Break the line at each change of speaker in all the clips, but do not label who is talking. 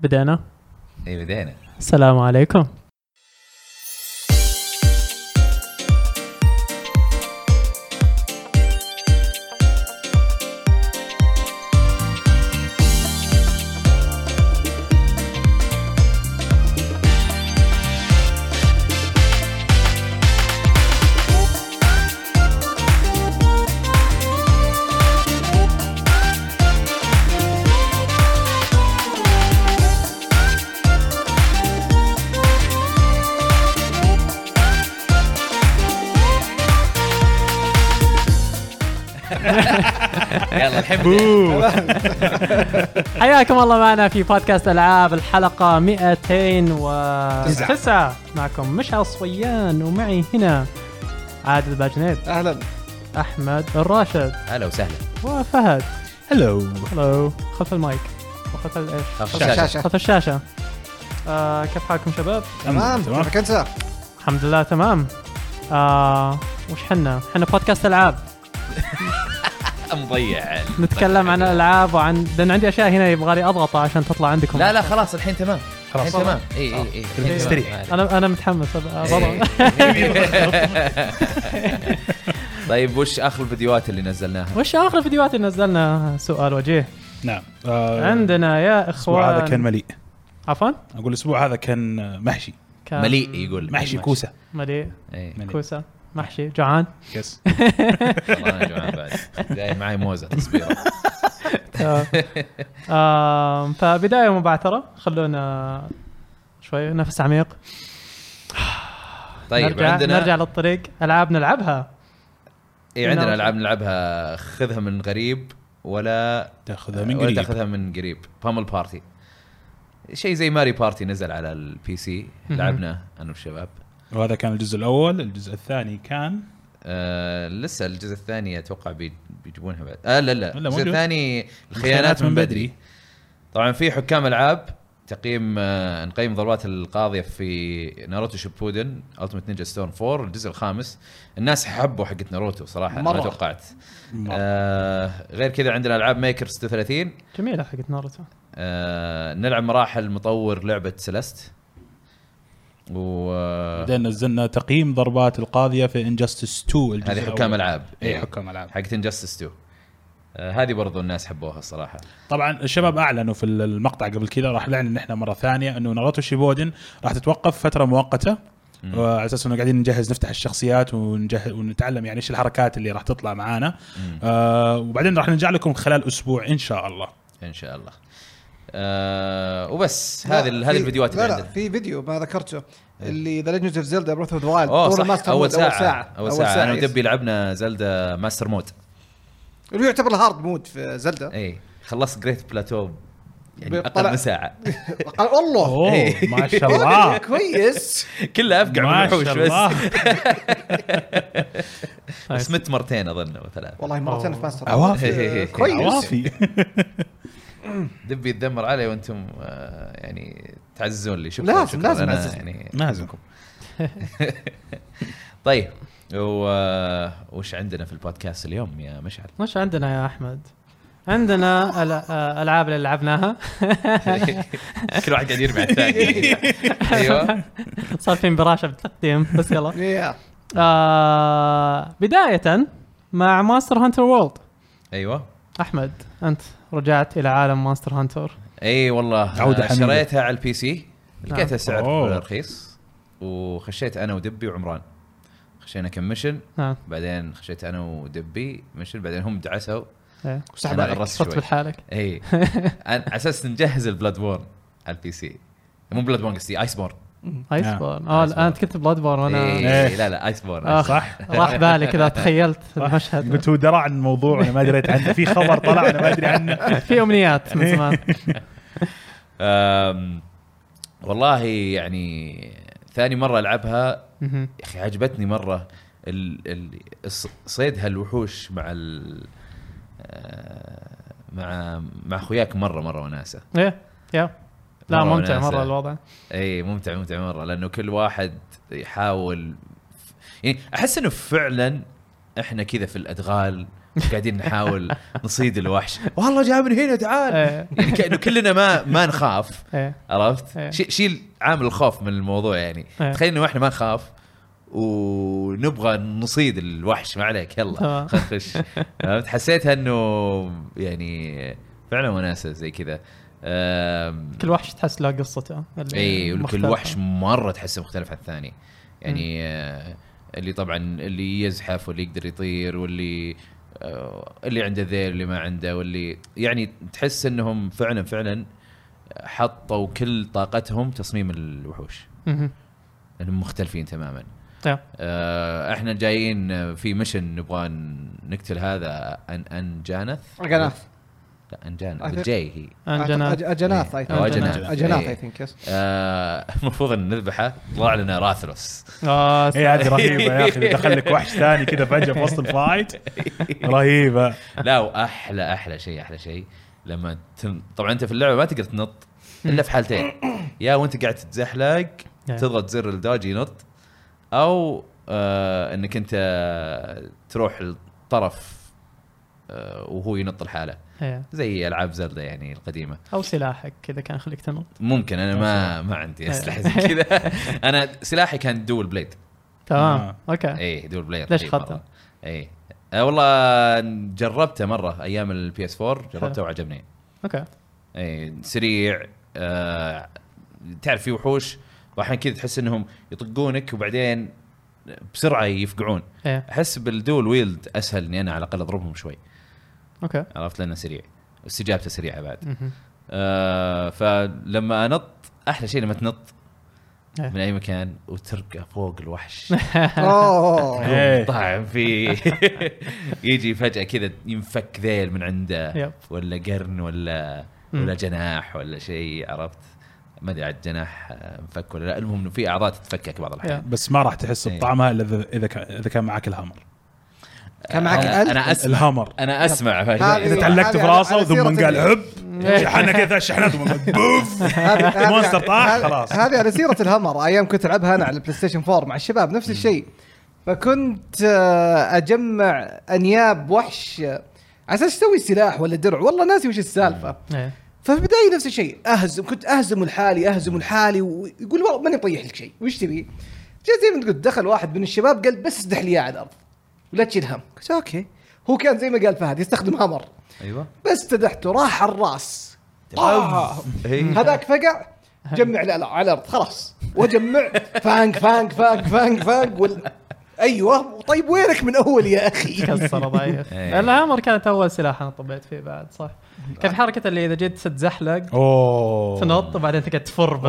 بدأنا
اي إيه، بدينا
السلام عليكم
يلا الحين بدينا
حياكم الله معنا في بودكاست العاب الحلقه 209 معكم مشعل صويان ومعي هنا عادل باجنيد
اهلا
احمد الراشد
هلا وسهلا
وفهد
هلو
هلو خلف المايك وخلف الايش
خلف الشاشة.
شاشة
خلف الشاشه آه كيف حالكم شباب
تمام
تمام.
كيفك انت؟
الحمد لله تمام آه وش حنا حنا بودكاست العاب
مضيع
نتكلم عن الالعاب وعن لان عندي اشياء هنا يبغى لي اضغطها عشان تطلع عندكم
لا لا خلاص الحين تمام الحين
خلاص
تمام اي اي اي الحين تمام.
استريح.
ما عليك.
انا انا متحمس أب-
إيه.
أضغط.
طيب وش اخر الفيديوهات اللي نزلناها؟
وش اخر الفيديوهات اللي نزلنا سؤال وجيه
نعم آه،
عندنا يا
الاسبوع
اخوان
هذا كان مليء
عفوا
اقول الاسبوع هذا كان آه، محشي
كان
مليء يقول إيه.
محشي كوسه
مليء
إي.
مليء.
كوسه محشي جوعان
يس
والله انا جوعان بعد جاي معي موزه تصبيره
آه. آم، فبدايه مبعثره خلونا شوي نفس عميق
طيب
نرجع
عندنا
نرجع للطريق العاب نلعبها
اي عندنا
نرجع.
العاب نلعبها خذها من غريب ولا
تاخذها من
ولا
قريب
تاخذها من قريب بامل بارتي شيء زي ماري بارتي نزل على البي سي
مهم.
لعبناه انا والشباب
وهذا كان الجزء الاول الجزء الثاني كان
آه لسه الجزء الثاني اتوقع بي- بيجيبونها بعد آه لا لا
لا،
الجزء
موجود.
الثاني الخيانات من بدري طبعا في حكام العاب تقييم آه نقيم ضربات القاضيه في ناروتو شيبودن التيمت نينجا ستون 4 الجزء الخامس الناس حبوا حقت ناروتو صراحه ما
مرة.
توقعت
مرة.
آه غير كذا عندنا العاب ميكر 36
جميله حقت ناروتو
آه نلعب مراحل مطور لعبه سلست و آه،
بعدين نزلنا تقييم ضربات القاضيه في انجستس 2 الجزء
هذه حكام إيه.
الأول. إيه،
العاب
اي حكام العاب
حقت انجستس 2 آه هذه برضو الناس حبوها الصراحه
طبعا الشباب اعلنوا في المقطع قبل كذا راح نعلن نحن مره ثانيه انه ناروتو شيبودن راح تتوقف فتره مؤقته
مم.
وعلى اساس انه قاعدين نجهز نفتح الشخصيات ونجهز ونتعلم يعني ايش الحركات اللي راح تطلع معانا
مم.
آه وبعدين راح نرجع لكم خلال اسبوع ان شاء الله
ان شاء الله آه وبس هذه ال- هذه
في-
الفيديوهات اللي
لا لا
عندنا
في فيديو ما ذكرته اللي ذا ليجند اوف زيلدا بروث اوف ذا وايلد
اوه صح اول ساعه اول ساعه انا ودبي لعبنا زلدا ماستر مود
اللي يعتبر الهارد مود في زلدا
اي خلصت جريت بلاتو يعني اقل
طلع-
من ساعه
قال أه، والله إيه،
اوه ما شاء الله
كويس
كلها افقع من
ما
الوحوش
شاء
بس
الله
طيب.
بس مت مرتين اظن او ثلاث
والله مرتين في ماستر
إيه،
عوافي
كويس
عوافي
دبي يتذمر علي وانتم آه، يعني تعزون لي شكرا
لازم-
شكرا
لازم
أنا
نعزز.
يعني
نازلكم
طيب و... آه، وش عندنا في البودكاست اليوم يا مشعل؟
وش عندنا يا احمد عندنا أل- آه، العاب اللي لعبناها
كل واحد قاعد يرمي على الثاني ايوه
صار في مبراشه بالتقديم بس يلا
يا
آه بدايه مع ماستر هانتر وورلد
ايوه
احمد انت رجعت الى عالم ماستر هانتر
اي والله
عودة
آه،
حميدة.
شريتها على البي سي لقيتها
نعم.
سعر
أوه.
رخيص وخشيت انا ودبي وعمران خشينا كم ميشن
نعم
بعدين خشيت انا ودبي ميشن بعدين هم دعسوا
إيه.
وسحب
أنا
عليك.
غرست
صرت
شوي
بالحالك
اي أنا- على اساس نجهز البلاد بورن على البي سي مو بلاد بورن قصدي ايس بورن
ايس
نعم.
بورن اه
آيس بورن.
الان كنت بلاد بورن وانا
إيه.
إي، لا لا ايس بورن
اخ
صح.
راح بالي كذا تخيلت المشهد
قلت هو درى عن الموضوع انا ما دريت عنه في خبر طلع انا ما ادري عنه
في امنيات من زمان
أم، والله يعني ثاني مره العبها
مهم.
يا اخي عجبتني مره ال ال الص- صيد هالوحوش مع ال آه، مع مع اخوياك مره مره وناسه
ايه يا لا
مرة
ممتع
وناسة.
مره الوضع
اي ممتع ممتع مره لانه كل واحد يحاول يعني احس انه فعلا احنا كذا في الادغال قاعدين نحاول نصيد الوحش والله جابني هنا
إيه.
تعال يعني كانه كلنا ما ما نخاف
ايه إيه.
عرفت؟ شي- شيل عامل الخوف من الموضوع يعني
إيه.
تخيل انه احنا ما نخاف ونبغى نصيد الوحش ما عليك يلا
تمام.
خل نخش عرفت؟ حسيتها انه يعني فعلا وناسه زي كذا إيه، أم،
كل وحش تحس له قصته اللي
اي كل
إيه، مختلفة.
وحش مره تحسه مختلف عن الثاني يعني آه، اللي طبعا اللي يزحف واللي يقدر يطير واللي آه، اللي عنده ذيل واللي ما عنده واللي يعني تحس انهم فعلا فعلا حطوا كل طاقتهم تصميم الوحوش
مهم.
انهم مختلفين تماما
طيب.
آه، احنا جايين في ميشن نبغى نقتل هذا ان انجانث
اجناث
لا انجانث
أعتقد-
بالجاي هي
انجنات
اجناث اي
أو أجناث.
اجناث
إيه.
اي ثينك يس
آه، المفروض ان نذبحه طلع لنا راثروس
اه
اي إيه، هذه رهيبه يا اخي دخل لك وحش ثاني كذا فجاه في وسط الفايت رهيبه
لا واحلى احلى شيء احلى شيء لما تن... طبعا انت في اللعبه ما تقدر تنط الا في حالتين يا وانت قاعد تتزحلق
نعم.
تضغط زر الدوج ينط او آه انك انت تروح الطرف آه وهو ينط لحاله
إيه.
زي العاب زلده يعني القديمه
او سلاحك كذا كان خليك تنط
ممكن انا ما ما عندي اسلحه زي كذا انا سلاحي كان دول بليد
تمام
آه.
اوكي
ايه دول بلاير
ليش
رهيب
خطأ؟
مرة. ايه آه والله جربته مره ايام البي اس 4 جربته
حلو.
وعجبني
اوكي
ايه سريع آه تعرف في وحوش واحيانا كذا تحس انهم يطقونك وبعدين بسرعه يفقعون
ايه
احس بالدول ويلد اسهل اني انا على الاقل اضربهم شوي
اوكي
عرفت لانه سريع استجابته سريعه بعد
مهم.
آه فلما انط احلى شيء لما تنط
إيه.
من اي مكان وترقى فوق الوحش
اوه
إيه.
طعم فيه يجي فجاه كذا ينفك ذيل من عنده
يب
ولا قرن ولا
مم.
ولا جناح ولا شيء عرفت ما ادري عاد الجناح آه، انفك ولا لا المهم انه في اعضاء تتفكك بعض الاحيان
يب.
بس ما راح تحس
إيه.
بطعمها الا إذا- اذا كان- اذا كان معك الهامر
كان معك
انا
ألف؟
انا اسمع
الهامر
انا اسمع
هذه-
اذا
فجاه
تعلقت
هذه
في
على-
راسه
على
ثم
أيوة، سيرة
قال
ال- إيه.
هب
إيه.
شحنه كذا شحنه ثم قال بوف
هذه- هذه- يعني
المونستر طاح،
هذه-
خلاص.
هذه على سيره الهمر ايام كنت العبها انا على البلاي ستيشن 4 مع الشباب نفس الشيء فكنت آه، اجمع انياب وحش آه، على اساس اسوي سلاح ولا درع والله ناسي وش السالفه
ايه
ففي البدايه نفس الشيء اهزم كنت اهزم لحالي اهزم لحالي ويقول والله ماني مطيح لك شيء وش تبي؟ جاء زي ما تقول دخل واحد من الشباب قال بس اسدح لي إياه على الارض ولا تشيل هم قلت اوكي هو كان زي ما قال فهد يستخدم هامر
ايوه
بس استدحته راح على الراس طاح.
إيه.
هذاك فقع جمع لا لا على الارض خلاص واجمع فانك فانك فانك فانك فانك وال... ايوه طيب وينك من اول يا اخي
كسر ضعيف
إيه.
الهامر كانت اول سلاح انا طبيت فيه بعد صح كان في حركه اللي اذا جيت تتزحلق
اوه
تنط وبعدين تقعد تفر
أوه.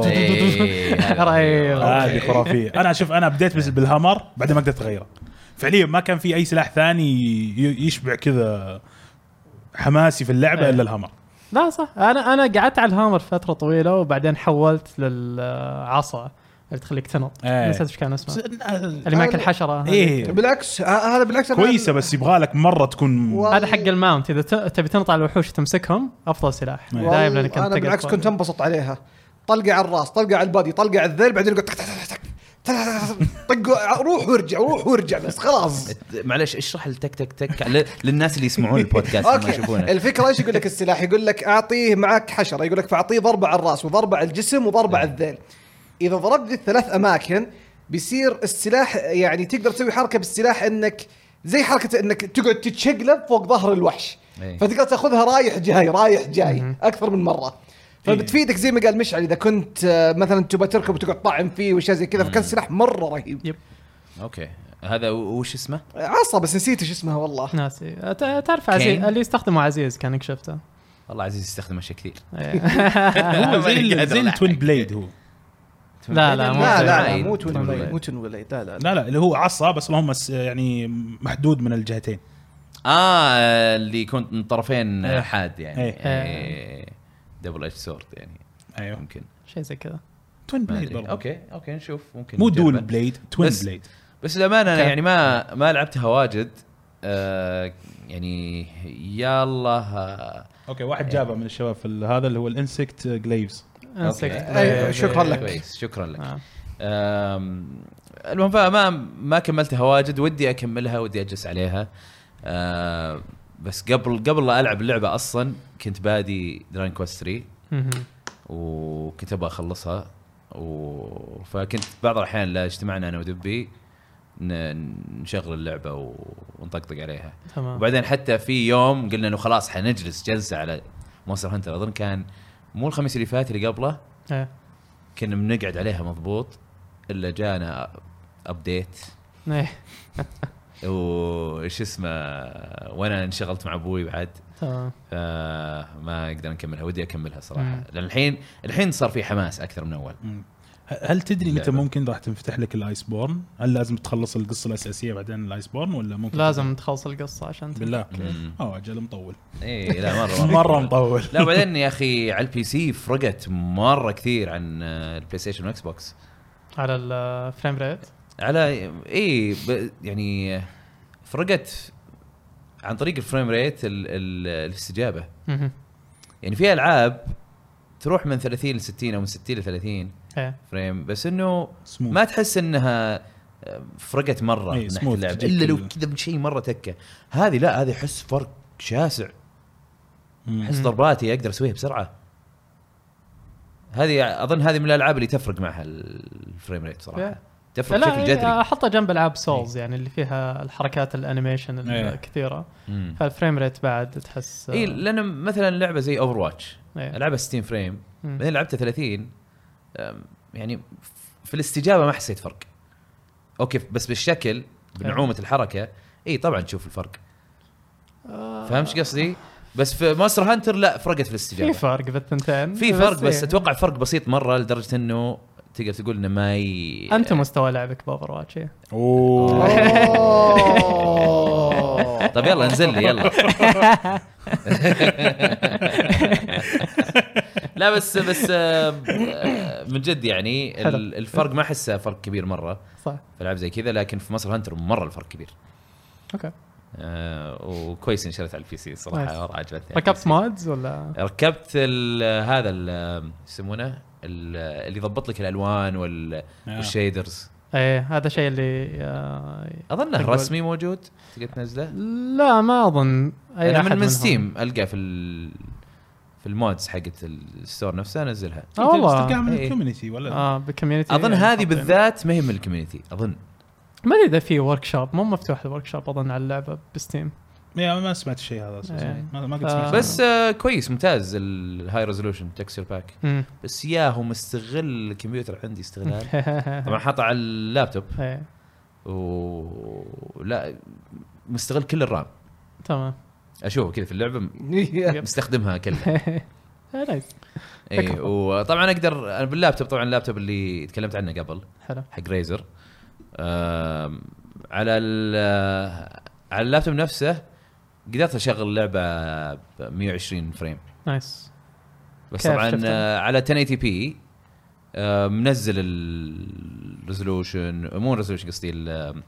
بالمطرقه
إيه، هذا-
رهيب
هذه خرافيه انا اشوف انا بديت بس بالهامر بعدين ما قدرت اغيره فعليا ما كان في اي سلاح ثاني ي- يشبع كذا حماسي في اللعبه
إيه.
الا الهامر
لا صح انا انا قعدت على الهامر فتره طويله وبعدين حولت للعصا اللي تخليك تنط
إيه.
نسيت ايش كان اسمه اللي معك الحشره
إيه.
ايه
بالعكس ه- هذا بالعكس أنا-
كويسه بس يبغى لك مره تكون
والله-
هذا حق الماوnt اذا ت- تبي تنط على الوحوش تمسكهم افضل سلاح
إيه.
دايم لانك
انا
تقدر
بالعكس
تفر.
كنت انبسط عليها طلقه على الراس طلقه على البادي طلقه على الذيل بعدين يقول تك- تك- تك- تك- تك- طق روح وارجع روح وارجع بس خلاص
معلش اشرح التك تك تك على- للناس اللي يسمعون البودكاست ما
اوكي
يشوفونه
الفكره ايش يقول لك السلاح يقول لك اعطيه معك حشره يقول لك فاعطيه ضربه على الراس وضربه على الجسم وضربه على الذيل اذا ضربت ذي الثلاث اماكن بيصير السلاح يعني تقدر تسوي حركه بالسلاح انك زي حركه انك تقعد تتشقلب فوق ظهر الوحش
إيه.
فتقدر تاخذها رايح جاي رايح جاي اكثر من مره فبتفيدك زي ما قال مشعل اذا كنت آه، مثلا تبى تركب وتقعد طاعم فيه واشياء زي كذا فكان السلاح مره رهيب
يب
اوكي هذا و- وش اسمه؟
آه، عصا بس نسيت ايش اسمها والله
ناسي ت- تعرف عزيز
كين؟
اللي يستخدمه عزيز كان شفته إيه.
والله عزيز يستخدم اشياء كثير
هو زي ال- زي التوين
بلاي
بليد هو
لا لا مو
إيه، لا لا, لا
بلايد.
مو تون
تون
ولايد
بلايد.
مو تون ولايد لا لا
لا لا اللي هو عصا بس اللهم س- يعني محدود من الجهتين
اه اللي كنت من طرفين
إيه.
حاد يعني
إيه.
إيه. دبل اتش سورد يعني
ايوه
ممكن
شيء زي كذا
توين
ما
بليد
أدري.
برضه
اوكي اوكي نشوف ممكن
مو
نجربه.
دول بليد توين
بس-
بليد
بس للامانه انا
أوكي.
يعني ما ما لعبتها واجد آه يعني يا الله آه،
اوكي واحد جابه من الشباب في ال- هذا اللي هو الانسكت جليفز
انسكت
أوكي.
أيوة،
أوكي.
شكراً لك.
كويس شكرا لك
آه.
آم، المهم فما ما كملتها واجد ودي اكملها ودي اجلس عليها آه بس قبل قبل لا العب اللعبه اصلا كنت بادي دران كويست 3
مهم.
وكنت ابغى اخلصها و... فكنت بعض الاحيان لا اجتمعنا انا ودبي ن- نشغل اللعبه و- ونطقطق عليها
تمام
وبعدين حتى في يوم قلنا انه خلاص حنجلس جلسه على مونستر هانتر اظن كان مو الخميس اللي فات اللي قبله
إيه.
كنا بنقعد عليها مضبوط الا جانا ابديت
ايه
وش اسمه وانا انشغلت مع ابوي بعد
تمام
فما اقدر نكملها ودي اكملها
مم.
صراحه لان الحين الحين صار في حماس اكثر من اول
هل تدري متى
اللعبة.
ممكن راح تنفتح لك الايس بورن؟ هل لازم تخلص القصه الاساسيه بعدين الايس بورن ولا ممكن
لازم تخلص القصه عشان تبدأ.
بالله
مم.
اه اجل مطول
اي إيه، لا مره
مره مطول
لا وبعدين يا اخي على البي سي فرقت مره كثير عن آه، البلاي ستيشن والاكس بوكس
على الفريم ريت
على اي ب- يعني آه، فرقت عن طريق الفريم ريت ال- ال- الاستجابه
مهم.
يعني في العاب تروح من 30 ل 60 او من 60 ل 30
ايه
فريم بس انه
سموث.
ما تحس انها فرقت مره
إي،
من ناحيه
smooth
اللعب
تجيك
الا لو
ال-
كذا بشيء مره تكه هذه لا هذه احس فرق شاسع
مم.
احس ضرباتي اقدر اسويها بسرعه هذه اظن هذه من الالعاب اللي تفرق معها الفريم ريت صراحه
إيه. آه.
تفرق بشكل
لا
جذري
احطها جنب العاب سولز
إيه.
يعني اللي فيها الحركات الانيميشن
إيه.
الكثيره
مم. إيه،
فالفريم ريت بعد تحس
اي لان مثلا لعبه زي اوفر واتش
إيه.
العبها 60 فريم
مم.
بعدين لعبتها 30 أم، يعني في الاستجابه ما حسيت فرق اوكي بس بالشكل بنعومه الحركه اي طبعا تشوف الفرق
آه،
فهمت قصدي؟ بس في ماستر هانتر لا فرقت في
في
الاستجابه
فرق بالثنتين
في فرق بس
إيه.
اتوقع فرق بسيط مره لدرجه انه تقدر تقول انه ما ي...
انت مستوى لعبك باوفر واتش إيه.
اوه
أوه.
طيب يلا انزل لي يلا لا بس بس آه، آه، من جد يعني ال-
حلو.
الفرق ما احسه فرق كبير مره
صح
في العاب زي كذا لكن في مصر هانتر مره الفرق كبير
اوكي
آه، وكويس اني شريت على البي سي صراحه
نايس.
مره عجبتني
ركبت مودز ولا
ركبت ال هذا ال- يسمونه ال- اللي يضبط لك الالوان وال-
آه.
والشيدرز
ايه هذا شيء اللي آه،
اظنه
تقدر-
رسمي موجود تقدر تنزله
لا ما اظن اي
انا
يعني أحد
يعني من من
منهم.
ستيم القى في ال في المودز حقت الستور نفسها انزلها
آه والله.
تلقاها من
إيه.
الكوميونتي ولا
اه بالكوميونتي
اظن
يعني
هذه
حاطين.
بالذات ما هي من الكوميونتي اظن
ما ادري اذا في ورك شوب مو مفتوح الورك شوب اظن على اللعبه بستيم
يا ما سمعت الشيء هذا اساسا
إيه.
ما ما قد
آه.
سمعت
بس آه كويس ممتاز الهاي ريزولوشن تكسر باك
مم.
بس ياهو مستغل الكمبيوتر عندي استغلال طبعا حاطه على اللابتوب
إيه،
ولا مستغل كل الرام
تمام
اشوفه كذا في اللعبه
يب.
مستخدمها كلها إيه،
آه، نايس
اي وطبعا اقدر انا باللابتوب طبعا اللابتوب اللي تكلمت عنه قبل
حلو
حق ريزر آم، على ال- آه، على اللابتوب نفسه قدرت اشغل لعبه ب 120 فريم
نايس
بس
كيف
طبعا
شفتها؟
آه، على 1080 بي آه، منزل الريزولوشن مو الريزولوشن قصدي ال-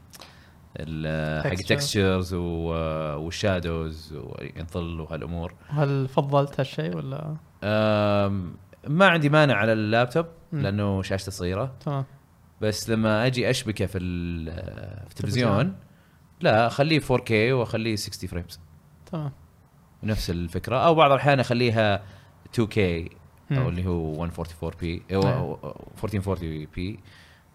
ال- آه، حق آه،
Texture.
التكستشرز والشادوز والظل وهالامور
هل فضلت هالشيء ولا
أم، ما عندي مانع على اللابتوب
مم.
لانه شاشته صغيره
تمام
بس لما اجي اشبكه في ال- في التلفزيون
التلفزيون.
لا اخليه 4K واخليه 60 فريمز
تمام
نفس الفكره او بعض الاحيان اخليها 2K او
مم.
اللي هو 144p
أيوة.
او 1440p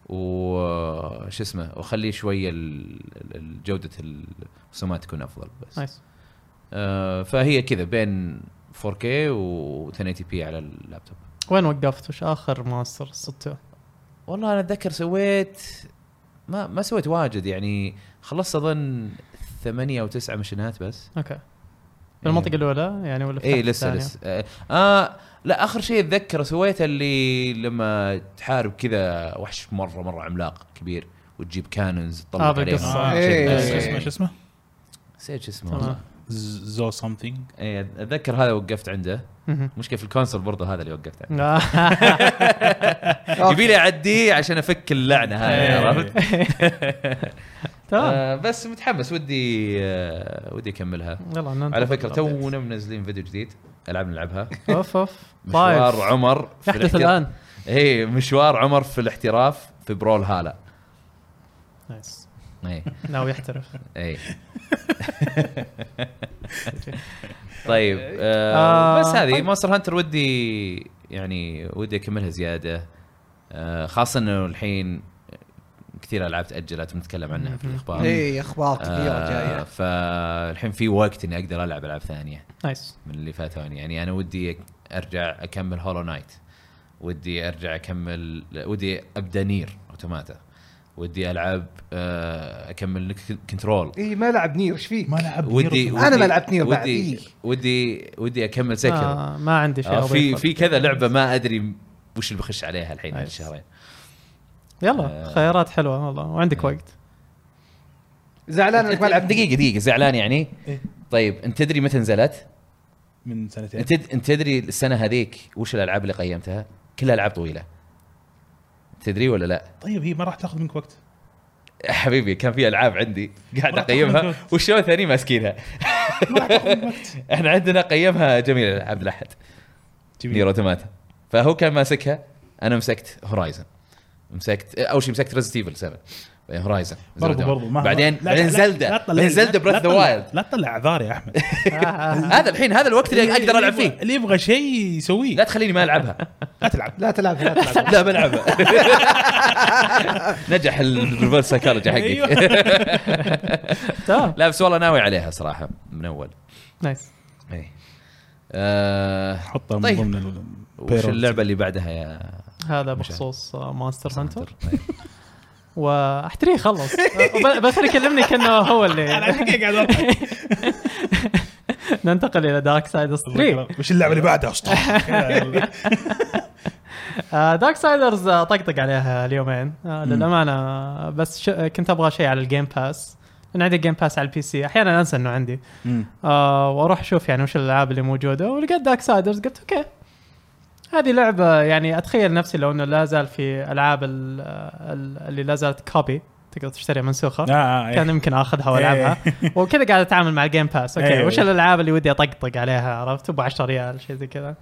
وش اسمه واخلي شويه ال- ال- جوده الرسومات تكون افضل بس
نايس
آه، فهي كذا بين 4K و 1080p على اللابتوب
وين وقفت وش اخر ماستر صدته
والله انا اتذكر سويت ما ما سويت واجد يعني خلصت اظن ثمانية او تسعة مشينات بس
اوكي بالمنطقه الاولى يعني ولا
اي
فتحت
لسه
الثانية؟
لسه آه، اه لا اخر شيء اتذكره سويته اللي لما تحارب كذا وحش مره مره عملاق كبير وتجيب كانونز تطلق
هذا
عليهم.
قصة.
آه،
إيه.
شو اسمه شو اسمه؟
نسيت شو اسمه
تمام
والله
ز- زو سمثينج
اي اتذكر هذا وقفت عنده
مهم.
مشكله في الكونسول برضه هذا اللي وقفت عنده
آه،
يبي لي اعديه عشان افك اللعنه هذه
إيه.
عرفت
تمام
آه، بس متحمس ودي آه، ودي اكملها
يلا ننتظر
على فكره
الأبديت.
تونا منزلين فيديو جديد العاب نلعبها
اوف اوف طايف
مشوار عمر في
طيب. يحدث
الاحتراف- إيه،
الان
اي مشوار عمر في الاحتراف في برول هالا
نايس
اي
ناوي يحترف
اي طيب
آه،
آه بس هذه
طيب.
مونستر هانتر ودي يعني ودي اكملها زياده آه خاصه انه الحين كثير العاب تاجلت ونتكلم عنها في الاخبار
إيه،
اي اخبار كثيره
آه
جايه
فالحين في وقت اني اقدر العب العاب ثانيه
نايس
من اللي فاتوني يعني انا ودي ارجع اكمل هولو نايت ودي ارجع اكمل ودي ابدا نير اوتوماتا ودي العب آه اكمل كنترول
اي إيه، ما لعب نير ايش فيك؟
ما لعب
ودي
أنا
ودي-
ما لعبت نير بعد،
ودي
إيه.
ودي ودي اكمل سكر
آه ما عندي شيء
آه في
أضيفه.
في كذا لعبه ما ادري وش اللي بخش عليها الحين يعني
آه،
نايس.
الشهرين
يلا
آه.
خيارات حلوه والله وعندك وقت
زعلان انك ما لعبت
دقيقه دقيقه زعلان يعني
إيه.
طيب انت تدري متى نزلت؟
من سنتين
انت انت تدري السنه هذيك وش الالعاب اللي قيمتها؟ كلها العاب طويله تدري ولا لا؟
طيب هي ما راح تاخذ منك وقت
حبيبي كان في العاب عندي قاعد
مرة
اقيمها
تاخذ وقت.
والشباب الثانيين ماسكينها
ما راح تاخذ منك وقت
احنا عندنا قيمها جميل عبد الاحد نير اوتوماتا فهو كان ماسكها انا مسكت هورايزن مسكت اول شيء مسكت ريزنت ايفل 7 بعدين هورايزن
برضو برضو ما
إيه، بعدين
لا-
بعدين
لا- لا
زلدا
تطلع-
بعدين زلدا
لا- لا
بريث ذا
تطلع-
وايلد
لا تطلع اعذار يا احمد
هذا الحين هذا الوقت اللي اقدر العب
اللي يبغى-
فيه
اللي يبغى شيء يسويه
لا تخليني ما العبها
لا تلعب
لا تلعب لا تلعب
لا بلعبها نجح الريفرس سايكولوجي
أيوه.
حقك
أيوة.
تمام
لا بس والله ناوي عليها صراحه من اول
نايس
اي
إيه.
آه،
حطها من
طيب.
ضمن ال-
وش
Payroll.
اللعبه اللي بعدها يا
هذا
مش
بخصوص آه، ماستر هانتر
طيب.
واحتريه خلص وب- بس يكلمني كانه هو
انا
اللي
عشان كذا قاعد أضحك.
ننتقل الى دارك سايدرز 3
وش اللعبه اللي بعدها اسطى
دارك سايدرز آه، طقطق عليها اليومين آه، للامانه آه، بس ش... كنت ابغى شيء على الجيم باس لان عندي جيم باس على البي سي احيانا انسى انه عندي آه واروح اشوف يعني وش الالعاب اللي موجوده ولقيت دارك سايدرز قلت اوكي هذه لعبه يعني اتخيل نفسي لو انه لا زال في العاب ال- ال- اللي لا زالت كوبي تقدر تشتريها
آه،
منسوخه
نعم.
كان
إيه.
يمكن اخذها والعبها وكذا قاعد اتعامل مع الجيم باس اوكي
إيه.
وش الالعاب اللي ودي اطقطق عليها عرفت ابو 10 ريال شيء زي كذا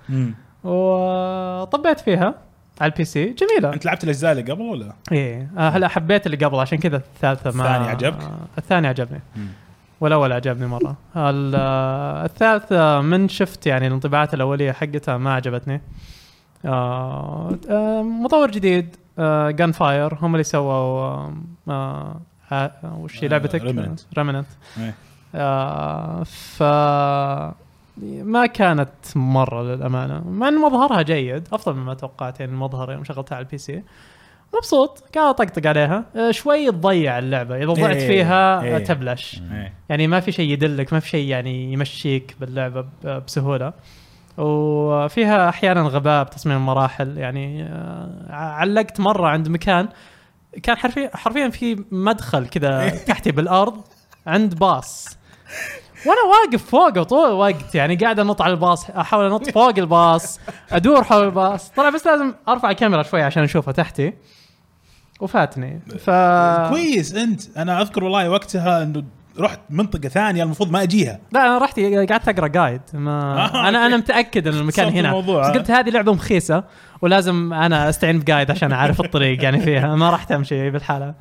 وطبيت فيها على البي سي جميله
انت لعبت الاجزاء اللي قبل ولا؟
ايه آه، هلا حبيت اللي قبل عشان كذا الثالثه ما
الثاني عجبك؟
آه، الثاني عجبني
مم.
والاول عجبني مره ال- آه، الثالثه من شفت يعني الانطباعات الاوليه حقتها ما عجبتني آه، آه، مطور جديد جان فاير هم اللي سووا آه، آه، آه، وش هي
آه،
لعبتك؟
Remnant.
ريمننت
إيه.
آه، ف ما كانت مره للامانه مع ان مظهرها جيد افضل مما توقعت يعني المظهر يوم شغلتها على البي سي مبسوط كان اطقطق عليها آه، شوي تضيع اللعبه اذا ضعت
إيه،
فيها
إيه.
آه، تبلش
إيه.
يعني ما في شيء يدلك ما في شيء يعني يمشيك باللعبه ب- بسهوله وفيها احيانا غباء بتصميم المراحل يعني آه، علقت مره عند مكان كان حرفيا حرفيا في مدخل كذا تحتي بالارض عند باص وانا واقف فوقه طول الوقت يعني قاعد انط على الباص احاول انط فوق الباص ادور حول الباص طلع بس لازم ارفع الكاميرا شوي عشان اشوفه تحتي وفاتني ف آه.
كويس انت انا اذكر والله وقتها انه رحت منطقه ثانيه المفروض ما اجيها
لا انا رحت قعدت اقرا جايد ما
آه،
انا
أوكي.
انا متاكد ان المكان
اختصرت
هنا
الموضوع،
بس
آه.
قلت هذه لعبه مخيسه ولازم انا استعين بجايد عشان اعرف الطريق يعني فيها ما راح تمشي بالحاله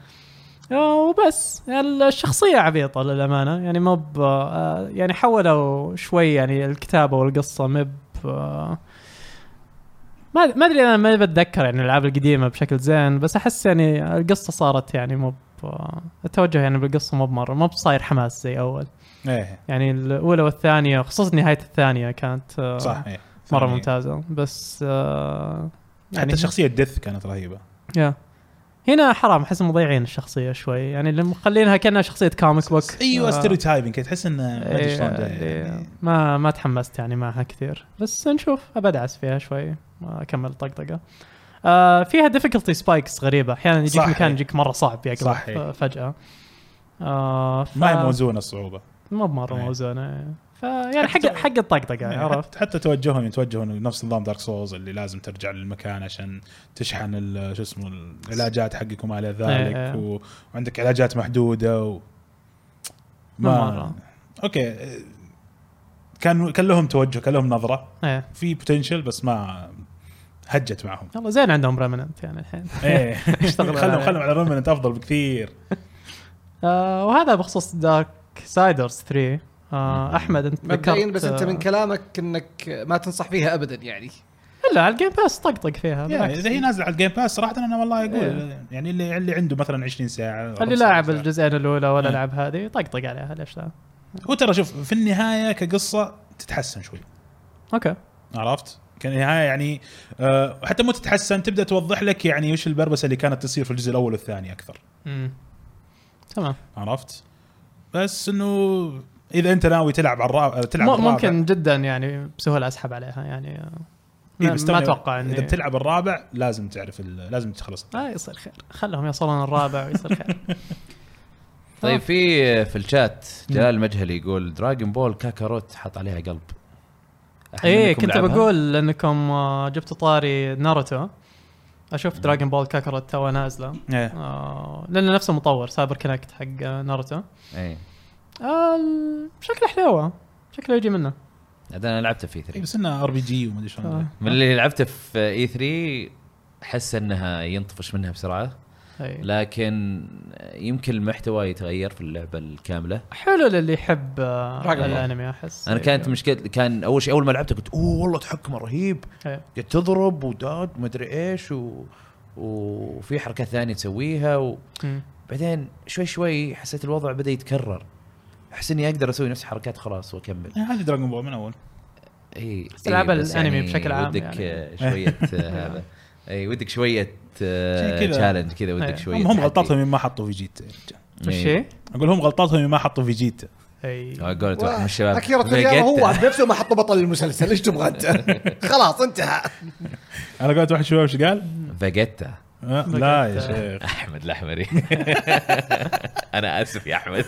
وبس الشخصيه عبيطه للامانه يعني ما ب آه، يعني حولوا شوي يعني الكتابه والقصه ما ب آه، ما ما ادري انا ما بتذكر يعني الالعاب القديمه بشكل زين بس احس يعني القصه صارت يعني مو ب- آه، التوجه يعني بالقصه مو بمره مو بصاير حماس زي اول
ايه
يعني الاولى والثانيه خصوصا نهايه الثانيه كانت آه،
صح إيه.
مره
ثانية. يعني
ممتازه بس آه،
حتى شخصيه ديث كانت رهيبه
يا. هنا حرام احس مضيعين الشخصيه شوي يعني اللي مخلينها كانها شخصيه كوميك بوك
ايوه
آه،
ستيريو تايبنج تحس انه ما ادري
إيه،
شلون ده
إيه،
يعني.
ما ما تحمست يعني معها كثير بس نشوف ابدعس فيها شوي ما اكمل طقطقه آه فيها ديفيكولتي سبايكس غريبه احيانا يجيك
صح،
مكان
إيه.
يجيك مره صعب يقلب
صح، إيه.
فجاه آه ف...
ما هي موزونه الصعوبه
ما بمره
إيه.
موزونه فيعني يعني حق حق الطقطقه
يعني
عرفت
حتى- حتى توجههم يتوجهون نفس نظام دارك سولز اللي لازم ترجع للمكان عشان تشحن ال- شو اسمه العلاجات حقك وما الى
إيه.
ذلك و... وعندك علاجات محدوده و...
ما مرة.
اوكي آه، كان كان لهم توجه كان لهم نظره
ايه
في بوتنشل بس ما هجت معهم
يلا زين عندهم ريمننت يعني الحين
ايه
اشتغلوا
خلهم
عليه.
خلهم على رومنت افضل بكثير
آه وهذا بخصوص دارك سايدرز 3 آه احمد انت
مبدئيا
ذكرت
بس انت من
آه،
كلامك انك ما تنصح فيها ابدا يعني
لا على الجيم باس طقطق فيها
يعني
بالعكس.
اذا هي نازله على الجيم باس صراحه انا والله اقول يعني اللي اللي عنده مثلا 20 ساعه
اللي إيه. لاعب
15 ساعة.
الجزئين الاولى ولا
إيه.
لعب هذه طقطق عليها ليش لا
وترى شوف في النهايه كقصه تتحسن شوي
اوكي
عرفت؟ كنهايه يعني آه، حتى مو تتحسن تبدا توضح لك يعني وش البربسه اللي كانت تصير في الجزء الاول والثاني اكثر
مم. تمام
عرفت؟ بس انه اذا انت ناوي تلعب على الرابع آه، تلعب
مم-
الرابع
ممكن جدا يعني بسهوله اسحب عليها يعني آه،
إيه
ما,
بس
ما
توني-
اتوقع
اذا
اني
بتلعب الرابع لازم تعرف ال- لازم تخلص
آه يصير خير خلهم يوصلون الرابع ويصير خير
طيب
آه.
في في الشات جلال المجهلي يقول دراجون بول كاكاروت حط عليها قلب أحد
ايه
منكم
كنت
لعبها؟
بقول انكم آه، جبتوا طاري ناروتو اشوف دراجون بول كاكاروت تو نازله
إيه.
آه لانه نفس المطور سايبر كونكت حق آه، ناروتو
ايه
آه ال- شكله حلوه شكله يجي منه
عاد انا لعبته في 3
إيه،
أيوه.
بس انه ار بي جي ومدري
آه.
شلون
من اللي لعبته في E اي 3 حس انها ينطفش منها بسرعه
أي.
لكن يمكن المحتوى يتغير في اللعبه الكامله
حلو للي يحب آه، إيه.
Dragon Ball.
الانمي احس
انا
أي.
كانت مشكلة كان اول شيء اول ما لعبته قلت اوه والله تحكمه رهيب
أي.
قاعد تضرب وداد ما ادري ايش و... وفي حركات ثانيه تسويها و...
مم.
بعدين شوي شوي حسيت الوضع بدا يتكرر احس اني اقدر اسوي نفس الحركات خلاص واكمل
يعني هذه دراجون بول من اول
اي
بس العاب
بس
الأنمي بشكل عام
ودك
يعني.
آه، شويه آه، هذا اي ودك شويه
شي كذا.
تشالنج كذا
إيه.
ودك شويه
هم هم
تحدي.
غلطاتهم إن ما حطوا في جيتا
وش
إيه.
هي؟
اقول هم غلطاتهم إن ما حطوا في جيتا
اي
على قولة واحد من آه، الشباب
اكيرا تورياما
فيجيتا.
هو عن نفسه ما حط بطل المسلسل ايش تبغى انت؟ خلاص انتهى
انا قلت واحد شباب ايش قال؟
فاجيتا
آه، لا يا
بقيت-
شيخ
احمد الاحمري انا اسف يا احمد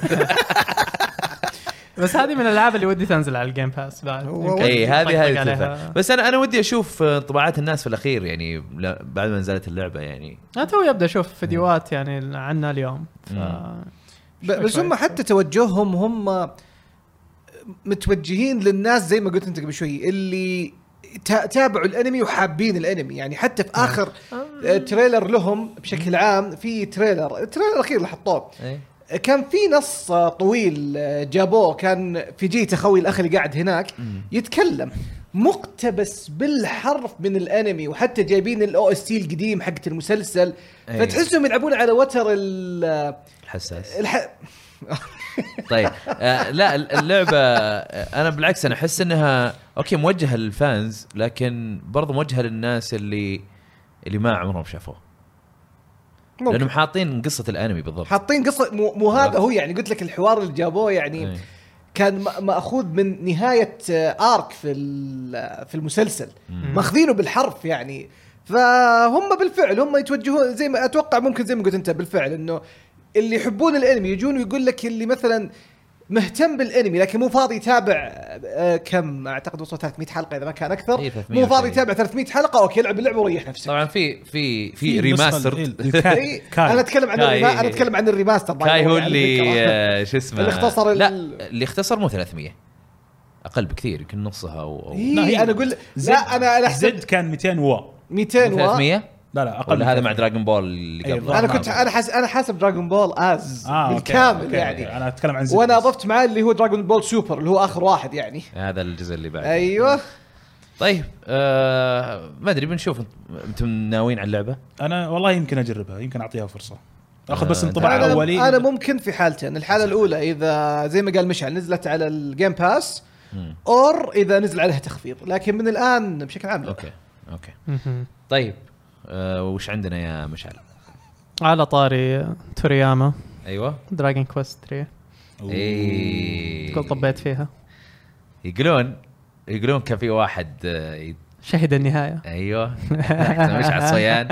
بس هذه من الالعاب اللي ودي تنزل على الجيم باس بعد
هو-
يمكن
اي
نطقطق
إيه، هذه هذه تنفع.
عليها
بس انا انا ودي اشوف آه، انطباعات الناس في الاخير يعني لا- بعد ما نزلت اللعبه يعني
انا توي ابدا اشوف فيديوهات يعني عنها اليوم ف...
مم.
ب- بس هم حتى توجههم هم متوجهين للناس زي ما قلت انت قبل شوي اللي تا- تابعوا الانمي وحابين الانمي يعني حتى في اخر آه، تريلر لهم بشكل عام في تريلر التريلر الاخير اللي حطوه
إيه.
كان في نص آه، طويل آه، جابوه كان في جيت اخوي الاخ اللي قاعد هناك يتكلم مقتبس بالحرف من الانمي وحتى جايبين الاو اس تي القديم حقت المسلسل
أي.
فتحسهم يلعبون على وتر ال
حساس
الح...
طيب آه لا اللعبه آه، انا بالعكس انا احس انها اوكي موجهه للفانز لكن برضو موجهه للناس اللي اللي ما عمرهم شافوه
ممكن.
لانهم حاطين قصه الانمي بالضبط
حاطين قصه مو, مو هذا هو يعني قلت لك الحوار اللي جابوه يعني
إيه.
كان ما- ماخوذ من نهايه آه، ارك في ال- آه، في المسلسل
مم.
ماخذينه بالحرف يعني فهم بالفعل هم يتوجهون زي ما اتوقع ممكن زي ما قلت انت بالفعل انه اللي يحبون الانمي يجون ويقول لك اللي مثلا مهتم بالانمي لكن مو فاضي يتابع آه، كم اعتقد وصل 300 حلقه اذا ما كان
إيه،
اكثر
300
مو فاضي
تقريباً.
يتابع 300 حلقه اوكي العب اللعبه وريح نفسك
طبعا في في في
النسخة
ريماستر
ال- الكا-
إيه،
كاي.
انا اتكلم عن
كاي،
الريما-
إيه.
انا اتكلم عن الريماستر by the
كاي
way،
هو
على فكرة.
اللي آه، شو اسمه
اللي اختصر ال-
لا اللي اختصر مو 300 اقل بكثير يمكن نصها او, أو
إيه، أنا أقول-
زد-
لا، أنا- أنا أحسب-
زد كان 200 وا
200 و
300
لا لا اقل من
ولا هذا مع
300.
دراجون بول اللي
إيه،
قبل
انا كنت انا حاس انا حاسب دراجون بول از
آه، أوكي،
بالكامل
أوكي،
يعني
أوكي. انا اتكلم عن زد
وانا
بس.
اضفت معاه اللي هو دراجون بول سوبر اللي هو اخر واحد يعني
آه، هذا الجزء اللي بعده
ايوه
طيب آه ما ادري بنشوف أنت- انتم ناويين على اللعبه
انا والله يمكن اجربها يمكن اعطيها فرصه اخذ
آه،
بس
أنت-
انطباع
انا
اولي
انا ممكن في حالتين الحاله الاولى اذا زي ما قال مشعل نزلت على الجيم باس
مم.
اور اذا نزل عليها تخفيض لكن من الان بشكل عام لا
اوكي اوكي
مهم.
طيب آه وش عندنا يا مشعل
على طاري تورياما
ايوه
دراجون كويست 3
أوه.
اي
تقول طبيت فيها
يقولون يقولون كان في واحد آه، ي-
شهد النهايه
ايوه مشعل صيان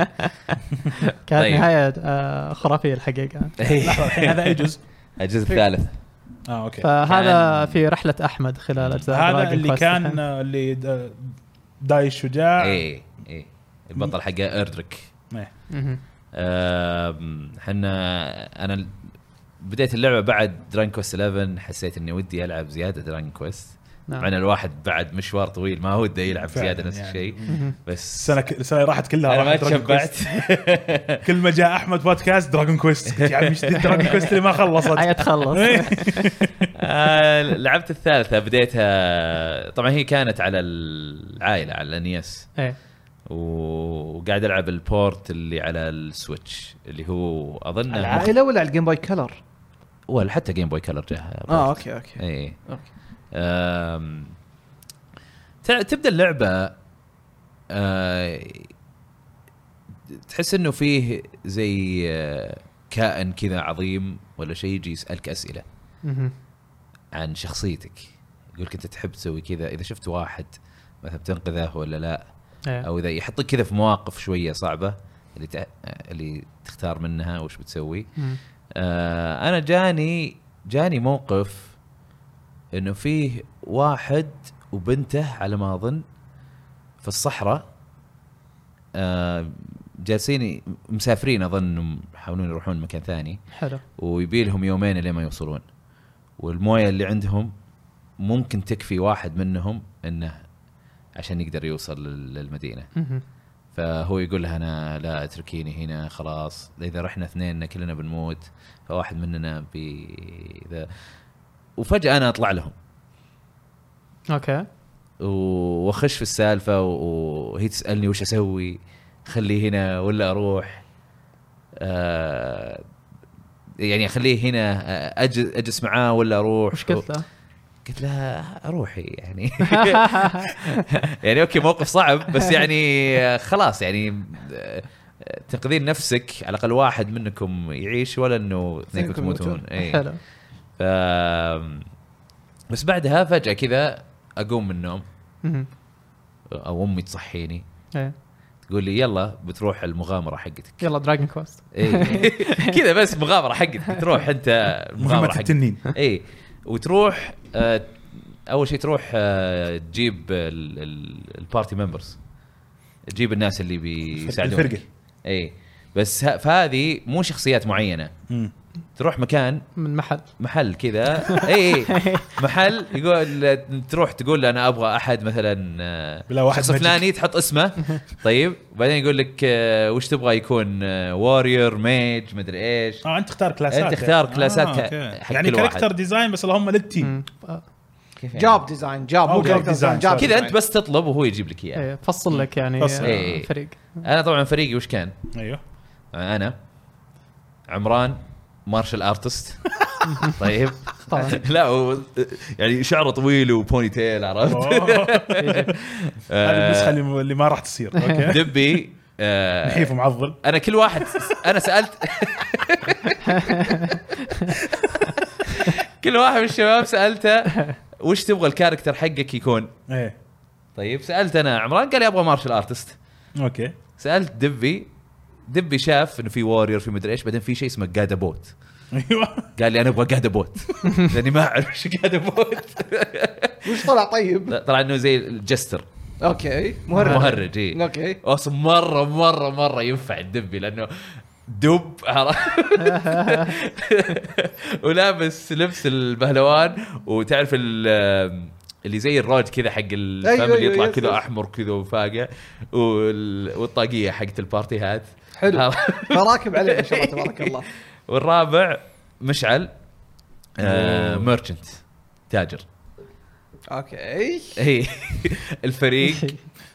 كانت
طيب.
نهايه آه، خرافيه الحقيقه
لحظه الحين هذا اي جزء
الجزء الثالث
اه اوكي
فهذا في رحله احمد خلال اجزاء
هذا
دراجون
اللي
كويست
كان
الحين.
آه، اللي د- داي
آه.
الشجاع
اي اي البطل حقه اردريك
إيه.
مهم.
آم، حنا انا بديت اللعبه بعد دران كويست 11 حسيت اني ودي العب زياده دران كويست
نعم.
مع ان الواحد بعد مشوار طويل ما هو بده يلعب
فعلاً
زياده نفس
يعني.
الشيء
مهم.
بس
السنه السنه راحت كلها
انا ما
راحت Dragon
تشبعت
Quest. كل ما جاء احمد بودكاست دراجون كويست يا عمي دراجون كويست اللي ما خلصت
هيا تخلص
إيه.
آه، لعبت الثالثه بديتها طبعا هي كانت على العائله على الانيس
إيه.
وقاعد العب البورت اللي على السويتش اللي هو اظن
على العائله ولا على الجيم باي كلر؟
ولا حتى جيم بوي كلر جاها
آه،
اه اوكي اوكي
إيه،
اي
أوكي.
أم... تع- تبدا اللعبه أه... تحس انه فيه زي آه، كائن كذا عظيم ولا شيء يجي يسالك اسئله
مهم.
عن شخصيتك يقولك انت تحب تسوي كذا اذا شفت واحد مثلا بتنقذه ولا لا
إيه.
او اذا يحطك كذا في مواقف شويه صعبه اللي تع... اللي تختار منها وش بتسوي
مم.
آه انا جاني جاني موقف انه فيه واحد وبنته على ما اظن في الصحراء آه جالسين مسافرين اظن يحاولون يروحون مكان ثاني
حلو
ويبي لهم يومين لين ما يوصلون والمويه اللي عندهم ممكن تكفي واحد منهم انه عشان يقدر يوصل لل- للمدينه
مهم.
فهو يقول لها انا لا اتركيني هنا خلاص اذا رحنا اثنيننا كلنا بنموت فواحد مننا بي ذا وفجاه انا اطلع لهم
اوكي
و- واخش في السالفه و- وهي تسالني وش اسوي خليه هنا ولا اروح آه يعني اخليه هنا آه، أج- اجلس معاه ولا اروح
وش قلت له؟
قلت لها روحي يعني يعني اوكي موقف صعب بس يعني آه، خلاص يعني آه، آه، تنقذين نفسك على الاقل واحد منكم يعيش ولا انه اثنينكم
اثنينكم
تموتون اي
حلو
ف بس بعدها فجاه كذا اقوم من النوم
مهم.
او امي تصحيني
إيه.
تقول لي يلا بتروح المغامره حقتك
يلا دراجون كويست
إيه. كذا بس مغامره حقتك تروح انت المغامره
مهمة
حقتك
التنين
اي وتروح آه اول شيء تروح آه تجيب ال- ال- البارتي ممبرز تجيب الناس اللي بيساعدونك
الفرقة.
اي بس ه- فهذه مو شخصيات معينه
مم.
تروح مكان
من محل
محل كذا اي اي محل يقول تروح تقول له انا ابغى احد مثلا آه،
بلا واحد
شخص
ماجيك.
فلاني تحط اسمه طيب وبعدين يقول لك آه، وش تبغى يكون واريور ميج مدري ايش
اه انت تختار كلاسات
أنت اختار
يعني.
كلاسات ك-
أوكي.
حق
يعني
كل واحد.
كاركتر ديزاين بس اللهم للتيم
مم. آه،
كيف يعني؟
جاب ديزاين جاب مو
أوكي.
جاب ديزاين
ديزاين،
جاب
كذا
ديزاين.
انت بس تطلب وهو يجيب لك اياه
إيه. فصل لك يعني
فصل.
آه،
إيه.
فريق
انا طبعا فريقي وش كان؟
ايوه
انا عمران مارشال ارتست طيب
طبعا
لا هو يعني شعره طويل وبوني تيل عرفت
أوه. هذه
آه،
النسخه اللي- اللي ما راح تصير اوكي
دبي آه،
نحيف ومعضل
انا كل واحد انا سالت كل واحد من الشباب سالته وش تبغى الكاركتر حقك يكون؟
ايه
طيب سالت انا عمران قال لي ابغى مارشال ارتست
اوكي
سالت دبي دبي شاف انه في واريور في مدري ايش بعدين في شيء اسمه جادا بوت
ايوه
قال لي انا ابغى جادا بوت لاني ما اعرف ايش جادا بوت
وش طلع طيب؟
لا، طلع انه زي الجستر إيه.
اوكي مهرج
مهرج اي
اوكي
اصلا مره مره مره ينفع الدبي لانه دب عرفت؟ ولابس لبس البهلوان وتعرف ال- اللي زي الروج كذا حق الفم
أيوة،
اللي
أيوة،
يطلع
يس،
كذا
يس.
احمر كذا وفاقع وال- والطاقيه حقت البارتي هات
حلو فراكب عليه ما شاء الله تبارك الله
والرابع مشعل آه
أوه.
ميرشنت تاجر
اوكي
هي إيه. الفريق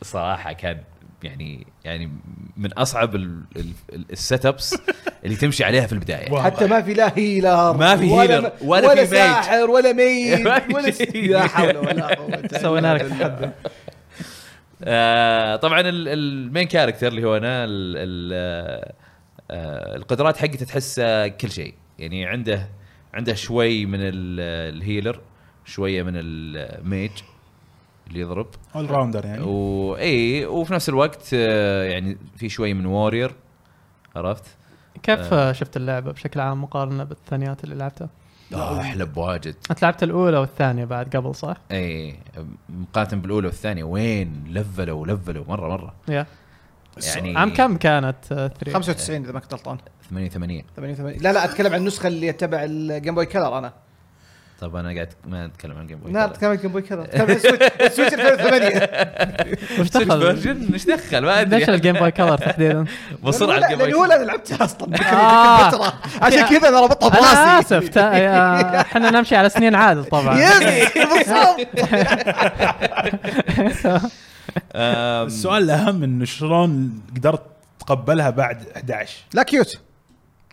صراحه كان يعني يعني من اصعب ال- ال- ال- السيت ابس اللي تمشي عليها في البدايه
واو.
حتى ما في لا هيلر
ما في
ولا
هيلر،
م-
ولا في
ولا
ميج.
ساحر ولا ميت
ما في
ولا س-
شيء.
لا حول ولا قوه إلا
سوينا لك
بالله.
تحدي
آه طبعا ال- المين كاركتر اللي هو انا ال- ال- آه القدرات حقته تحس آه، كل شيء يعني عنده عنده شوي من ال- الهيلر شويه من الميج اللي يضرب
اول راوندر يعني
واي وفي نفس الوقت آه، يعني في شوي من وورير عرفت؟
كيف شفت اللعبه بشكل عام مقارنه بالثانيات اللي لعبتها؟
آه، احلى بواجد
انت لعبت الاولى والثانيه بعد قبل صح؟
اي مقارنه بالاولى والثانيه وين لفلوا لفلوا مره مره
يا
يعني
عام كم كانت آه، 3
95 اذا ما كنت غلطان
88
88 لا لا اتكلم عن النسخه اللي تبع الجيم بوي كلر انا
طب انا قاعد ما اتكلم عن جيم بوي
نعم كمان جيم بوي كلر كان السويتش السويتش 2008
وش دخل؟
فيرجن ايش دخل ما ادري
ليش الجيم بوي كلر تحديدا؟
بسرعه
لأنه-
الجيم
لأنه هو
بوي
اللي انا لعبتها اصلا ذيك- ذيك
آه.
الفتره عشان كذا انا ربطها براسي
انا اسف تا- يا- احنا نمشي على سنين عادل طبعا
يس بالضبط
آم،
السؤال الاهم انه شلون قدرت تقبلها بعد 11
لا كيوت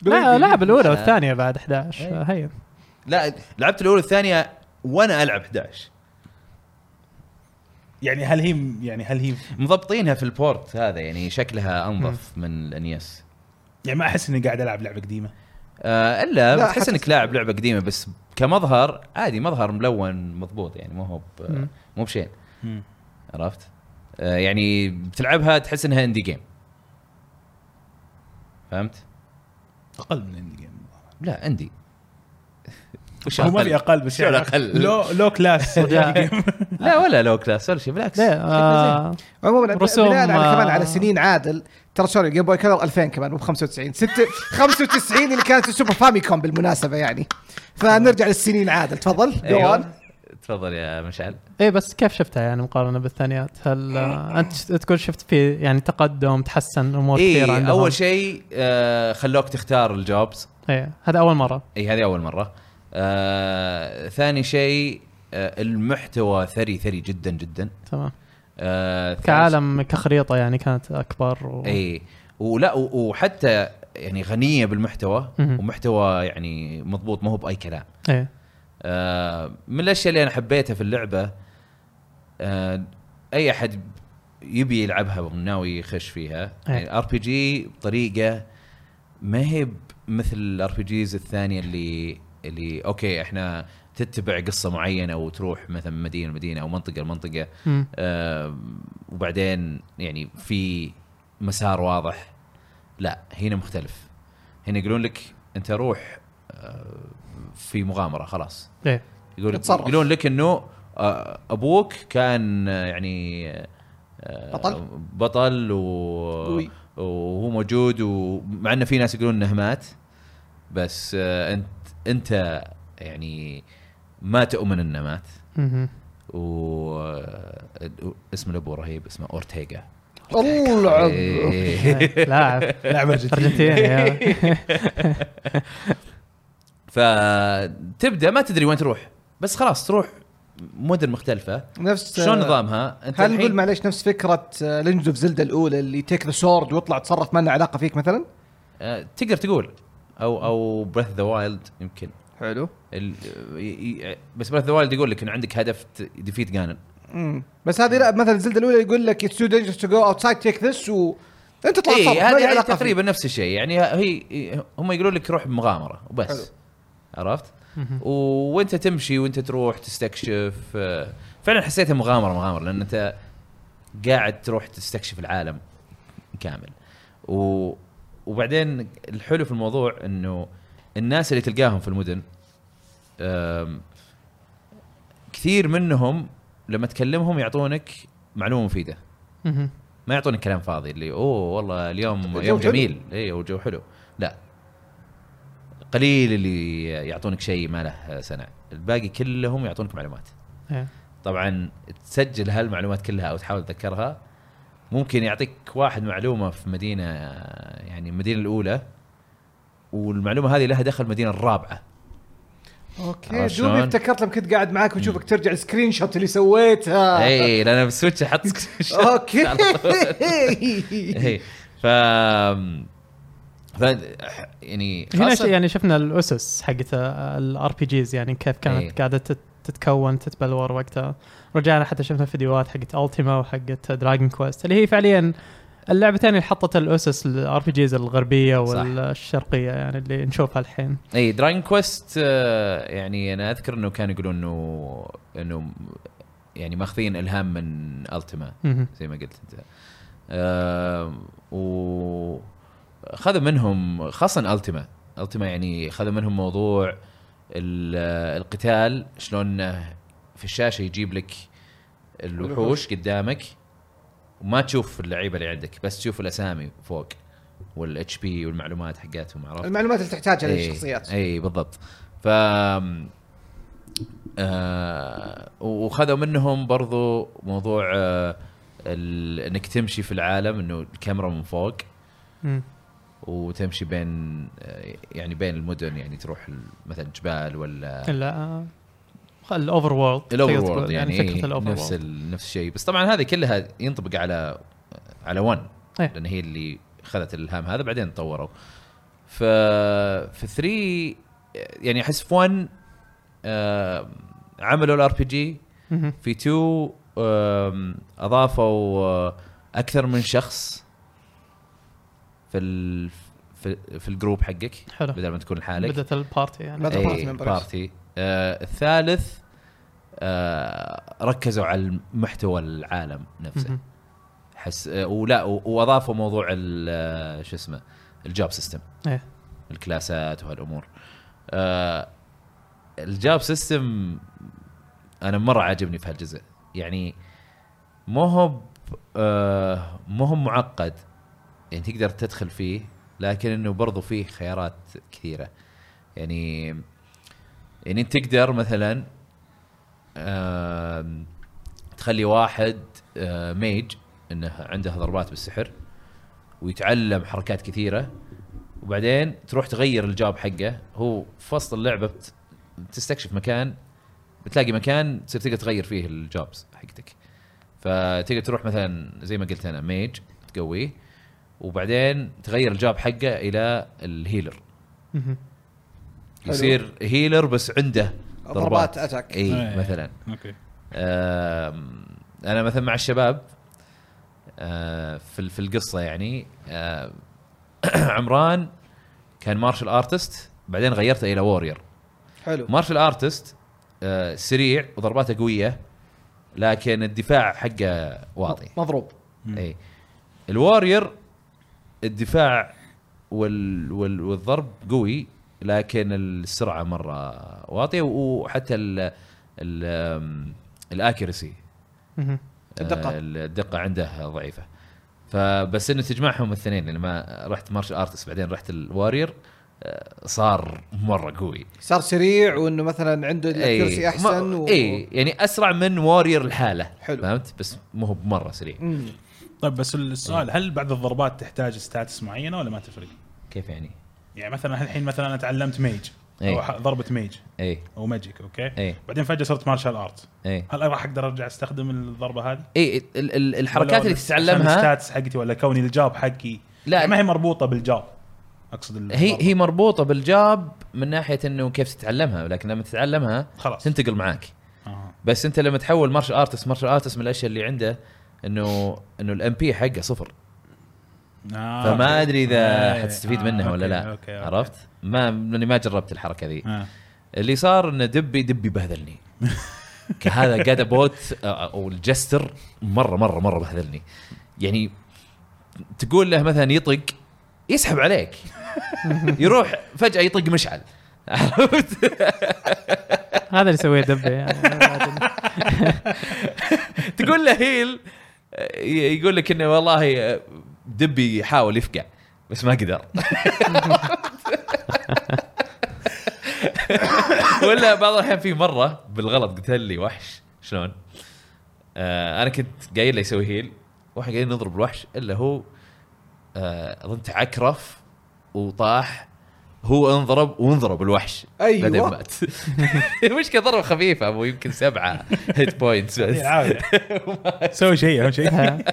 لا لعب الاولى والثانيه بعد 11
إيه.
هي
لا لعبت الاولى والثانيه وانا العب 11
يعني هل هي يعني هل هي
مضبطينها في البورت هذا يعني شكلها انظف من الانيس
يعني ما احس اني قاعد العب لعبه قديمه
آه الا
لا،
بتحس
حتى-
انك لاعب لعبه قديمه بس كمظهر عادي مظهر ملون مضبوط يعني مو هو ب-
مم.
مو بشين
مم.
عرفت؟ آه يعني بتلعبها تحس انها اندي جيم فهمت؟
اقل من الاندي جيم
لا اندي وش
هو ما في
اقل؟
اقل بس يعني
شو الأقل؟
لو لو كلاس
رجاء.
لا ولا لو كلاس ولا شيء بالعكس
ليه آه،
عموما
رسوم،
بناء على
آه.
كمان على سنين عادل ترى سوري جيم بوي كلر 2000 كمان مو ب 95 6 95 اللي كانت السوبر فامي كوم بالمناسبه يعني فنرجع للسنين عادل تفضل جوال
ايوه تفضل يا مشعل
ايه بس كيف شفتها يعني مقارنه بالثانيات؟ هل
إيه.
آه، انت ش- تقول شفت في يعني تقدم تحسن امور كثيره
اي
عندهم؟
اول إيه، شيء آه خلوك تختار الجوبز
ايه هذا اول مره
اي هذه اول مره آه ثاني شيء آه المحتوى ثري ثري جدا جدا
تمام
آه ثالث-
كعالم كخريطه يعني كانت اكبر و...
اي ولا و- وحتى يعني غنيه بالمحتوى
مهم.
ومحتوى يعني مضبوط ما هو باي كلام
ايه
آه، من الاشياء اللي انا حبيتها في اللعبه آه، اي احد يبي يلعبها وناوي يخش فيها
أي.
يعني ار بي جي بطريقه ما هي ب- مثل الار بي جيز الثانيه اللي اللي اوكي احنا تتبع قصه معينه وتروح مثلا مدينه مدينه او منطقه لمنطقه
مم.
آه، وبعدين يعني في مسار واضح لا هنا مختلف هنا يقولون لك انت روح آه، في مغامره خلاص
ايه
يقول
اتصرف.
يقولون لك انه آه، ابوك كان آه، يعني آه،
بطل؟
بطل و...
قوي.
وهو موجود ومع انه في ناس يقولون انه مات بس آه، انت انت يعني ما تؤمن انه مات
مهم.
و آه، اسم الابو رهيب اسمه اورتيغا
الله
إيه.
لاعب
لعبه ارجنتينيه
ارجنتيني يا.
فتبدا ما تدري وين تروح بس خلاص تروح مدن مختلفه
نفس آه،
شلون نظامها انت
هل نقول
الحين-
معليش نفس آه، فكره لينجز اوف زلدا الاولى اللي تيك ذا سورد ويطلع تصرف ما لنا علاقه فيك مثلا
آه، تقدر تقول او او بريث ذا وايلد يمكن
حلو
ال- ي- ي- بس بريث ذا وايلد يقول لك ان عندك هدف ديفيت جانن
مم. بس هذه لا مثلا زلدا الاولى يقول لك اتس تو دينجرس تو جو اوتسايد تيك ذس و انت تطلع تصرف
اي
ما لي
هذا
علاقه فيك.
تقريبا نفس الشيء يعني هي هم يقولون لك روح بمغامره وبس
حلو.
حلو. عرفت؟
مهم.
و... وانت تمشي وانت تروح تستكشف آه، فعلا حسيتها مغامره مغامره لان انت قاعد تروح تستكشف العالم كامل و... وبعدين الحلو في الموضوع انه الناس اللي تلقاهم في المدن آم، كثير منهم لما تكلمهم يعطونك معلومه مفيده
مهم.
ما يعطونك كلام فاضي اللي اوه والله اليوم
الجو
يوم
حلو.
جميل اي والجو حلو لا قليل اللي يعطونك شيء ما له سنه الباقي كلهم يعطونك معلومات
إيه.
طبعا تسجل هالمعلومات كلها او تحاول تذكرها ممكن يعطيك واحد معلومه في مدينه يعني المدينه الاولى والمعلومه هذه لها دخل المدينه الرابعه
اوكي
عرفت
دوبي
شلون؟
إيه، افتكرت لما كنت قاعد معاك واشوفك ترجع السكرين شوت اللي سويتها
اي لان بالسويتش احط
اوكي
اي إيه، ف ف يعني
هنا
خاصة-
شيء يعني شفنا الاسس حقت الار بي جيز يعني كيف كانت
إيه.
قاعده تت- تتكون تتبلور وقتها رجعنا حتى شفنا فيديوهات حقت التيما وحقت دراجون كويست اللي هي فعليا اللعبتين اللي حطت الاسس الار بي جيز الغربيه
صح.
والشرقيه يعني اللي نشوفها الحين
اي دراين كويست آه، يعني انا اذكر انه كانوا يقولون انه انه يعني ماخذين الهام من التما
مهم.
زي ما قلت انت آه، و خذوا منهم خاصه التما التما يعني خذوا منهم موضوع ال- آه، القتال شلون إنه في الشاشه يجيب لك الوحوش قدامك وما تشوف اللعيبه اللي عندك بس تشوف الاسامي فوق والاتش بي والمعلومات حقاتهم عرفت
المعلومات اللي تحتاجها
إيه،
للشخصيات
اي بالضبط ف آه وخذوا منهم برضو موضوع آه ال- انك تمشي في العالم انه الكاميرا من فوق
مم.
وتمشي بين آه، يعني بين المدن يعني تروح ال- مثلا جبال ولا
لا آه، الاوفر وورلد تقدر
الاوفر
تقول،
وورلد يعني,
فكره
إيه،
الاوفر
نفس
وورلد
ال- نفس الشيء بس طبعا هذه كلها ينطبق على على 1
إيه.
لان هي اللي اخذت الالهام هذا بعدين طوروا ففي 3 يعني احس في 1 آه، عملوا الار بي جي
مهم.
في 2 آم، اضافوا آه، اكثر من شخص في ال في, في الجروب حقك
حلو
بدل ما تكون لحالك
بدات البارتي يعني
بدأ
أي،
party members.
إيه، بارتي آه الثالث آه ركزوا على محتوى العالم نفسه
مهم.
حس آه ولا و- واضافوا موضوع ال- آه، شو اسمه الجاب سيستم
إيه.
الكلاسات وهالامور آه الجاب سيستم انا مره عاجبني في هالجزء يعني مو هو ب- آه مو هو معقد يعني تقدر تدخل فيه لكن انه برضو فيه خيارات كثيره يعني يعني انت تقدر مثلا آم، تخلي واحد آه، ميج انه عنده ضربات بالسحر ويتعلم حركات كثيره وبعدين تروح تغير الجاب حقه هو في وسط اللعبه بت- تستكشف مكان بتلاقي مكان تصير تقدر تغير فيه الجابز حقتك فتقدر تروح مثلا زي ما قلت انا ميج تقويه وبعدين تغير الجاب حقه الى الهيلر
مهم.
حلو.
يصير هيلر بس عنده
ضربات اتاك
اي
إيه.
مثلا
اوكي
آم، انا مثلا مع الشباب آه، في ال- في القصه يعني آه، عمران كان مارشال ارتست بعدين غيرته الى وورير
حلو
مارشال ارتست آه، سريع وضرباته قويه لكن الدفاع حقه واطي
مضروب
اي الوارير الدفاع وال وال والضرب قوي لكن السرعه مره واطيه وحتى ال ال الاكيرسي
مهم.
الدقة.
الدقه آه، عنده ضعيفه فبس انه تجمعهم الاثنين لما رحت مارشال ارتست بعدين رحت الوارير آه، صار مره قوي
صار سريع وانه مثلا عنده
إيه.
الكرسي احسن
و...
و...
اي يعني اسرع من وارير الحالة
حلو.
فهمت بس مو هو بمره سريع
مم.
طيب بس
إيه.
السؤال هل بعد الضربات تحتاج ستاتس معينه ولا ما تفرق؟
كيف يعني؟
يعني مثلا الحين مثلا انا تعلمت ميج او
إيه.
ح- ضربه ميج
اي
او ماجيك اوكي؟
اي
بعدين فجاه صرت مارشال ارت
اي
هل راح اقدر ارجع استخدم الضربه هذه؟
اي ال- ال-
ولا-
الحركات اللي
ولا عشان
تتعلمها
الستاتس حقتي ولا كوني الجاب حقي يعني
لا
ما هي مربوطه بالجاب اقصد ال-
هي هي مربوطه بالجاب من ناحيه انه كيف تتعلمها لكن لما تتعلمها
خلاص
تنتقل معاك
آه.
بس انت لما تحول مارشال ارتست مارشال ارتست من الاشياء اللي عنده انه انه الام بي حقه صفر
آه.
فما ادري اذا
إيه.
حتستفيد
آه،
منها ولا
أوكي،
لا
أوكي، أوكي.
عرفت؟ ما لاني ما جربت الحركه ذي
آه.
اللي صار انه دبي دبي بهذلني كهذا جادا بوت آه، او الجستر مره مره مره بهذلني يعني تقول له مثلا يطق يسحب عليك يروح فجاه يطق مشعل عرفت
هذا اللي يسويه دبه يعني
تقول له هيل آه، ي- يقول لك انه والله آه، دبي يحاول يفقع بس ما قدر ولا بعض الاحيان في مره بالغلط قلت لي وحش شلون؟ آه انا كنت قايل له يسوي هيل واحنا قاعدين نضرب الوحش الا هو آه، اظن تعكرف وطاح هو انضرب وانضرب الوحش
أيوة.
بعدين مات المشكله ضربه خفيفه ابو يمكن سبعه هيت بوينتس
هي العافية. سوي شيء اهم شيء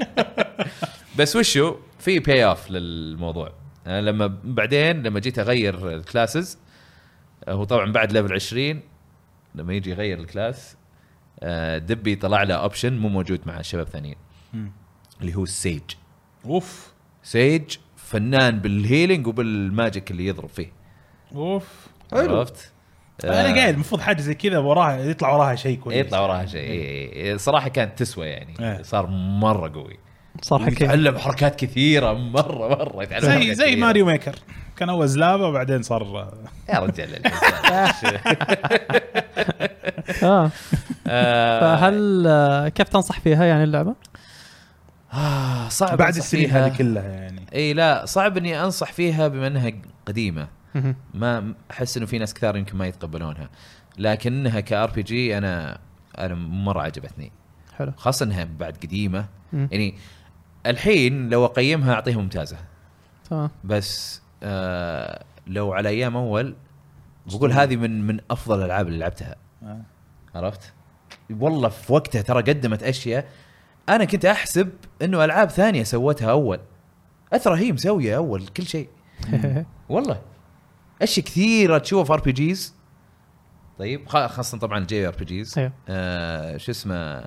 بس وشو في باي اوف للموضوع أنا لما بعدين لما جيت اغير الكلاسز هو طبعا بعد ليفل 20 لما يجي يغير الكلاس آه، دبي طلع له اوبشن مو موجود مع شباب ثانيين
مم.
اللي هو السيج
اوف
سيج فنان بالهيلينج وبالماجيك اللي يضرب فيه
اوف
حلو.
عرفت؟
انا
آه، إيه،
قايل المفروض حاجه زي كذا وراها يطلع وراها شيء كويس
يطلع وراها شيء إي- إي. صراحه كانت تسوى
إيه.
يعني صار مره قوي
صار حكي
يتعلم حركات كثيره مره مره يتعلم
زي
حركات
زي
كثيرة.
ماريو ميكر كان اول زلابه وبعدين صار
يا رجال الإنسان.
آه.
آه،
فهل آه، كيف تنصح فيها يعني اللعبه؟
آه، صعب
بعد
أنصح
السنين
فيها.
هذه كلها يعني
اي لا صعب اني انصح فيها بما انها قديمه
مهم.
ما احس انه في ناس كثار يمكن ما يتقبلونها لكنها كار بي جي انا انا مره عجبتني
حلو
خاصه انها بعد قديمه
مم.
يعني الحين لو اقيمها اعطيها ممتازه
تمام
بس آه لو على ايام اول بقول هذه من من افضل الالعاب اللي لعبتها
آه.
عرفت؟ والله في وقتها ترى قدمت اشياء انا كنت احسب انه العاب ثانيه سوتها اول اثرى هي مسويه اول كل شيء والله اشياء كثيره تشوفها في ار بي جيز طيب خا- خاصه طبعا الجي ار بي جيز آه،
أيوه.
شو اسمه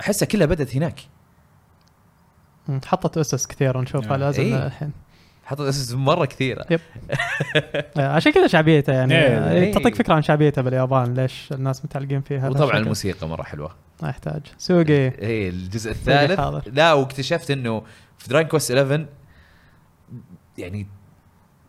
احسها كلها بدت هناك
مم، حطت اسس كثيره نشوفها
آه.
لازم
إيه.
الحين
حطت اسس مره كثيره
يب. آه، عشان كذا شعبيته يعني
إيه،
آه،
إيه.
تعطيك فكره عن شعبيته باليابان ليش الناس متعلقين فيها
وطبعا
لهالشكل.
الموسيقى مره حلوه
ما يحتاج سوقي
اي إيه، الجزء
إيه. حاضر.
الثالث لا واكتشفت انه في دراين كويست 11 يعني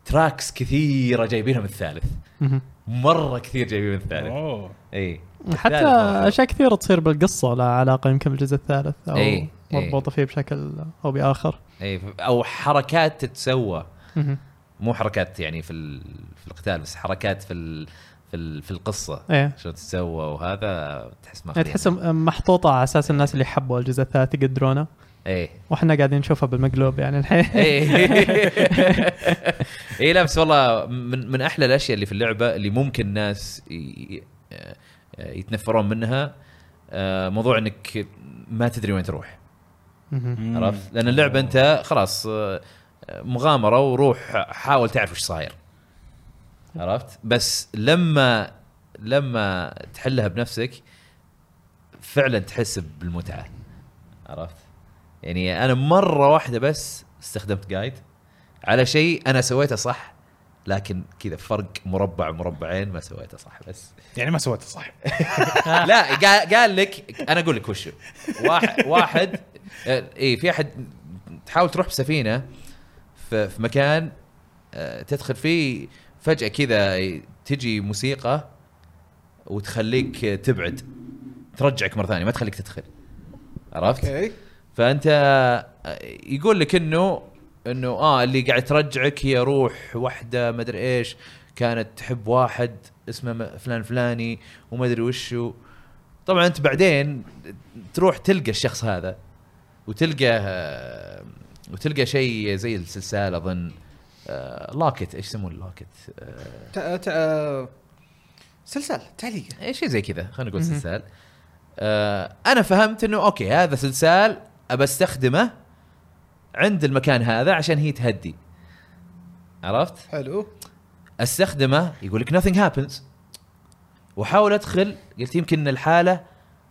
تراكس كثيره جايبينها من الثالث
مهم.
مره كثير جايبين من الثالث إيه،
اوه
اي
حتى
الثالث مرة.
اشياء كثيره تصير بالقصه لها علاقه يمكن بالجزء الثالث او
إيه، إيه.
مربوطه فيه بشكل او باخر
اي ف- او إيه، حركات تتسوى
مهم.
مو حركات يعني في ال- في القتال بس حركات في ال في, ال في القصه
ايه
شلون تتسوى وهذا تحس ما
يعني تحس م- محطوطه على اساس الناس اللي حبوا الجزء الثالث يقدرونه
اي
واحنا قاعدين نشوفها بالمقلوب يعني الحين
إيه. اي إيه، لا بس والله من من احلى الاشياء اللي في اللعبه اللي ممكن الناس ي- ي- آه، يتنفرون منها آه، موضوع انك ما تدري وين تروح
مهم.
عرفت؟ لان اللعبه انت خلاص آه، مغامره وروح حاول تعرف ايش صاير عرفت؟ بس لما لما تحلها بنفسك فعلا تحس بالمتعه عرفت؟ يعني انا مره واحده بس استخدمت جايد على شيء انا سويته صح لكن كذا فرق مربع مربعين ما سويته صح بس
يعني ما سويته صح
لا قال, قال لك انا اقول لك وشو واحد واحد اي في احد تحاول تروح بسفينه في, في مكان آه، تدخل فيه فجاه كذا تجي موسيقى وتخليك تبعد ترجعك مره ثانيه ما تخليك تدخل عرفت؟
اوكي
فانت يقول لك انه انه اه اللي قاعد ترجعك هي روح واحده ما ادري ايش كانت تحب واحد اسمه م- فلان فلاني وما ادري وشو طبعا انت بعدين تروح تلقى الشخص هذا وتلقى آه، وتلقى شيء زي السلسال اظن آه، لاكت ايش يسمون اللاكت؟ آه،
تع- تع- سلسال تعليقه
اي إيه، شيء زي كذا خلينا نقول
مهم.
سلسال آه انا فهمت انه اوكي هذا سلسال ابى استخدمه عند المكان هذا عشان هي تهدي عرفت
حلو
استخدمه يقول لك nothing happens واحاول ادخل قلت يمكن الحاله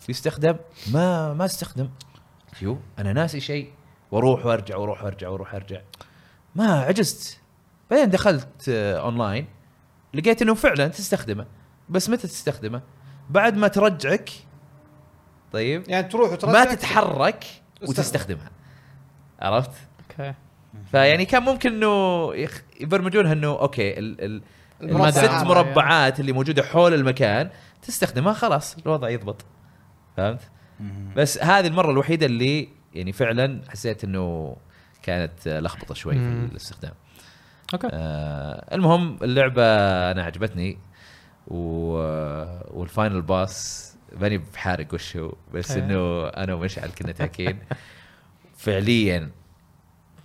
بيستخدم ما ما استخدم شو انا ناسي شيء واروح وارجع واروح وارجع واروح وارجع ما عجزت بعدين دخلت آه، اونلاين لقيت انه فعلا تستخدمه بس متى تستخدمه؟ بعد ما ترجعك طيب
يعني تروح وترجع
ما تتحرك
استخدم.
وتستخدمها عرفت؟
اوكي
فيعني كان ممكن انه يخ- يبرمجونها انه اوكي ال ال
المربع.
الست مربعات اللي موجوده حول المكان تستخدمها خلاص الوضع يضبط فهمت؟ بس هذه المره الوحيده اللي يعني فعلا حسيت انه كانت آه، لخبطه شوي
مم.
في الاستخدام.
اوكي
آه المهم اللعبه انا عجبتني و... والفاينل باس ماني بحارق وش هو بس
أيوة.
انه انا ومشعل كنا تاكين فعليا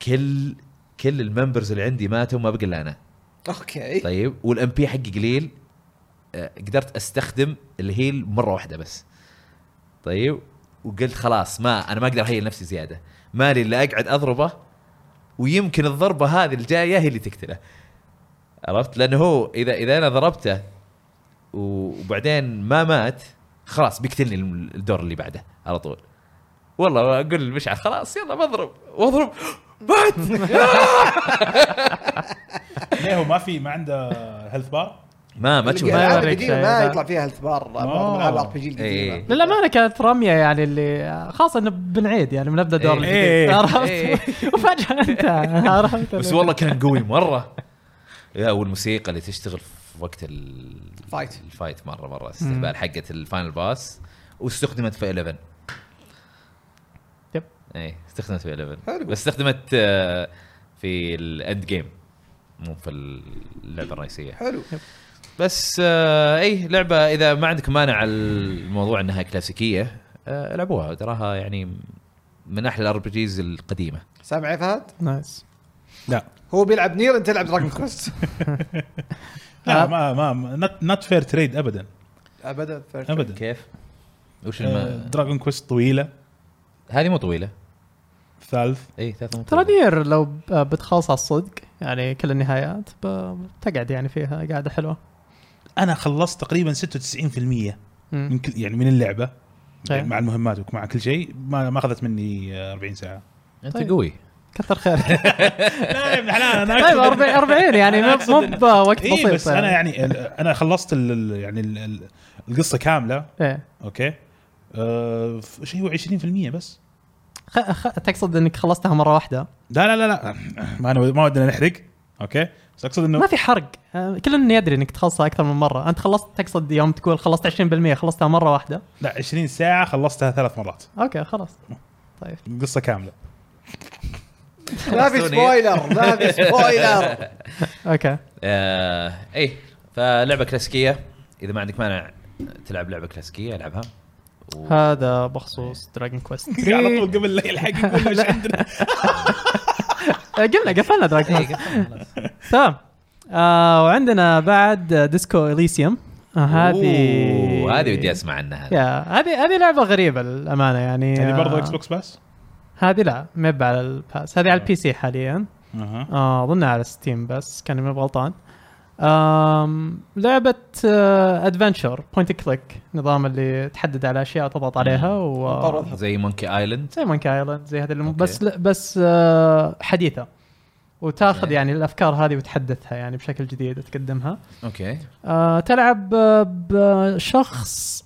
كل كل الممبرز اللي عندي ماتوا ما بقى الا انا
اوكي
طيب والام بي حقي قليل آه، قدرت استخدم الهيل مره واحده بس طيب وقلت خلاص ما انا ما اقدر اهيل نفسي زياده مالي الا اقعد اضربه ويمكن الضربه هذه الجايه هي اللي تقتله عرفت لانه هو اذا اذا انا ضربته وبعدين ما مات خلاص بيقتلني الدور اللي بعده على طول والله اقول لمشعل خلاص يلا بضرب واضرب مات
ليه هو ما في ما عنده هيلث بار؟
ما ما تشوف
ما
الألعاب
يوريك
القديمة
شيء،
ما
لا.
يطلع فيها هيلث بار
آه.
معظم العاب ار بي جي
إيه.
القديمه
للامانه كانت رميه يعني اللي خاصه انه بنعيد يعني بنبدا دور
إيه.
الجديد
إيه.
عرفت
إيه.
وفجاه انتهى عرفت
بس والله كان قوي مره يا والموسيقى اللي تشتغل في وقت ال-
فايت.
الفايت مره مره استهبال حقت الفاينل باس واستخدمت في 11
يب.
اي استخدمت في 11
حلو.
بس استخدمت آه، في الاند جيم مو في اللعبه الرئيسيه
حلو
بس آه اي لعبه اذا ما عندك مانع على الموضوع انها كلاسيكيه آه العبوها تراها يعني من احلى الار بي جيز القديمه
سامع يا فهد؟
نايس
لا
هو بيلعب نير انت تلعب دراجون كويست
لا ما ما نوت فير تريد ابدا
ابدا فير
ابدا
كيف؟ وش الم...
دراجون كويست طويله
هذه مو طويله
الثالث
اي ثلاث مو
ترى
طويلة.
نير لو ب- بتخلص على الصدق يعني كل النهايات بتقعد يعني فيها قاعده حلوه
انا خلصت تقريبا 96%
مم.
من كل يعني من اللعبه
إيه.
مع المهمات ومع كل شيء ما ما اخذت مني آه، 40 ساعه
انت
طيب.
قوي
كثر خيرك
لا يا ابن حلال انا
طيب 40 40 يعني
أنا
مو
أقصد
مو
إن-
بوقت
اي
بسيط
بس انا يعني ال- انا خلصت ال ال- يعني ال ال القصه كامله
ايه
اوكي أه ف- شيء هو 20% بس
خ... خ... تقصد انك خلصتها مره واحده
لا لا لا لا ما انا ما ودنا نحرق اوكي بس اقصد انه
ما في حرق آه، كلنا يدري انك تخلصها اكثر من مره انت خلصت تقصد يوم تقول خلصت 20% خلصتها مره واحده
لا 20 ساعه خلصتها ثلاث مرات
اوكي خلاص طيب
القصه كامله
لا في سبويلر لا في سبويلر
اوكي
آه اي فلعبه كلاسيكيه اذا ما عندك مانع تلعب لعبه كلاسيكيه العبها و...
هذا بخصوص دراجون كويست
على طول قبل لا يلحق يقول ايش عندنا
آه، قلنا قفلنا دراجون
إيه،
كويست
قفل خلاص.
تمام آه وعندنا بعد ديسكو اليسيوم آه، هذه
أوه، هذه ودي اسمع عنها
يا هذه هذه لعبه غريبه للامانه يعني
هذه برضه
آه،
اكس بوكس بس
هذه لا ما هي على الباس هذه على البي سي حاليا
اها
آه، اظنها على ستيم بس كان ما غلطان آم، لعبة آه، ادفنشر بوينت كليك نظام اللي تحدد على اشياء تضغط عليها و
مطرد.
زي مونكي ايلاند
زي مونك ايلاند زي هذا اللي
أوكي.
بس لا- بس آه، حديثة وتاخذ
أوكي.
يعني الافكار هذه وتحدثها يعني بشكل جديد وتقدمها
اوكي
آه، تلعب آه، بشخص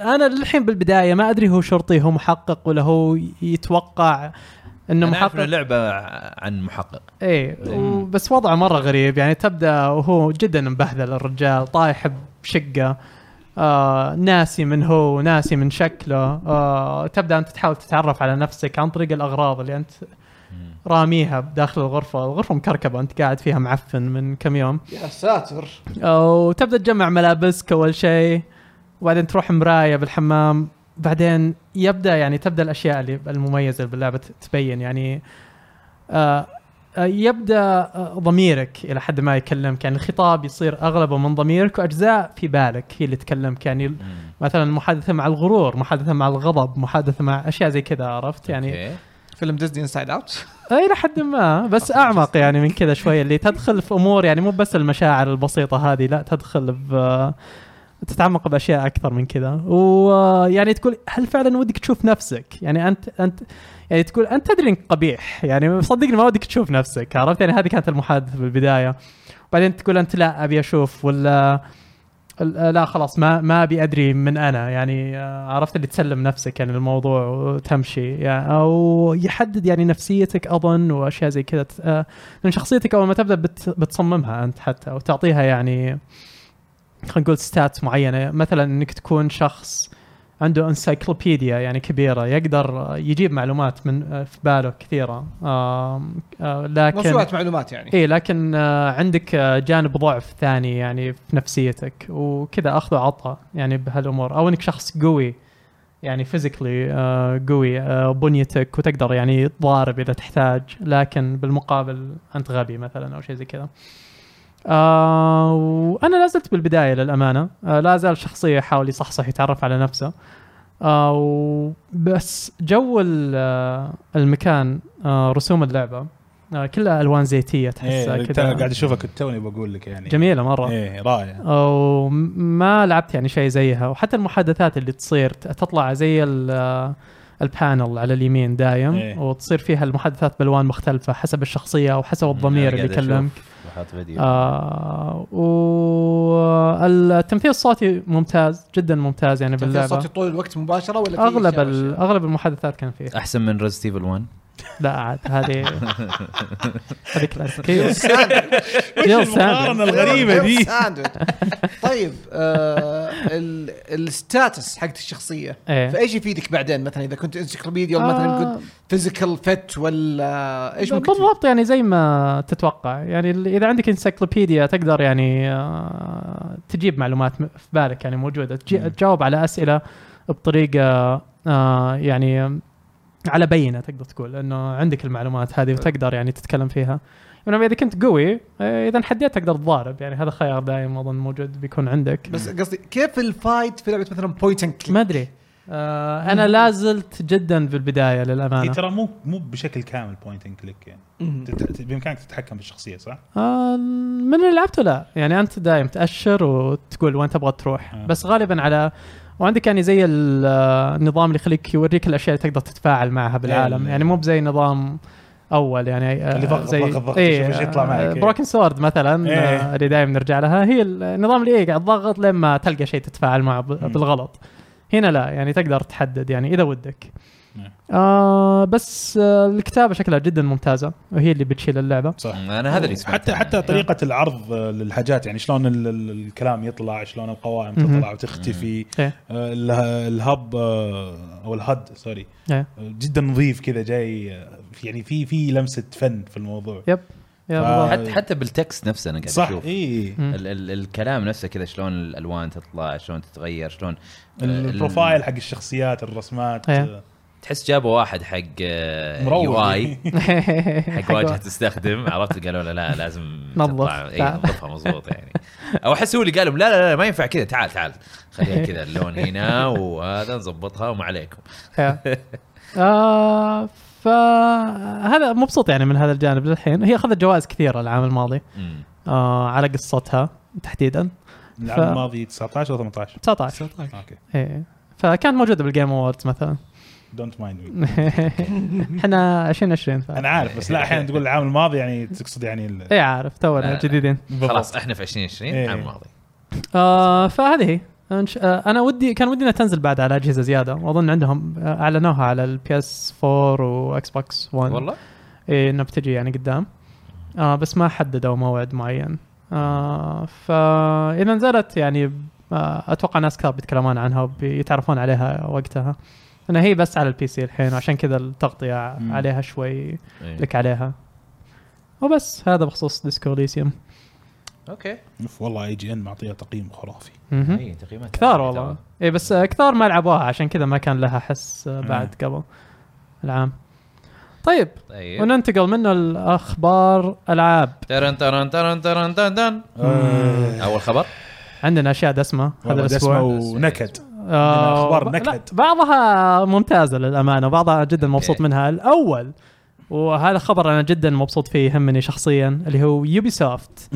انا للحين بالبدايه ما ادري هو شرطي هو محقق ولا هو يتوقع انه
انا عارف
محقق
إنه لعبه ع- عن محقق
ايه و- بس وضعه مره غريب يعني تبدا وهو جدا مبهذل الرجال طايح بشقه آه ناسي من هو ناسي من شكله آه تبدا انت تحاول تتعرف على نفسك عن طريق الاغراض اللي انت
مم.
راميها بداخل الغرفه الغرفه مكركبه انت قاعد فيها معفن من كم يوم
يا ساتر
وتبدا تجمع ملابسك اول شيء وبعدين تروح مرايه بالحمام بعدين يبدا يعني تبدا الاشياء اللي المميزه اللي باللعبه تبين يعني آه آه، يبدا آه، ضميرك الى حد ما يكلمك يعني الخطاب يصير اغلبه من ضميرك واجزاء في بالك هي اللي تكلمك يعني
مم.
مثلا محادثه مع الغرور محادثه مع الغضب محادثه مع اشياء زي كذا عرفت يعني
أوكي.
فيلم ديزني انسايد اوت
اي لحد ما بس اعمق يعني من كذا شويه اللي تدخل في امور يعني مو بس المشاعر البسيطه هذه لا تدخل ب تتعمق باشياء اكثر من كذا ويعني تقول هل فعلا ودك تشوف نفسك يعني انت انت يعني تقول انت تدري انك قبيح يعني صدقني ما ودك تشوف نفسك عرفت يعني هذه كانت المحادثه بالبدايه وبعدين تقول انت لا ابي اشوف ولا ال- لا خلاص ما ما ابي ادري من انا يعني آه، عرفت اللي تسلم نفسك يعني الموضوع وتمشي يعني او يحدد يعني نفسيتك اظن واشياء زي كذا ت- آه، لان شخصيتك اول ما تبدا بت- بتصممها انت حتى وتعطيها يعني خلينا نقول ستات معينه مثلا انك تكون شخص عنده انسايكلوبيديا يعني كبيره يقدر آه، يجيب معلومات من آه، في باله كثيره آم، آه، لكن
موسوعه معلومات يعني
ايه لكن آه، عندك آه، جانب ضعف ثاني يعني في نفسيتك وكذا اخذ وعطاء يعني بهالامور او انك شخص قوي يعني فيزيكلي قوي آه، بنيتك وتقدر يعني تضارب اذا تحتاج لكن بالمقابل انت غبي مثلا او شيء زي كذا. آه وانا لا زلت بالبدايه للامانه آه لا زال شخصيه يحاول يصحصح يتعرف على نفسه آه و- بس جو ال- آه، المكان آه رسوم اللعبه آه كلها الوان زيتيه تحسها
إيه، ترى
كذا
قاعد اشوفك توني بقول لك يعني
جميله مره
ايه رائع
وما آه، لعبت يعني شيء زيها وحتى المحادثات اللي تصير ت- تطلع زي ال- آه، البانل على اليمين دايم
إيه.
وتصير فيها المحادثات بالوان مختلفه حسب الشخصيه او حسب الضمير
أمم، أنا
اللي
قاعد
يكلمك
أشوف وحاط فيديو
آه والتمثيل الصوتي ممتاز جدا ممتاز يعني
تنزل
باللعبه
صوتي طول الوقت مباشره ولا في
اغلب
أشياء
ال-
وأشياء؟
اغلب المحادثات كان فيها
احسن من ريزد ايفل 1
لا عاد هذه هذه كلاسيكيه
ساندويتش.
يلا
المقارنة
سامي
الغريبة دي
ساندويتش. طيب آه ال- الستاتس حقت الشخصيه
إيه.
فايش يفيدك بعدين مثلا اذا كنت انسكلوبيديا ولا مثلا
آه.
كنت فيزيكال فت ولا ايش ممكن تفيد؟
بالضبط يعني زي ما تتوقع يعني ال- اذا عندك انسايكلوبيديا تقدر يعني آه، تجيب معلومات م- في بالك يعني موجوده تجي-
مم.
تجاوب على اسئله بطريقه آه، يعني على بينه تقدر تقول انه عندك المعلومات هذه وتقدر يعني تتكلم فيها بينما اذا كنت قوي آه، اذا انحديت تقدر تضارب يعني هذا خيار دائم اظن موجود بيكون عندك
بس قصدي كيف الفايت في لعبه مثلا بوينت اند
ما ادري آه، انا لازلت جدا في البدايه
هي
للامانه
إيه، ترى مو مو بشكل كامل بوينت اند كليك يعني تت- تت- بامكانك تتحكم بالشخصيه صح؟
آه، من اللي لعبته لا يعني انت دايم تاشر وتقول وين تبغى تروح
آه.
بس غالبا على وعندك يعني زي ال- آه، النظام اللي يخليك يوريك الاشياء اللي تقدر تتفاعل معها بالعالم
إيه.
يعني مو بزي نظام اول يعني آه،
اللي ضغط-
زي آه،
ضغط- ضغط، شوف إيش يطلع معك، إيه.
بروكن سورد مثلا
إيه.
آه، اللي دايم نرجع لها هي النظام اللي إيه قاعد تضغط لما تلقى شيء تتفاعل معه ب-
مم.
بالغلط هنا لا يعني تقدر تحدد يعني اذا ودك
نعم.
آه بس آه الكتابه شكلها جدا ممتازه وهي اللي بتشيل اللعبه
صح
انا هذا اللي سمعته
حتى
عنه.
إيه.
حتى طريقه العرض آه، للحاجات يعني شلون ال- ال- الكلام يطلع شلون القوائم تطلع وتختفي
إيه.
آه، ال- الهب آه، او الهد سوري
إيه.
آه، جدا نظيف كذا جاي آه، يعني في في لمسه فن في الموضوع
يب يا
ف-
بالضبط.
حتى حتى بالتكست نفسه انا قاعد آه،
صح إيه.
اشوف
اي
مم.
ال- ال- الكلام نفسه كذا شلون الالوان تطلع شلون تتغير شلون ال-
البروفايل حق الشخصيات الرسمات
إيه.
آه،
تحس جابوا واحد حق يو اي حق واجهه تستخدم عرفت قالوا له لا لازم
نظف.
تطلع- إي،
تعال.
نظفها مضبوط يعني او احس هو اللي قال لهم لا لا لا ما ينفع كذا تعال تعال خليها كذا اللون هنا وهذا نظبطها وما عليكم
إيه. آه، فهذا مبسوط يعني من هذا الجانب للحين هي اخذت جوائز كثيره العام الماضي
مم.
آه على قصتها تحديدا
العام
ف-
الماضي 19 ولا 18
19
اوكي
إيه. فكانت موجوده بالجيم اووردز مثلا
دونت مايند مي
احنا 2020 ف
انا عارف بس لا احيانا تقول العام الماضي يعني تقصد يعني ال-
اي إيه، عارف تونا
لا.
جديدين
خلاص احنا في 2020 العام
إيه.
الماضي
آه فهذه هي إنش- آه، انا ودي كان ودي انها تنزل بعد على اجهزه زياده واظن عندهم آه، اعلنوها على البي اس 4 واكس بوكس 1
والله
إيه انها بتجي يعني قدام آه بس ما حددوا موعد معين آه فاذا نزلت يعني آه اتوقع ناس كثار بيتكلمون عنها وبيتعرفون عليها وقتها انها هي بس على البي سي الحين وعشان كذا التغطيه
مم.
عليها شوي
إيه.
لك عليها وبس هذا بخصوص ديسكو اليسيوم
اوكي
اوف والله اي جي ان معطيها تقييم خرافي
مهم.
إيه، تقييمات
كثار
عالية
والله
ترى.
اي بس آه، كثار ما لعبوها عشان كذا ما كان لها حس آه، بعد قبل العام طيب
طيب
وننتقل منه الاخبار العاب
ترن ترن ترن ترن ترن ترن
آه،
اول خبر
عندنا اشياء دسمه هذا
والله دسمة
الاسبوع
ونكد
آه،
أخبار
وب- لا،
نكد.
بعضها ممتازه للامانه وبعضها جدا مبسوط
أوكي.
منها الاول وهذا خبر انا جدا مبسوط فيه يهمني شخصيا اللي هو يوبي سوفت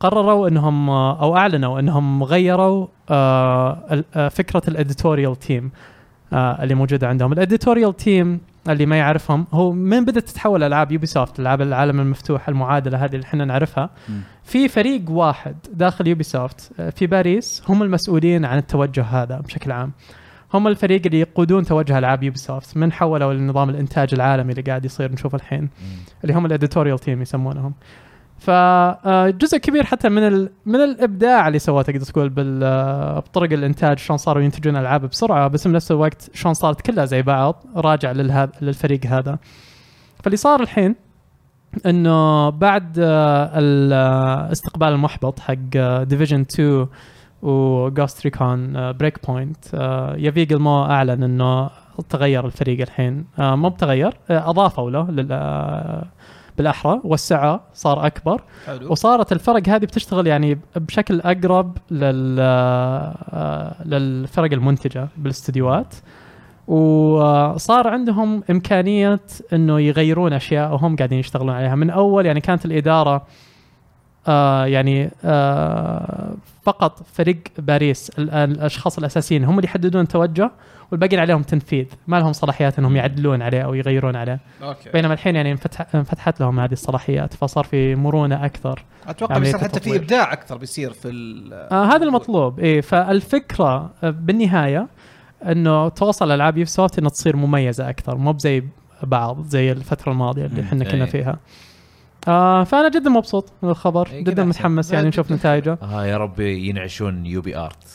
قرروا انهم آه، او اعلنوا انهم غيروا آه، ال- آه، فكره الاديتوريال تيم آه، اللي موجوده عندهم الاديتوريال تيم اللي ما يعرفهم هو من بدات تتحول العاب يوبي سوفت العاب العالم المفتوح المعادله هذه اللي احنا نعرفها
مم.
في فريق واحد داخل يوبي سوفت آه، في باريس هم المسؤولين عن التوجه هذا بشكل عام هم الفريق اللي يقودون توجه العاب يوبي سوفت من حولوا لنظام الانتاج العالمي اللي قاعد يصير نشوفه الحين اللي هم الاديتوريال تيم يسمونهم فجزء آه، كبير حتى من ال... من الابداع اللي سواه تقدر تقول بال... آه، بطرق الانتاج شلون صاروا ينتجون العاب بسرعه بس بنفس الوقت شلون صارت كلها زي بعض راجع للها... للفريق هذا فاللي صار الحين انه بعد آه، الاستقبال المحبط حق آه، ديفيجن 2 وجوست ريكون بريك بوينت آه، يافي جلمو اعلن انه تغير الفريق الحين آه، مو بتغير آه، اضافوا له لل... آه، بالاحرى وسعه صار اكبر
حلو
وصارت الفرق هذه بتشتغل يعني بشكل اقرب لل آه، للفرق المنتجه بالاستديوهات وصار عندهم امكانيه انه يغيرون اشياء وهم قاعدين يشتغلون عليها من اول يعني كانت الاداره آه يعني آه فقط فريق باريس ال- الاشخاص الاساسيين هم اللي يحددون التوجه والباقيين عليهم تنفيذ ما لهم صلاحيات انهم يعدلون عليه او يغيرون عليه
اوكي
بينما الحين يعني انفتح انفتحت لهم هذه الصلاحيات فصار في مرونه اكثر
اتوقع
عملية
بيصير حتى في
التطوير.
ابداع اكثر بيصير في ال-
آه هذا المطلوب ايه فالفكره آه، بالنهايه انه توصل العاب يوبي سوفت انها تصير مميزه اكثر مو بزي بعض زي الفتره الماضيه اللي
مم.
احنا كنا
إيه.
فيها آه فانا جدا مبسوط من الخبر
إيه،
جدا
كذا
متحمس
أحسن.
يعني
آه،
نشوف نتائجه
اه يا رب ينعشون يو بي ارت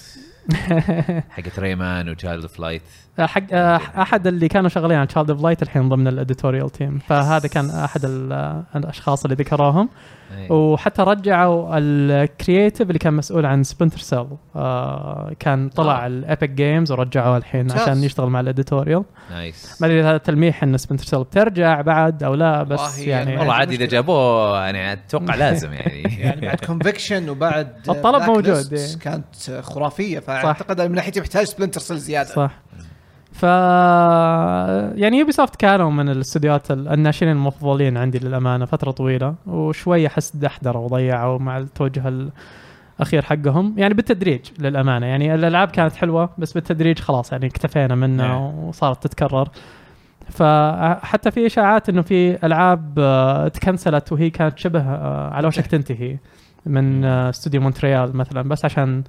حقت ريمان وتشايلد فلايت
آه، حق آه، احد اللي كانوا شغالين على تشايلد اوف لايت الحين ضمن الاديتوريال تيم فهذا كان احد ال- آه، الاشخاص اللي ذكروهم
إيه،
وحتى رجعوا الكرييتيف اللي كان مسؤول عن سبنتر سيل آه كان طلع
آه.
آه. الابيك جيمز ورجعوه الحين
ممتاز.
عشان يشتغل مع الاديتوريال
نايس
ما ادري هذا تلميح ان سبنتر سيل بترجع بعد او لا بس
والله-
يعني
والله
والله
عادي اذا جابوه يعني اتوقع لازم يعني
يعني بعد كونفكشن وبعد
الطلب
Blacklist
موجود، إيه.
كانت خرافيه فاعتقد من ناحيتي محتاج سبلنتر سيل زياده
صح ف يعني يوبي سوفت كانوا من الاستديوهات ال- الناشئين المفضلين عندي للامانه فتره طويله وشويه احس دحدروا وضيعوا مع التوجه الاخير حقهم يعني بالتدريج للامانه يعني الالعاب كانت حلوه بس بالتدريج خلاص يعني اكتفينا منها وصارت تتكرر فحتى في اشاعات انه في العاب آه، تكنسلت وهي كانت شبه آه، على وشك تنتهي من آه، استوديو مونتريال مثلا بس عشان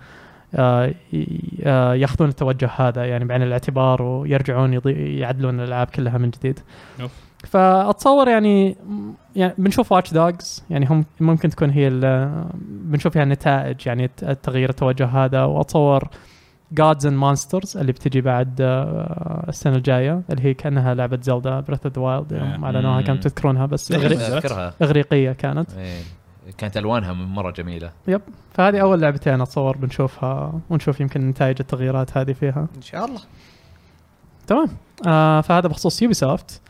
آه، ي- آه، ياخذون التوجه هذا يعني بعين الاعتبار ويرجعون يضي- يعدلون الالعاب كلها من جديد.
أوف.
فاتصور يعني يعني بنشوف واتش دوجز يعني هم ممكن تكون هي ال- بنشوف فيها النتائج يعني الت- التغيير التوجه هذا واتصور جادز اند مانسترز اللي بتجي بعد آه، السنه الجايه اللي هي كانها لعبه زلدا بريث اوف ذا وايلد يوم
مم.
اعلنوها يعني كم تذكرونها بس
لحين
إغري-
ما-
اذكرها
اغريقيه كانت
إيه. كانت الوانها مره جميله
فهذه اول لعبتين اتصور بنشوفها ونشوف يمكن نتائج التغييرات هذه فيها
ان شاء الله
تمام آه فهذا بخصوص يوبي سوفت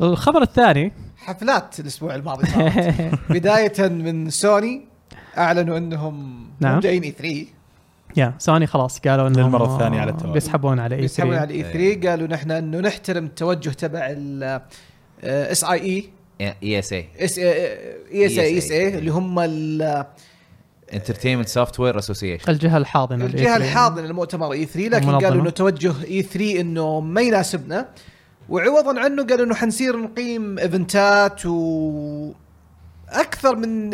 الخبر الثاني
حفلات الاسبوع الماضي صارت بدايه من سوني اعلنوا انهم
نعم.
مبدئين اي 3
يا سوني خلاص قالوا انهم
للمرة الثانية على التوالي.
بيسحبون على E اي
بيسحبون
3
على اي 3 E قالوا نحن انه نحترم التوجه تبع ال آه، اس اي اي
اي اس اي
اس اي اس اي اس اي E اللي هم ال-
انترتينمنت سوفت وير اسوسيشن
الجهه الحاضنه لل
الجهه
E3.
الحاضنه لمؤتمر اي 3 E لكن
المنظمة.
قالوا انه توجه اي 3 انه ما يناسبنا وعوضا عنه قالوا انه حنصير نقيم ايفنتات و اكثر من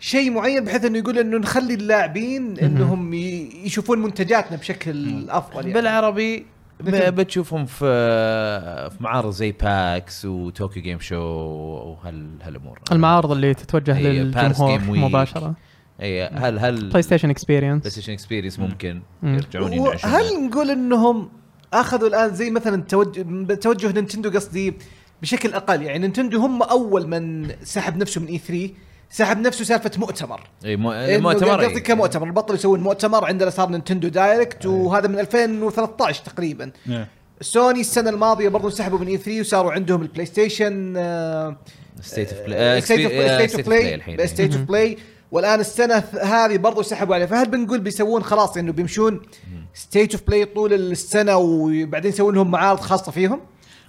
شيء معين بحيث انه يقول انه نخلي اللاعبين انهم ي- يشوفون منتجاتنا بشكل افضل يعني.
بالعربي ب-
لكن-
بتشوفهم في في معارض زي باكس وتوكيو جيم شو وهالامور
المعارض اللي تتوجه
إيه،
للجمهور
Paris Game Week.
مباشره
اي هل هل
بلاي ستيشن
بلاي
اكسبيرينس
ستيشن اكسبيرينس ممكن
مم.
يرجعون ينعشون
هل نقول انهم اخذوا الان زي مثلا توجه توجه نينتندو قصدي بشكل اقل يعني نينتندو هم اول من سحب نفسه من اي 3 سحب نفسه سالفه مؤتمر
اي
إنه
مؤتمر
إيه، يعني قصدي كمؤتمر بطلوا يسوون مؤتمر عندنا صار نينتندو دايركت وهذا من 2013 تقريبا
إيه.
سوني السنه الماضيه برضو انسحبوا من اي 3 وصاروا عندهم البلاي ستيشن آه،
ستيت اوف بلاي آه،
ستيت اوف بلاي
الحين
ستيت اوف بلاي والان السنه ث- هذه برضو سحبوا عليه فهل بنقول بيسوون خلاص انه بيمشون ستيت اوف بلاي طول السنه وبعدين يسوون لهم معارض خاصه فيهم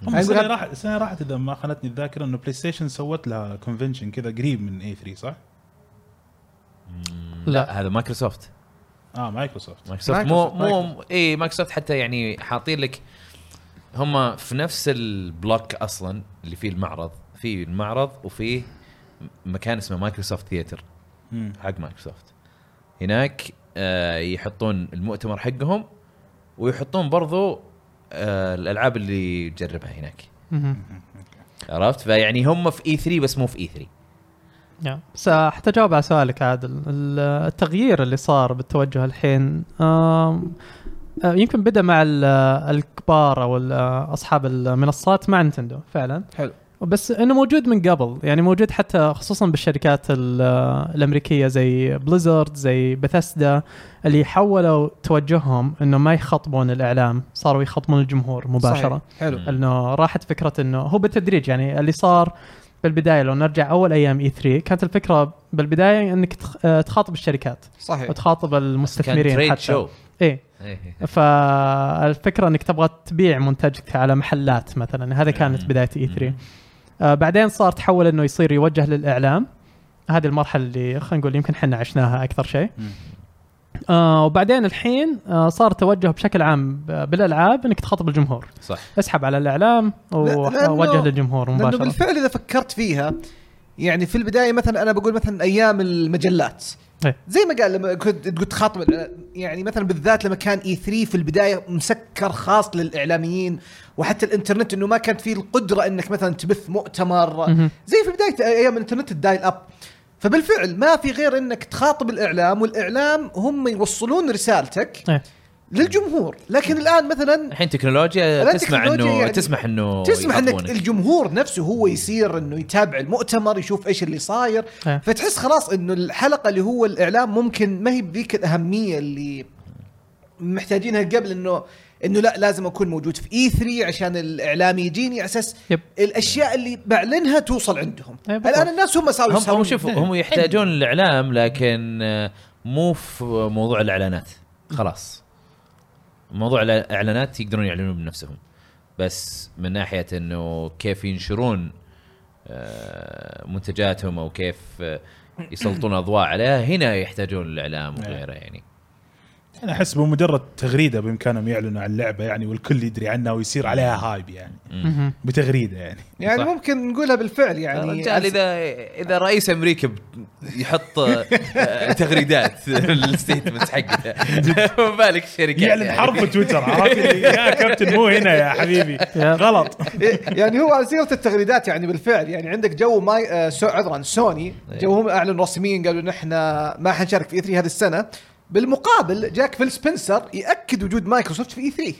هم
أنا
السنه
أقول-
راحت السنه راحت اذا ما خانتني الذاكره انه بلاي ستيشن سوت لها كونفنشن كذا قريب من اي 3 صح؟
لا هذا مايكروسوفت
اه مايكروسوفت
مايكروسوفت مو مو اي مايكروسوفت حتى يعني حاطين لك هم في نفس البلوك اصلا اللي فيه المعرض في المعرض وفيه مكان اسمه مايكروسوفت ثياتر
مم.
حق مايكروسوفت هناك آه، يحطون المؤتمر حقهم ويحطون برضو آه، الالعاب اللي تجربها هناك
مهم.
عرفت فيعني هم في اي 3 بس مو في E اي 3
يا. بس آه، حتى اجاوب على سؤالك عادل ال- التغيير اللي صار بالتوجه الحين آم، آه، يمكن بدا مع ال- آه، الكبار او ال- آه، اصحاب المنصات مع نتندو فعلا
حلو.
بس انه موجود من قبل يعني موجود حتى خصوصا بالشركات ال- آه، الامريكيه زي بليزرد زي بثسدا اللي حولوا توجههم انه ما يخاطبون الاعلام صاروا يخاطبون الجمهور مباشره
صحيح. حلو
مم.
انه راحت فكره انه هو بالتدريج يعني اللي صار بالبدايه لو نرجع اول ايام اي 3 كانت الفكره بالبدايه انك تخ- آه، تخاطب الشركات
صحيح
وتخاطب
إيه. كان
المستثمرين
تريد
حتى
شو
ايه
إيه.
فالفكره انك تبغى تبيع منتجك على محلات مثلا هذا كانت
مم.
بدايه اي
مم.
3 آه بعدين صار تحول انه يصير يوجه للاعلام هذه المرحله اللي خلينا نقول يمكن احنا عشناها اكثر شيء
مم.
Mm.
آه وبعدين الحين آه صار توجه بشكل عام ب- بالالعاب انك تخاطب الجمهور
صح
اسحب على الاعلام
لأنه-
ووجه للجمهور
لانه
مباشره
بالفعل اذا فكرت فيها يعني في البدايه مثلا انا بقول مثلا ايام المجلات
إيه.
زي ما قال لما كنت تقول تخاطب يعني مثلا بالذات لما كان اي 3 في البدايه مسكر خاص للاعلاميين وحتى الانترنت انه ما كانت فيه القدره انك مثلا تبث مؤتمر
مهم.
زي في بدايه ايام الانترنت الدايل اب فبالفعل ما في غير انك تخاطب الاعلام والاعلام هم يوصلون رسالتك
إيه.
للجمهور لكن الان مثلا
الحين تكنولوجيا
الآن
تسمح
تكنولوجيا
انه
يعني-
تسمح انه
تسمح انك
يخاطبونك.
الجمهور نفسه هو يصير انه يتابع المؤتمر يشوف ايش اللي صاير
إيه.
فتحس خلاص انه الحلقه اللي هو الاعلام ممكن ما هي بذيك الاهميه اللي محتاجينها قبل انه انه لا لازم اكون موجود في اي 3 عشان الاعلام يجيني على اساس
يب.
الاشياء اللي بعلنها توصل عندهم
إيه، بالضبط.
الان الناس هم صاروا
هم هم
يسهرون.
شوفوا
إيه.
هم يحتاجون الاعلام لكن آه، مو في موضوع الاعلانات خلاص موضوع الاعلانات يقدرون يعلنون بنفسهم بس من ناحيه انه كيف ينشرون آه، منتجاتهم او كيف آه، يسلطون اضواء عليها هنا يحتاجون
إيه.
الاعلام وغيره يعني
انا احس يعني بمجرد تغريده بامكانهم يعلنوا عن اللعبه يعني والكل يدري عنها ويصير عليها هايب يعني
مهم.
بتغريده يعني
يعني
صح.
ممكن نقولها بالفعل يعني
الرجال اذا اذا رئيس امريكا ب- يحط آه، تغريدات الستيتمنت حقته ما بالك يعني. شركات
يعلن حرب في تويتر عرفت اللي يا كابتن مو هنا يا حبيبي
إيه. يا.
غلط
يعني هو على سيره التغريدات يعني بالفعل يعني عندك جو ماي آه سو عذرا سوني
أي.
جوهم اعلنوا رسميا قالوا نحن ما حنشارك في اي 3 هذه السنه بالمقابل جاك فيل سبنسر ياكد وجود مايكروسوفت في E اي 3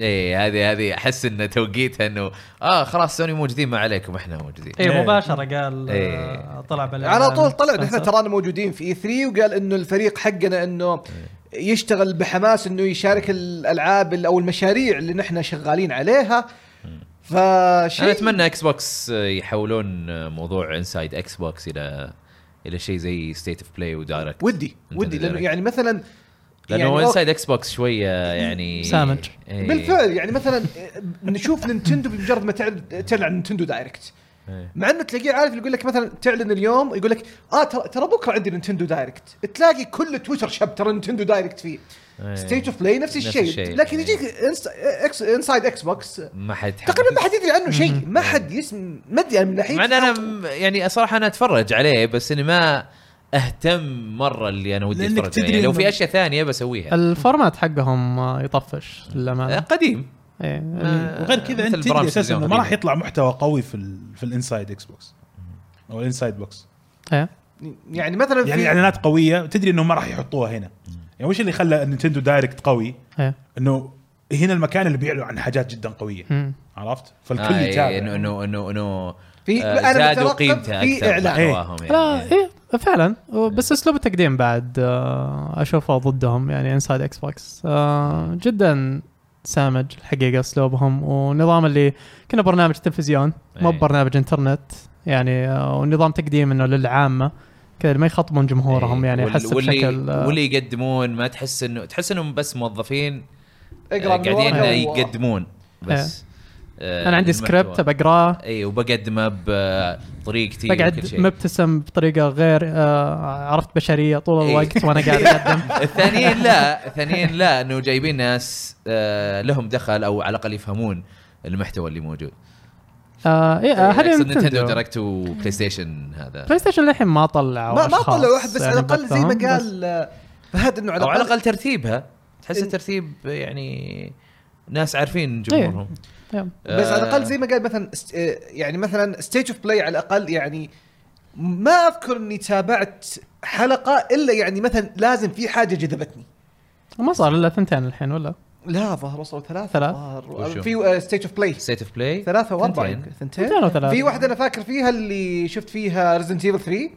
ايه هذه هذه احس انه توقيتها انه اه خلاص سوني موجودين ما عليكم احنا موجودين
اي
إيه.
مباشره قال
إيه.
آه، طلع بال
على طول طلع احنا ترانا موجودين في اي 3 وقال انه الفريق حقنا انه يشتغل بحماس انه يشارك الالعاب ال- او المشاريع اللي نحن شغالين عليها فشيء
انا اتمنى اكس بوكس آه، يحولون آه، موضوع انسايد اكس بوكس الى الى شيء زي ستيت اوف بلاي ودايركت
ودي ودي لانه يعني مثلا
لانه
يعني-
انسايد اكس بوكس شويه يعني
سامج.
إيه.
بالفعل يعني مثلا نشوف نينتندو بمجرد ما تعلن تعلن نينتندو دايركت
إيه.
مع انه تلاقيه عارف يقول لك مثلا تعلن اليوم يقول لك اه ترى ترى بكره عندي نينتندو دايركت تلاقي كل تويتر شاب ترى نينتندو دايركت فيه
إيه.
ستيت اوف بلاي نفس
نفس
الشيء
الشيء.
لكن
إيه.
يجيك إنس- إكس- انسايد اكس بوكس
ما حد
تقريبا ما حد يدري عنه شيء ما حد يسم ما ادري أنا من ناحيه
مع ان انا م- يعني صراحه انا اتفرج عليه بس اني ما اهتم مره اللي انا ودي
لأنك
اتفرج عليه
تدري
يعني لو
إنه-
في اشياء ثانيه بسويها
الفورمات حقهم آه، يطفش
آه،
للامانه
قديم
إيه. ال-
آه،
وغير كذا
مثل
انت تدري
البرامج
اساسا انه ما
القديمة.
راح يطلع محتوى قوي في ال في الانسايد اكس بوكس او الانسايد بوكس
إيه.
يعني مثلا
يعني
في
اعلانات قويه تدري انه ما راح يحطوها هنا يعني وش اللي خلى نينتندو دايركت قوي
إيه.
انه هنا المكان اللي بيعلوا عن حاجات جدا قويه
مم.
عرفت
آه،
فالكل
إيه،
يتابع
انه انه انه انه
في-
آه،
أنا
زادوا
بترقب
قيمته
في
اكثر
إعلان.
محتواهم
إيه. لا
يعني
ايه فعلا بس اسلوب التقديم بعد آه، اشوفه ضدهم يعني انسايد اكس بوكس آه، جدا سامج الحقيقه اسلوبهم ونظام اللي كنا برنامج تلفزيون مو
إيه.
برنامج انترنت يعني آه، ونظام تقديم انه للعامه كذا ما يخاطبون جمهورهم
إيه،
يعني
وال-
احس
واللي
بشكل آه،
واللي يقدمون ما تحس انه تحس انهم بس موظفين آه،
اقرا من
قاعدين
ورقة و-
يقدمون بس آه،
انا إيه. عندي
المحتوى.
سكريبت بقراه
اي وبقدمه بطريقتي وكل
بقعد
شيء.
مبتسم بطريقه غير آه، عرفت بشريه طول
إيه.
الوقت وانا قاعد اقدم
الثانيين لا الثانيين لا انه جايبين ناس آه، لهم دخل او على الاقل يفهمون المحتوى اللي موجود
آه، إيه، آه، هذه
أقصد نينتندو
نينتندو.
دايركت وبلاي ستيشن هذا
بلاي ستيشن للحين ما طلعوا
ما ما
أشخاص يعني
طلع واحد بس على الاقل زي
بثهم،
ما
بس-
قال آه، فهد انه
او على الاقل ترتيبها تحس الترتيب يعني ناس عارفين جمهورهم
يلا.
إيه. بس على
آه،
الاقل زي ما قال مثلا است- آه، يعني مثلا ستيج اوف بلاي على الاقل يعني ما اذكر اني تابعت حلقه الا يعني مثلا لازم في حاجه جذبتني
ما صار الا ثنتين الحين ولا
لا ظهر وصلوا ثلاثه
ثلاث؟
ظهر.
وشو؟
في آه، ستيج اوف بلاي
ستيت اوف بلاي
ثلاثه واربعه
ثنتين.
يمكن.
ثنتين
ثنتين
وثلاثة.
في واحده انا فاكر فيها اللي شفت فيها ريزنت ايفل 3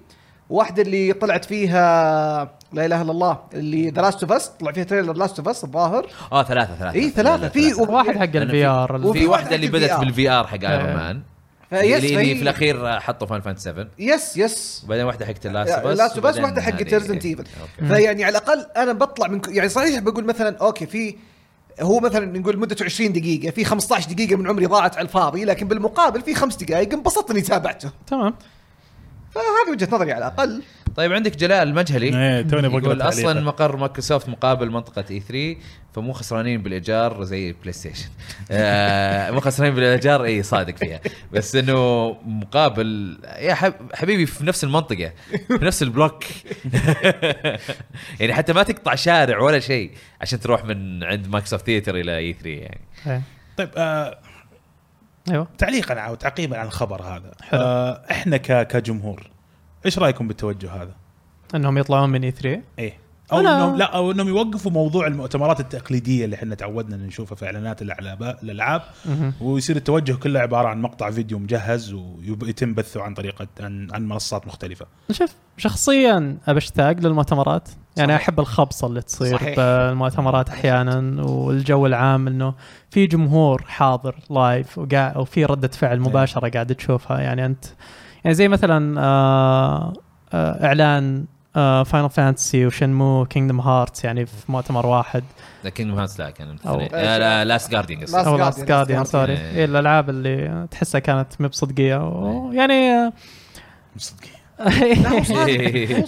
واحده اللي طلعت فيها لا اله الا الله اللي ذا لاست اوف اس طلع فيها تريلر لاست اوف اس الظاهر
اه ثلاثه ثلاثه
اي ثلاثه إيه، في
في
واحد حق
أنا
الفي ار
وفي
في
واحدة
واحده اللي
في VR.
بدت بالفي ار حق
إيه.
ايرون مان
فيس
اللي اللي
آه. في-
في الاخير حطوا فان فانت 7
يس يس
وبعدين واحده حقت اللاست اوف اس
لاست اوف اس واحده حقت ريزنت ايفل فيعني على الاقل انا بطلع من ك- يعني صحيح بقول مثلا اوكي في هو مثلا نقول مدته 20 دقيقه في 15 دقيقه من عمري ضاعت على الفاضي لكن بالمقابل في خمس دقائق انبسطت اني تابعته
تمام
فهذه وجهه نظري على الاقل
طيب عندك جلال المجهلي
ايه توني بقول
يقول اصلا مقر مايكروسوفت مقابل منطقه اي 3 فمو خسرانين بالايجار زي بلاي ستيشن آه مو خسرانين بالايجار اي صادق فيها بس انه مقابل يا حب حبيبي في نفس المنطقه في نفس البلوك يعني حتى ما تقطع شارع ولا شيء عشان تروح من عند مايكروسوفت ثيتر الى اي 3 يعني
إيه.
طيب آه
ايوه
تعليقا او تعقيبا عن الخبر هذا آه احنا ك- كجمهور ايش رايكم بالتوجه هذا؟
انهم يطلعون من E اي 3
ايه او
أنا-
انهم لا او انهم يوقفوا موضوع المؤتمرات التقليديه اللي احنا تعودنا نشوفها في اعلانات الألعاب- الالعاب ويصير التوجه كله عباره عن مقطع فيديو مجهز ويتم بثه عن طريقه عن, عن منصات مختلفه.
شوف شخصيا ابشتاق للمؤتمرات يعني
صحيح.
احب الخبصه اللي تصير
صحيح.
بالمؤتمرات احيانا والجو العام انه في جمهور حاضر لايف وقاعد وفي رده فعل مباشره قاعد تشوفها يعني انت يعني زي مثلا آه آه اعلان فاينل فانتسي وشنمو كينجدم هارتس يعني في مؤتمر واحد
لكن هانس لا كان
أو-
لا لا لاست جارديان
Last
او
Guardian،
لاست
Last
جارديان
Guardian.
سوري
إيه.
إيه، الالعاب اللي تحسها كانت مو بصدقيه ويعني
صدقين.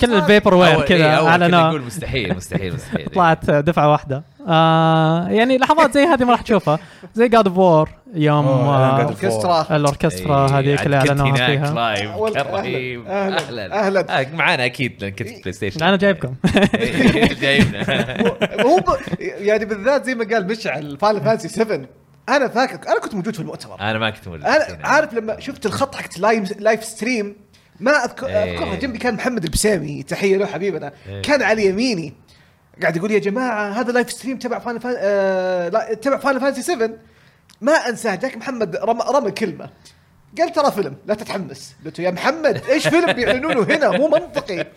كل البيبر وير كذا
إيه،
اعلنوا
يقول مستحيل مستحيل مستحيل
طلعت دفعه واحده آه يعني لحظات زي هذه ما راح تشوفها زي جاد اوف وور يوم
أوه،
آه،
إيه، God of War.
اوركسترا
الاوركسترا
إيه،
هذيك اللي اعلنوها فيها
لايف
أول-
كان
أهلاً،
رهيب
أهلاً،
اهلا
أهلاً.
آه، معانا اكيد لان كنت بلاي ستيشن
انا جايبكم
إيه، جايبنا
هو ب- يعني بالذات زي ما قال مشعل فاينل فانسي 7 انا فاكر انا كنت موجود في المؤتمر
انا ما كنت مولد إيه.
انا عارف لما شفت الخط حقت لايف لايف ستريم ما اذكر
إيه.
اذكرها جنبي كان محمد البسامي تحيه له حبيبنا
إيه.
كان على يميني قاعد يقول يا جماعه هذا لايف ستريم تبع فان فان آه لا- تبع فان فانسي 7 ما انساه جاك محمد رمى رمى كلمه قال ترى فيلم لا تتحمس قلت له يا محمد ايش فيلم بيعلنونه هنا مو منطقي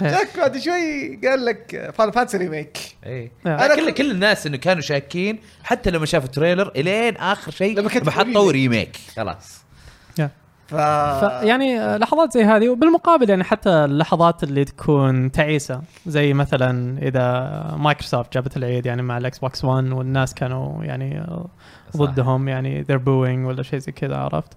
جاك بعد شوي قال لك فان فانسي ريميك
إيه.
أنا
انا كل
كنت-
كل الناس انه كانوا شاكين حتى لما شافوا تريلر الين اخر شيء
لما كتبوا
حطوا ريميك خلاص
ف...
ف- يعني آه، لحظات زي هذه وبالمقابل يعني حتى اللحظات اللي تكون تعيسه زي مثلا اذا مايكروسوفت جابت العيد يعني مع الاكس بوكس 1 والناس كانوا يعني آه،
صح.
ضدهم يعني ذير بوينج ولا شيء زي كذا عرفت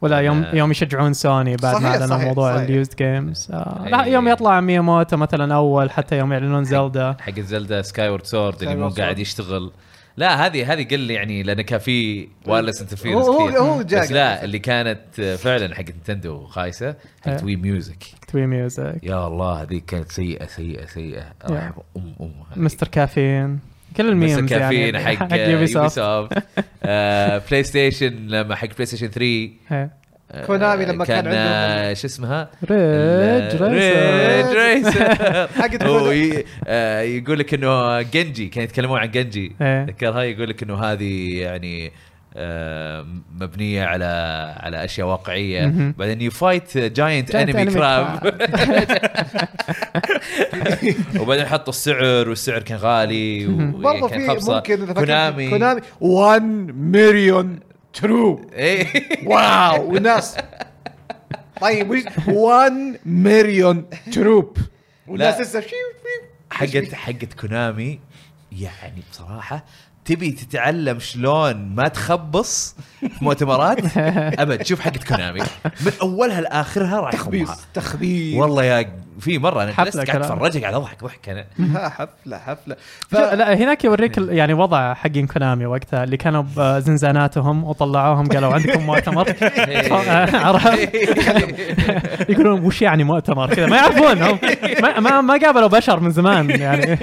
ولا يوم
آه.
يوم يشجعون سوني بعد ما
صحيح،
اعلنوا
صحيح،
موضوع
صحيح.
اليوزد جيمز
أي.
يوم يطلع مياموتو مثلا اول حتى يوم يعلنون زلدا
حق زلدا سكاي وورد سورد اللي
Skyward
مو قاعد
Sword.
يشتغل لا هذه هذه قل يعني لانه كان في وايرلس انترفيرنس
هو- هو-
كثير
هو
بس
جاك.
لا اللي كانت فعلا حق نتندو خايسه
إيه.
حق وي ميوزك
توي ميوزك
يا الله هذيك كانت سيئه سيئه سيئه
يا.
رحم ام امها
مستر كافين كل
مستر
الميمز
كافين
يعني
حق
يوبي سوفت
يوبيسوفت آه بلاي ستيشن لما حق بلاي ستيشن 3
إيه.
آه،
كونامي لما كان عندهم
آه، شو اسمها
ريج ريسر
ريج ريسر
حقت
هو
كونامي.
ي- آه، يقول لك انه جنجي كانوا يتكلمون عن جنجي
إيه.
ذكرها يقول لك انه هذه يعني آه، مبنيه على على اشياء واقعيه
مهم.
بعدين يو فايت جاينت
Giant
انمي
enemy
كراب وبعدين حطوا السعر والسعر كان غالي
برضه
وكان
في
خبصه
ممكن إذا فكرت-
كونامي
كونامي 1 مليون ترو
ايه
واو والناس طيب وش 1 مليون تروب والناس
لا.
لسه شيو شيو.
حقت حقت كونامي يعني بصراحه تبي تتعلم شلون ما تخبص في مؤتمرات ابد شوف حقت كونامي من اولها لاخرها راح
تخبيص
يخمها.
تخبيص
والله يا في مره انا
حفلة
جلست قاعد
كلام.
اتفرج قاعد اضحك ضحك انا
ها، حفله حفله ف...
شو- لا هناك يوريك ال- يعني وضع حقين كونامي وقتها اللي كانوا بزنزاناتهم وطلعوهم قالوا عندكم مؤتمر
إيه.
آه، عرفت؟ يقولون وش يعني مؤتمر كذا ما يعرفون هم ما, ما, ما قابلوا بشر من زمان يعني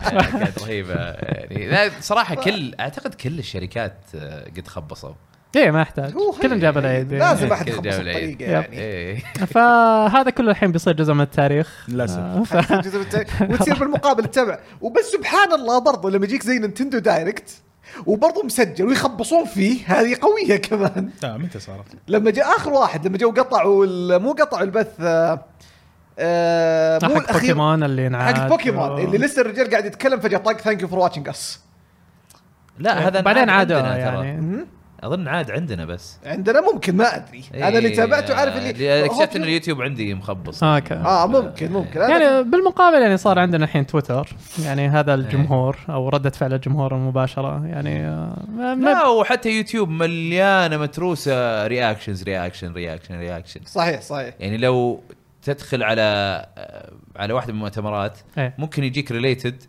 كانت رهيبه يعني لا، صراحه كل اعتقد كل الشركات آه، قد خبصوا
ايه ما يحتاج
هو
كلنا جاب العيد يعني.
لازم احد
كل
يخبص
جاب العيد.
يب.
الطريقه يعني
إيه.
فهذا كله الحين بيصير جزء من التاريخ آه،
للاسف
الجزء التاني. وتصير بالمقابل تتابع وبس سبحان الله برضه لما يجيك زي نينتندو دايركت وبرضه مسجل ويخبصون فيه هذه قويه كمان
لا متى صارت؟
لما جاء اخر واحد لما جو قطعوا ال- مو قطعوا البث آه، آه، مو
حق
الاخير
بوكيمون آه، اللي انعاد
حق بوكيمون
و-
اللي لسه الرجال قاعد يتكلم فجاه طق ثانك يو فور واتشنج اس يعني
لا هذا
بعدين
عاد
عادوا
عندنا ترى.
يعني
اظن عاد عندنا بس
عندنا ممكن ما ادري انا اللي
إيه،
تابعته عارف
اللي
اللي
اكتشفت ان
هو-
اليوتيوب عندي مخبص
اوكي
اه ممكن ممكن أنا-
يعني بالمقابل يعني صار عندنا الحين تويتر يعني هذا الجمهور او رده فعل الجمهور المباشره يعني آه، ما- ما-
لا وحتى يوتيوب مليانه متروسه رياكشنز رياكشن رياكشن رياكشن
صحيح صحيح
يعني لو تدخل على آه، على واحده من المؤتمرات
إيه.
ممكن يجيك ريليتد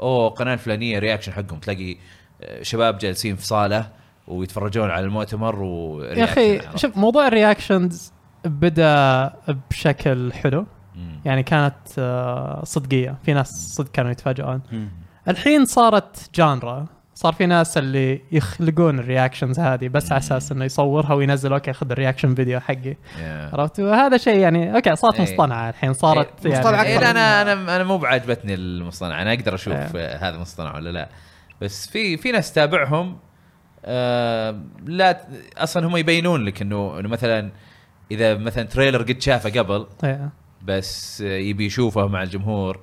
او قناه الفلانيه رياكشن حقهم تلاقي آه، شباب جالسين في صاله ويتفرجون على المؤتمر و
يا اخي شوف موضوع الرياكشنز بدا بشكل حلو يعني كانت آه، صدقيه في ناس صدق كانوا يتفاجئون الحين صارت جانرا صار في ناس اللي يخلقون الرياكشنز هذه بس على اساس انه يصورها وينزل اوكي خذ الرياكشن فيديو حقي عرفت وهذا شيء يعني اوكي صارت
إيه.
مصطنعه الحين صارت
إيه،
يعني
مصطنعة
إيه
أكثر
لا، انا
منها.
انا انا مو بعجبتني المصطنع انا اقدر اشوف آه.
إيه.
هذا مصطنع ولا لا بس في في ناس تتابعهم آه لا ت- اصلا هم يبينون لك انه انه مثلا اذا مثلا تريلر قد شافه قبل
إيه.
بس آه، يبي يشوفه مع الجمهور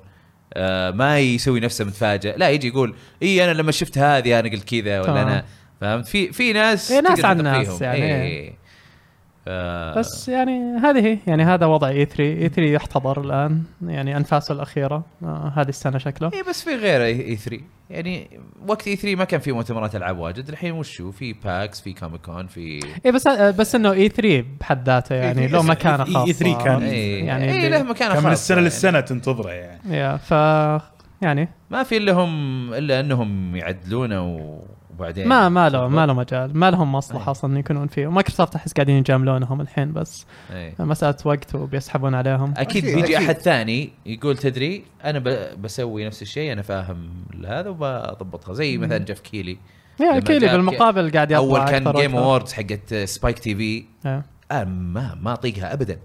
آه ما يسوي نفسه متفاجئ لا يجي يقول اي انا لما شفت هذه انا قلت كذا ولا
تمام.
انا فهمت في في ناس
إيه، ناس
تقدر
عن
تثق
ناس
فيهم.
يعني.
إيه. آه
بس يعني هذه هي يعني هذا وضع اي 3 اي 3 يحتضر الان يعني انفاسه الاخيره آه، هذه السنه شكله
اي إيه، بس في غير اي 3 يعني وقت اي 3 ما كان في مؤتمرات العاب واجد الحين وشو في باكس في كوميك كون في
اي بس آه، بس انه اي 3 بحد ذاته يعني له مكانه
E3
خاصه
كان-
اي
يعني
يعني اي
بي-
له مكانه
كان من
خاصة
السنه
يعني.
للسنه تنتظره يعني
يا ف يعني
ما في الا هم الا انهم يعدلونه وبعدين
ما ما له ما له مجال ما لهم مصلحه اصلا يكونون فيه ومايكروسوفت احس قاعدين يجاملونهم الحين بس
إيه.
مساله وقت وبيسحبون عليهم
اكيد
أكيد،
بيجي
أكيد.
احد ثاني يقول تدري انا ب- بسوي نفس الشيء انا فاهم هذا وبضبطها زي مثلا جيف كيلي
يا
إيه، لما
يعني كيلي
جاب-
بالمقابل قاعد يطلع
اول كان
أكثر
جيم
وأكثر.
اووردز حقت سبايك تي في
إيه،
آه ما ما اطيقها ابدا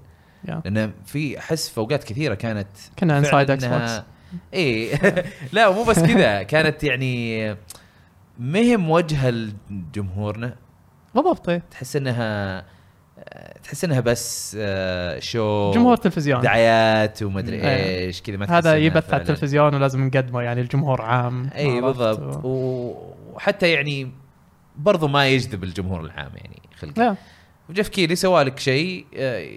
يا.
لان في احس في اوقات كثيره كانت
كنا
فعلاً
انسايد اكس بوكس
إنها- اي لا مو بس كذا كانت يعني مهم وجهه لجمهورنا
بالضبط إيه.
تحس انها تحس انها بس آه، شو
جمهور تلفزيون
دعايات ومدري
إيه.
ايش كذا ما تحس
هذا
إنها
يبث على
فعلاً.
التلفزيون ولازم نقدمه يعني الجمهور عام
اي
عرفت؟
بالضبط
و...
و- وحتى يعني برضو ما يجذب الجمهور العام يعني خلق
يا.
وجيف كيلي سوى لك شيء آه،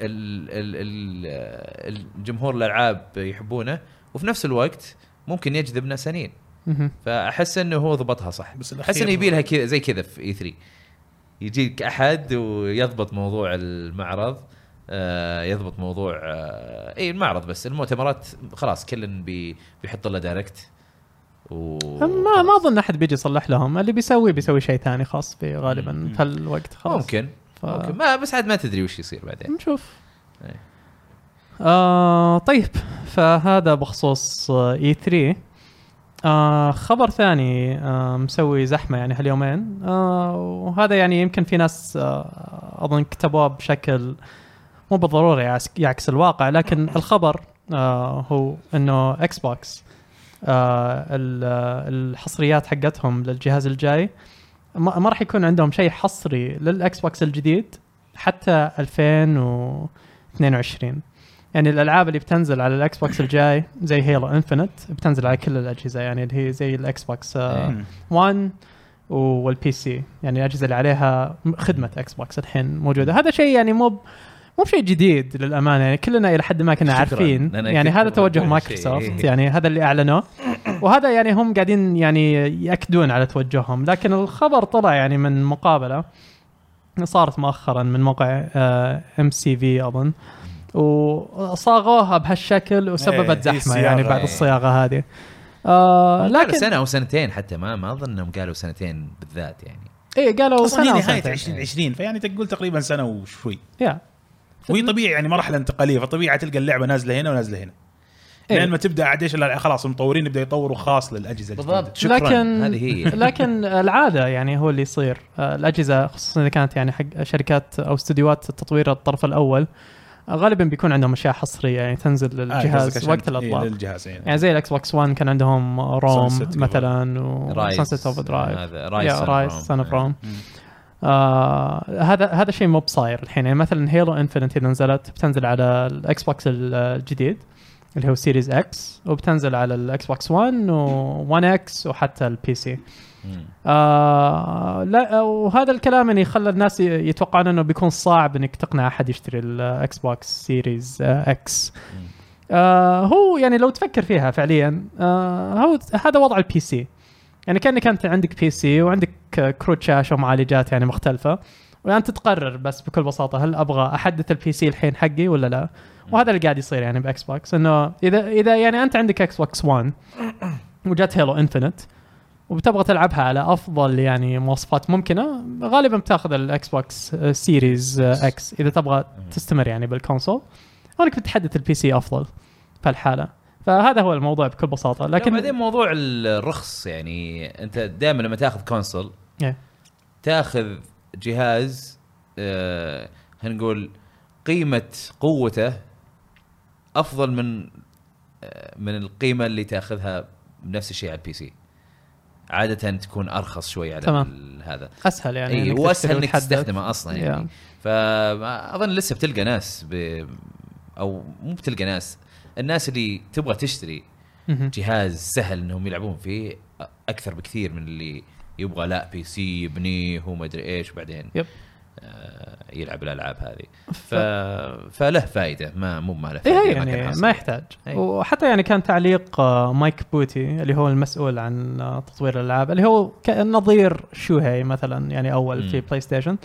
ال- ال- ال- الجمهور الالعاب يحبونه وفي نفس الوقت ممكن يجذب ناس ثانيين
مهم.
فاحس انه هو ضبطها صح
بس
احس
الأخير-
انه يبي لها كذا زي كذا في اي 3 يجيك احد ويضبط موضوع المعرض آه، يضبط موضوع آه، اي المعرض بس المؤتمرات خلاص كل بي بيحط له دايركت و
ما ما اظن احد بيجي يصلح لهم اللي بيسوي بيسوي شيء ثاني خاص فيه غالبا
مم.
في هالوقت خلاص
ممكن
ف-
ممكن ما بس عاد ما تدري وش يصير بعدين
نشوف
إيه.
آه طيب فهذا بخصوص اي 3 آه خبر ثاني آه مسوي زحمه يعني هاليومين آه وهذا يعني يمكن في ناس آه اظن كتبوه بشكل مو بالضروره يعس- يعكس الواقع لكن الخبر آه هو انه اكس بوكس آه ال- آه، الحصريات حقتهم للجهاز الجاي ما ما راح يكون عندهم شيء حصري للاكس بوكس الجديد حتى 2022 يعني الالعاب اللي بتنزل على الاكس بوكس الجاي زي هيلو انفنت بتنزل على كل الاجهزه يعني اللي هي زي الاكس بوكس آه، 1 والبي سي يعني الاجهزه اللي عليها خدمه اكس بوكس الحين موجوده هذا شيء يعني مو ب- مو بشيء جديد للامانه يعني كلنا الى حد ما كنا
شكراً.
عارفين
لأن
يعني
كنت
هذا توجه
بقول
مايكروسوفت
شيء.
يعني هذا اللي اعلنوه وهذا يعني هم قاعدين يعني ياكدون على توجههم لكن الخبر طلع يعني من مقابله صارت مؤخرا من موقع آه، ام سي في اظن وصاغوها بهالشكل
إيه، هي
وسببت زحمه
الصياغة.
يعني بعد
إيه.
الصياغه هذه آه
لكن
لكن
سنه او سنتين حتى ما ما اظن انهم قالوا سنتين بالذات يعني
اي إيه، قالوا
اصلا هي
سنه
نهايه
وسنتين
2020 فيعني تقول تقريبا سنه وشوي
يا
وهي طبيعي يعني مرحله انتقاليه فطبيعي تلقى اللعبه نازله هنا ونازله هنا
إيه.
لين ما تبدا عاد ايش الألع- خلاص المطورين يبدا يطوروا خاص للاجهزه الجديدة.
شكرا
لكن-
هذه هي
لكن العاده يعني هو اللي يصير آه، الاجهزه خصوصا اذا كانت يعني حق شركات او استديوهات التطوير الطرف الاول آه، غالبا بيكون عندهم اشياء حصريه يعني تنزل
آه، قصدك
للجهاز
عشان-
وقت
إيه،
الاطلاق
للجهاز يعني.
يعني زي الاكس بوكس 1 كان عندهم روم
Sunset Overdrive.
مثلا و
رايز
سانسيت اوف درايف
هذا
يا رايس سان اوف روم آه، هذا هذا شيء مو بصاير الحين يعني مثلا هيلو انفنت اذا نزلت بتنزل على الاكس بوكس الجديد اللي هو سيريز اكس وبتنزل على الاكس بوكس 1 و1 اكس وحتى البي سي
مم.
آه لا وهذا الكلام يعني خلى الناس ي- يتوقعون انه بيكون صعب انك تقنع احد يشتري الاكس بوكس سيريز آه، اكس آه هو يعني لو تفكر فيها فعليا آه هو هذا وضع البي سي يعني كانك انت عندك بي سي وعندك آه، كروت شاشه ومعالجات يعني مختلفه وانت تقرر بس بكل بساطه هل ابغى احدث البي سي الحين حقي ولا لا وهذا اللي قاعد يصير يعني باكس بوكس انه اذا اذا يعني انت عندك اكس بوكس 1 وجات هيلو انفنت وبتبغى تلعبها على افضل يعني مواصفات ممكنه غالبا بتاخذ آه، الاكس بوكس سيريز اكس اذا تبغى تستمر يعني بالكونسول او انك بتحدث البي سي افضل في الحاله فهذا هو الموضوع بكل بساطه
لكن بعدين
لكن
موضوع الرخص يعني انت دائما لما تاخذ كونسول
إيه.
تاخذ جهاز آه هنقول قيمه قوته افضل من آه من القيمه اللي تاخذها بنفس الشيء على البي سي عاده تكون ارخص شوي على
تمام.
ال- هذا
اسهل يعني
يعني
إنك
اي واسهل
تشتري
انك
وتحدث.
تستخدمه اصلا يعني
Yeah.
فاظن لسه بتلقى ناس ب... او مو بتلقى ناس الناس اللي تبغى تشتري
مهم.
جهاز سهل انهم يلعبون فيه اكثر بكثير من اللي يبغى لا بي سي يبنيه وما ادري ايش بعدين
يب.
آه، يلعب الالعاب هذه ف... فله فائده ما مو ما له فائده
ايه
كان
يعني
حاصل.
ما يحتاج
إيه.
وحتى يعني كان تعليق آه، مايك بوتي اللي هو المسؤول عن آه، تطوير الالعاب اللي هو ك- نظير شوهي مثلا يعني اول
مم.
في بلاي ستيشن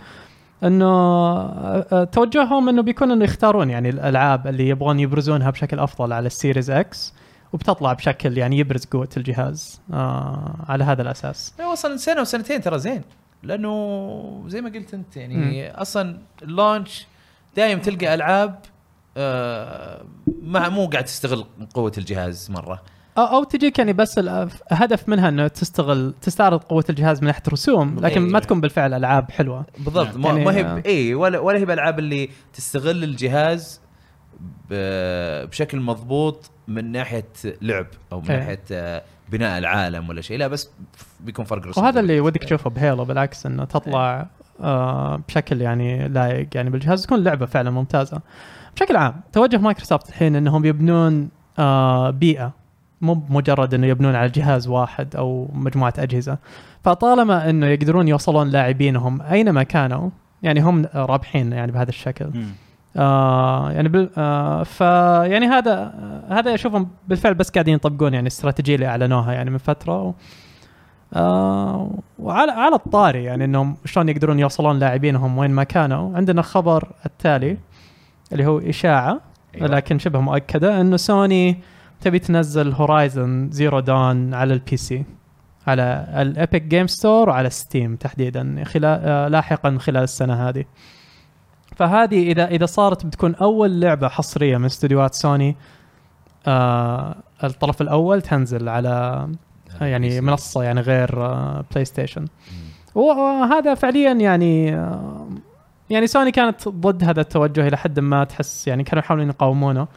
انه آه، آه، توجههم انه بيكون انه يختارون يعني الالعاب اللي يبغون يبرزونها بشكل افضل على السيريز اكس وبتطلع بشكل يعني يبرز قوه الجهاز آه على هذا الاساس
لا اصلا سنه وسنتين ترى زين لانه زي ما قلت انت يعني
مم.
اصلا اللونش دايم تلقى العاب آه ما مو قاعد تستغل قوه الجهاز مره
او, أو تجيك يعني بس الأف- هدف منها انه تستغل تستعرض قوه الجهاز من ناحيه رسوم لكن ما
إيه.
تكون بالفعل العاب حلوه
بالضبط
نعم.
ما
يعني-
ما هي ب- اي ولا ولا هي بالالعاب اللي تستغل الجهاز ب- بشكل مضبوط من ناحيه لعب او من
إيه.
ناحيه آه، بناء العالم ولا شيء لا بس بيكون فرق رسوم
وهذا اللي ودك تشوفه بهيلو بالعكس انه تطلع آه بشكل يعني لايق يعني بالجهاز تكون لعبه فعلا ممتازه. بشكل عام توجه مايكروسوفت الحين انهم يبنون آه بيئه مو مجرد انه يبنون على جهاز واحد او مجموعه اجهزه. فطالما انه يقدرون يوصلون لاعبينهم اينما كانوا يعني هم رابحين يعني بهذا الشكل.
مم.
آه يعني بال آه فيعني هذا هذا اشوفهم بالفعل بس قاعدين يطبقون يعني الاستراتيجيه اللي اعلنوها يعني من فتره و آه وعلى على الطاري يعني انهم شلون يقدرون يوصلون لاعبينهم وين ما كانوا عندنا خبر التالي اللي هو اشاعه
إيوه.
أيوة. لكن شبه مؤكده انه سوني تبي تنزل هورايزن زيرو دان على البي سي على الابيك جيم ستور وعلى ستيم تحديدا خلال آه، لاحقا خلال السنه هذه فهذه اذا اذا صارت بتكون اول لعبه حصريه من استديوهات سوني آه الطرف الاول تنزل على يعني منصه يعني غير آه، بلاي ستيشن وهذا فعليا يعني آه، يعني سوني كانت ضد هذا التوجه الى حد ما تحس يعني كانوا يحاولون يقاومونه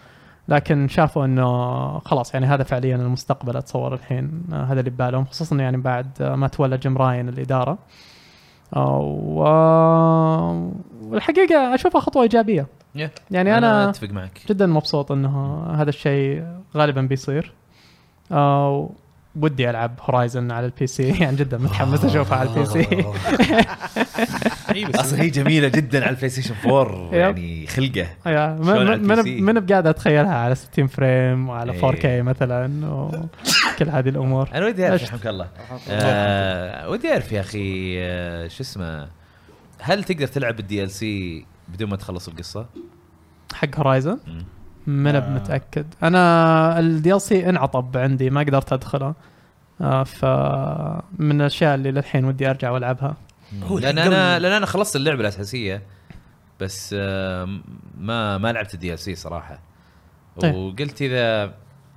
لكن شافوا انه خلاص يعني هذا فعليا المستقبل اتصور الحين آه، هذا اللي ببالهم خصوصا يعني بعد آه، ما تولى جيم راين الاداره آه، و- والحقيقه اشوفها خطوه ايجابيه يعني أنا-
اتفق معك
جدا مبسوط انه هذا الشيء غالبا بيصير آه ودي العب هورايزن على البي سي يعني جدا متحمس اشوفها على البي سي
اي بس
اصلا هي جميله جدا على البلاي ستيشن 4
إيه، يب.
يعني خلقه
يا، ما-
شلون على
ما-
البي سي؟
من من بقاعد اتخيلها على 60 فريم وعلى
إيه.
4K مثلا وكل هذه الامور
انا ودي اعرف
أشت-
رحمك الله آه ودي اعرف يا اخي آه شو اسمه هل تقدر تلعب الدي ال سي بدون ما تخلص القصه؟
حق هورايزن
مم.
من
آه.
متاكد انا الدي ال سي انعطب عندي ما قدرت ادخله آه ف من الاشياء اللي للحين ودي ارجع والعبها
هو
لان
الحين
انا
قبل-
لان انا خلصت اللعبه الاساسيه بس آه ما ما لعبت الدي ال سي صراحه
طيب. آه.
وقلت اذا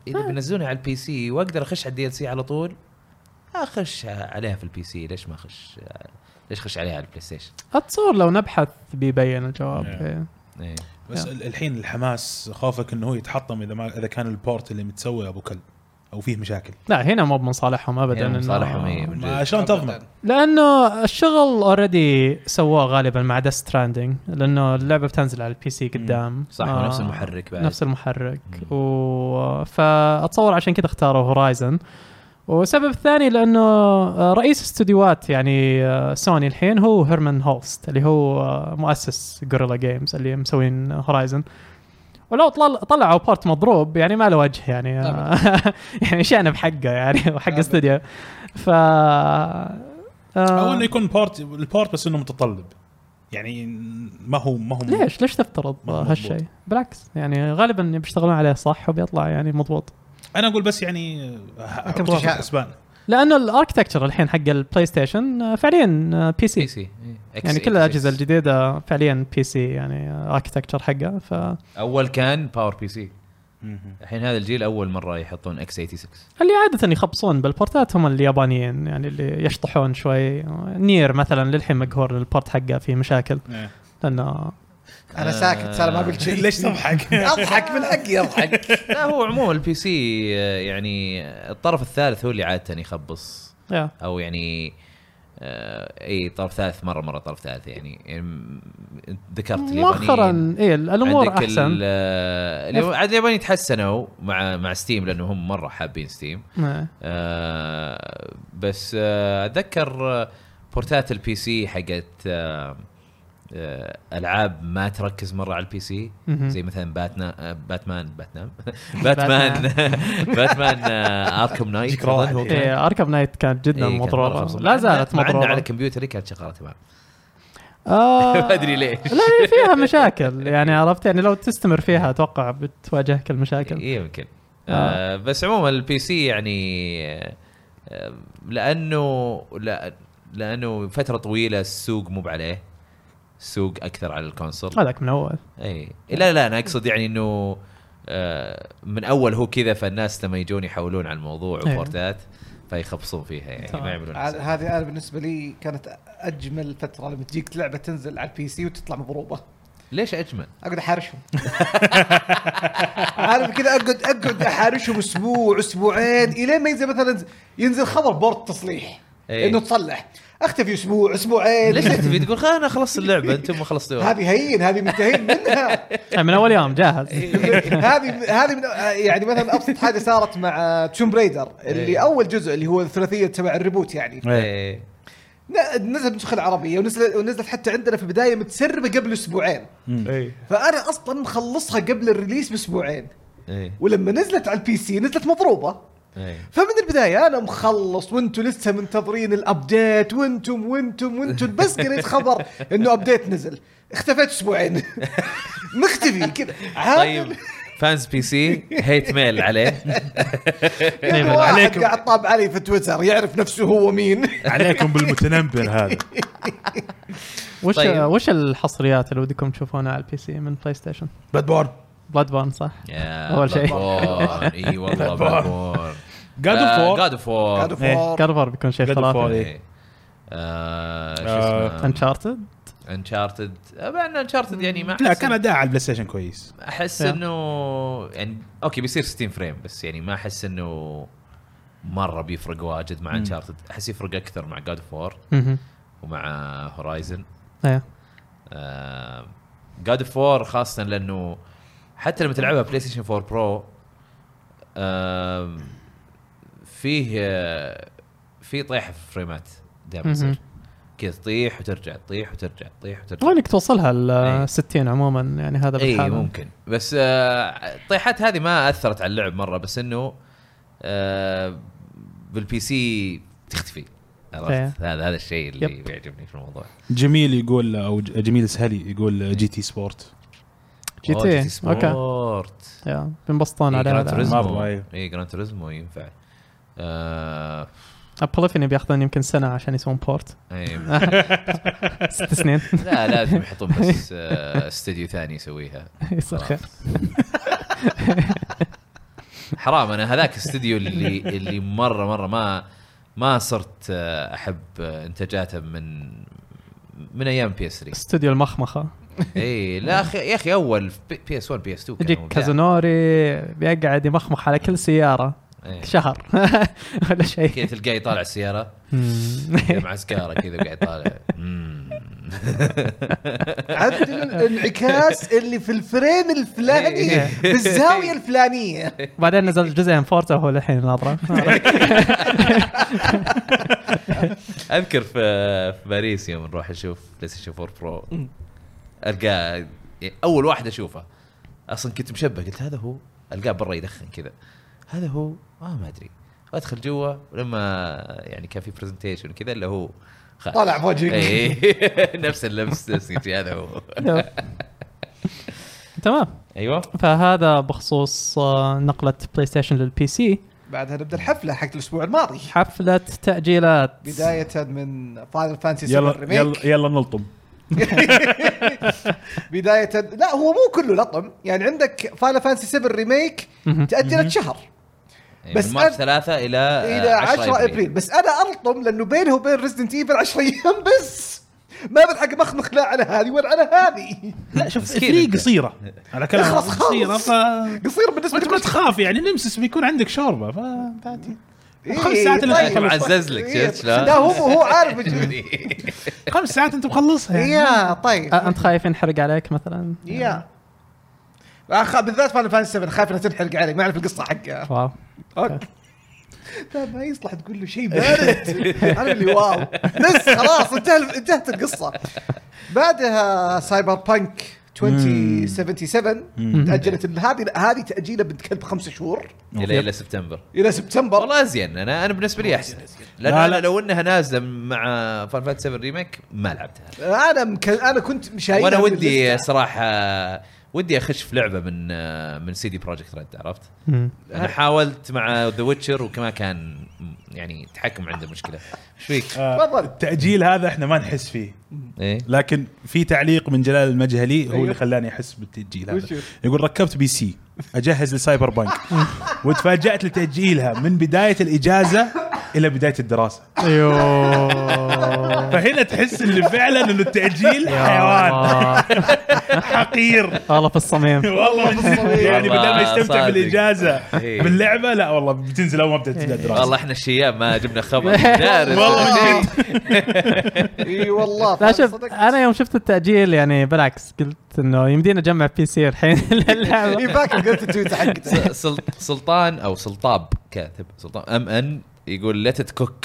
اذا بينزلونها على البي سي واقدر اخش على الدي ال سي على طول اخش عليها في البي سي ليش ما اخش ليش اخش عليها على البلاي ستيشن؟
اتصور لو نبحث بيبين الجواب
نعم.
إيه.
إيه.
بس ال- الحين الحماس خوفك انه هو يتحطم اذا ما اذا كان البورت اللي متسوي ابو كلب او فيه مشاكل
لا هنا مو من صالحهم ابدا
هنا من
إنه-
صالحهم، إيه. من
ما
جد.
شلون
آه.
تضمن؟
لانه الشغل اوريدي سووه غالبا مع ديث ستراندنج لانه اللعبه بتنزل على البي سي قدام
صح
آه،
ونفس المحرك بعد
نفس المحرك و... فاتصور عشان كذا اختاروا هورايزن والسبب الثاني لانه آه، رئيس استديوهات يعني آه، سوني الحين هو هيرمان هولست اللي هو آه، مؤسس جوريلا جيمز اللي مسوين هورايزن ولو طل- طلعوا بورت مضروب يعني ما له وجه يعني آه، يعني شأنه بحقه يعني وحق
أبداً.
استوديو ف
او
آه،
انه يكون بورت البورت بس انه متطلب يعني ما هو ما هو
ليش ليش تفترض
ما هو مضبوط.
هالشيء بالعكس يعني غالبا بيشتغلون عليه صح وبيطلع يعني مضبوط
انا اقول بس يعني انت
متشائم.
حسبان
لانه الاركتكتشر الحين حق البلاي ستيشن آه، فعليا آه، بي
بي
سي
سي
يعني كل الاجهزه الجديده فعليا بي سي يعني اركتكتشر حقه ف
اول كان باور بي سي الحين هذا الجيل اول مره يحطون اكس 86
اللي عادة يخبصون بالبورتات هم اليابانيين يعني اللي يشطحون شوي نير مثلا للحين مقهور البورت حقه فيه مشاكل
إيه.
لانه
انا ساكت سالم ما قلت شيء
ليش تضحك؟
اضحك من حقي اضحك
لا هو عموما البي سي يعني الطرف الثالث هو اللي عاده يخبص
يا
او يعني آه، اي طرف ثالث مره مره طرف ثالث يعني, يعني م- ذكرت اليابانيين
مؤخرا اي الامور
عندك ال-
احسن
آه، اليو- عاد اليابانيين تحسنوا مع مع ستيم لانه هم مره حابين ستيم
إيه.
آه، بس آه، اتذكر آه، بورتات البي سي حقت آه، آه، العاب ما تركز مره على البي سي
مهم.
زي مثلا باتنا آه، باتمان باتمان باتمان باتمان آه، اركم نايت
يجيك روح
أظن هو
عليه.
كان.
إيه اركب نايت كانت جدا
إيه، كان مرة
مضروره
مبسوط.
لا زالت
مع إنه على
مضروره
الكمبيوتر كانت شغاله تمام
آه،
ما ادري ليش
لا هي فيها مشاكل يعني عرفت يعني لو تستمر فيها اتوقع بتواجهك المشاكل
إيه، يمكن آه. بس عموما البي سي يعني آه لانه لا لانه فتره طويله السوق مو عليه السوق اكثر على الكونسول
هذاك من اول
اي لا لا انا اقصد يعني انه آه، من اول هو كذا فالناس لما يجون يحولون على الموضوع
إيه.
وبورتات فيخبصون فيها يعني
تمام.
ما يعملون
عاد
حساب.
هذه انا بالنسبه لي كانت اجمل فتره لما تجيك لعبه تنزل على البي سي وتطلع مضروبه
ليش اجمل؟
اقعد احارشهم عارف كذا اقعد اقعد احارشهم اسبوع اسبوعين الين ما ينزل مثلا ينزل خبر بورد تصليح
إيه.
انه تصلح اختفي اسبوع اسبوعين
ليش تبي تقول خلاص انا خلصت اللعبه انتم ما خلصتوها
هذه هين هذه منتهين منها
يعني من اول يوم
إيه.
جاهز
هذه هذه من يعني مثلا ابسط حاجه صارت مع توم بريدر اللي
إيه.
اول جزء اللي هو الثلاثيه تبع الريبوت يعني
إيه.
ن- نزل بالنسخه العربيه ونزلت ونزلت حتى عندنا في البدايه متسربه قبل اسبوعين
إيه.
فانا اصلا مخلصها قبل الريليس باسبوعين
إيه.
ولما نزلت على البي سي نزلت مضروبه
إيه.
فمن البدايه انا مخلص وانتم لسه منتظرين الابديت وانتم وانتم وانتم بس قريت خبر انه ابديت نزل اختفيت اسبوعين مختفي كذا عاد
طيب فانز بي سي هيت ميل عليه
يعني
طيب،
واحد
عليكم.
قاعد طاب علي في تويتر يعرف نفسه هو مين
عليكم بالمتنمر هذا
وش
طيب.
وش الحصريات اللي ودكم تشوفونها على البي سي من بلاي ستيشن؟
باد بورن
بلاد بورن صح؟
يا
أول شيء.
بلادبورن. اي إيه، والله
بلادبورن.
بلادبورن
جاد اوف وور
جاد اوف وور
God of
إيه.
War.
كارفر بيكون شيء
God of War.
خرافي
إيه. آه، شو
آه.
اسمه
انشارتد
انشارتد مع ان انشارتد يعني ما
لا
أحس-
كان اداء على البلاي ستيشن كويس
احس
Yeah.
انه يعني اوكي بيصير 60 فريم بس يعني ما احس انه مره بيفرق واجد مع انشارتد احس يفرق اكثر مع جاد اوف وور ومع هورايزن
ايه
آه، جاد اوف وور خاصه لانه حتى لما تلعبها بلاي ستيشن 4 برو آم، فيه آه، في طيحه في الفريمات دائما
مهم. طيب.
يصير كذا تطيح وترجع تطيح وترجع تطيح وترجع
وينك توصلها
إيه.
ال 60 عموما يعني هذا
اي
بالحالة.
ممكن بس آه، الطيحات هذه ما اثرت على اللعب مره بس انه آه، بالبي سي تختفي
إيه.
عرفت هذا هذا الشيء اللي
يب.
بيعجبني في الموضع
جميل يقول او ج- جميل سهلي يقول آه، جي تي سبورت
جي
أوه،
تي اوكي
سبورت
يا بنبسطون على
جران
هذا
إيه، توريزمو
مرة، أيوه.
اي جران توريزمو ينفع آه،
ابوليفيني بياخذون يمكن سنه عشان يسوون بورت
إيه.
ست سنين
لا لازم يحطون بس آه، استوديو ثاني يسويها
يصير خير
حرام انا هذاك الاستوديو اللي اللي مره مره ما ما صرت آه، احب آه، انتاجاته من من ايام بي اس 3
استوديو المخمخه اي
اي إيه، لا اخي يا اخي اول بي اس 1 بي اس 2 كان
يجيك
ممتاز.
كازونوري بيقعد يمخمخ على كل سياره
إيه.
شهر ولا
كذا
شيء
تلقاه يطالع السياره
مم.
كذا مع سكاره كذا وقاعد يطالع مم.
عرفت الانعكاس اللي في الفريم الفلاني في الزاويه الفلانيه
وبعدين نزل جزئين فورتا وهو الحين ناظره
اذكر في في باريس يوم نروح نشوف بلاي ستيشن 4 برو القاه اول واحد اشوفه اصلا كنت مشبه قلت هذا هو القاه برا يدخن كذا هذا هو آه ما ادري ادخل جوا ولما يعني كان في برزنتيشن كذا الا هو خ-
طالع بوجهك
إيه. نفس اللبس نفس الشيء، هذا هو
تمام
أيوة.
ايوه
فهذا بخصوص آه، نقله بلاي ستيشن للبي سي
بعدها نبدا الحفله حق الاسبوع الماضي
حفله تاجيلات
بدايه من فاينل فانسي
يلا يلا يلا نلطم
بدايه لا هو مو كله لطم يعني عندك فاينل فانسي 7 ريميك
مهم.
تاجلت شهر بس
بس يعني من مارس
أب-
ثلاثة إلى
آه،
الى 10 ابريل بس انا الطم لانه بينه وبين ريزدنت ايفل 10 ايام بس ما بلحق مخمخ لا على هذه ولا على هذه
لا شوف
مسكين
ثري
أنت.
قصيره على كلام
خلاص، خلاص.
قصيره ف
قصير
ما
بالنسبه
تكون
لك
تخاف يعني نمسس بيكون عندك شوربه ف
إيه،
خمس ساعات اللي
طيب.
تأكل.
معزز لك،
إيه،
شفت شلون؟
لا هو هو عارف وجهه.
ابريل
خمس ساعات انت مخلصها يعني
يا طيب
آه، انت خايف ينحرق عليك مثلا
يا آه، خ- بالذات فاينل فانتسي 7 خايف انها تنحرق علي ما اعرف القصه حقها
واو
أوكي. لا طيب، ما يصلح تقول له شيء بارد عارف اللي واو بس خلاص انتهى انتهت القصه بعدها سايبر بانك 2077 تاجلت هذه هذه تاجيله بنت كلب خمس شهور
إلى إلى سبتمبر
الى سبتمبر
والله زين أنا أنا بالنسبة لي أحسن لأن
لا،
لا
لا.
أنا لو أنها نازلة مع فان فانت 7 ريميك ما لعبتها
انا مك... انا كنت مشايلها
وأنا
من
ودي
اللستة.
صراحة ودي أخش في لعبة من من سي دي بروجكت ريد عرفت؟
مم.
أنا حاولت مع ذا ويتشر وكما كان يعني تحكم عنده مشكلة ايش فيك؟
آه،
تفضل.
التاجيل هذا احنا ما نحس فيه
إيه
لكن في تعليق من جلال المجهلي هو
أيوه.
اللي خلاني احس بالتاجيل هذا
وشو؟
يقول ركبت بي سي اجهز لسايبر بانك وتفاجات لتاجيلها من بدايه الاجازه الى بدايه الدراسه
ايوه
فهنا تحس انه فعلا انه التاجيل
يا
حيوان
الله.
حقير
والله في الصميم
والله من جد. يعني
والله
بدل ما يستمتع
صادق.
بالاجازه
إيه.
باللعبه لا والله بتنزل اول ما بدات
والله إيه.
الدراسه
احنا الشياب ما جبنا خبر دارس
والله من جد.
اي والله
لا
فعلاً
شوف
صدقت.
انا يوم شفت التاجيل يعني بالعكس قلت انه يمدينا اجمع بي سي الحين
اي
للعبه
فاكر قلت التويت حقته
س- سل- سلطان او سلطاب كاتب سلطان ام ان يقول لا تتكوك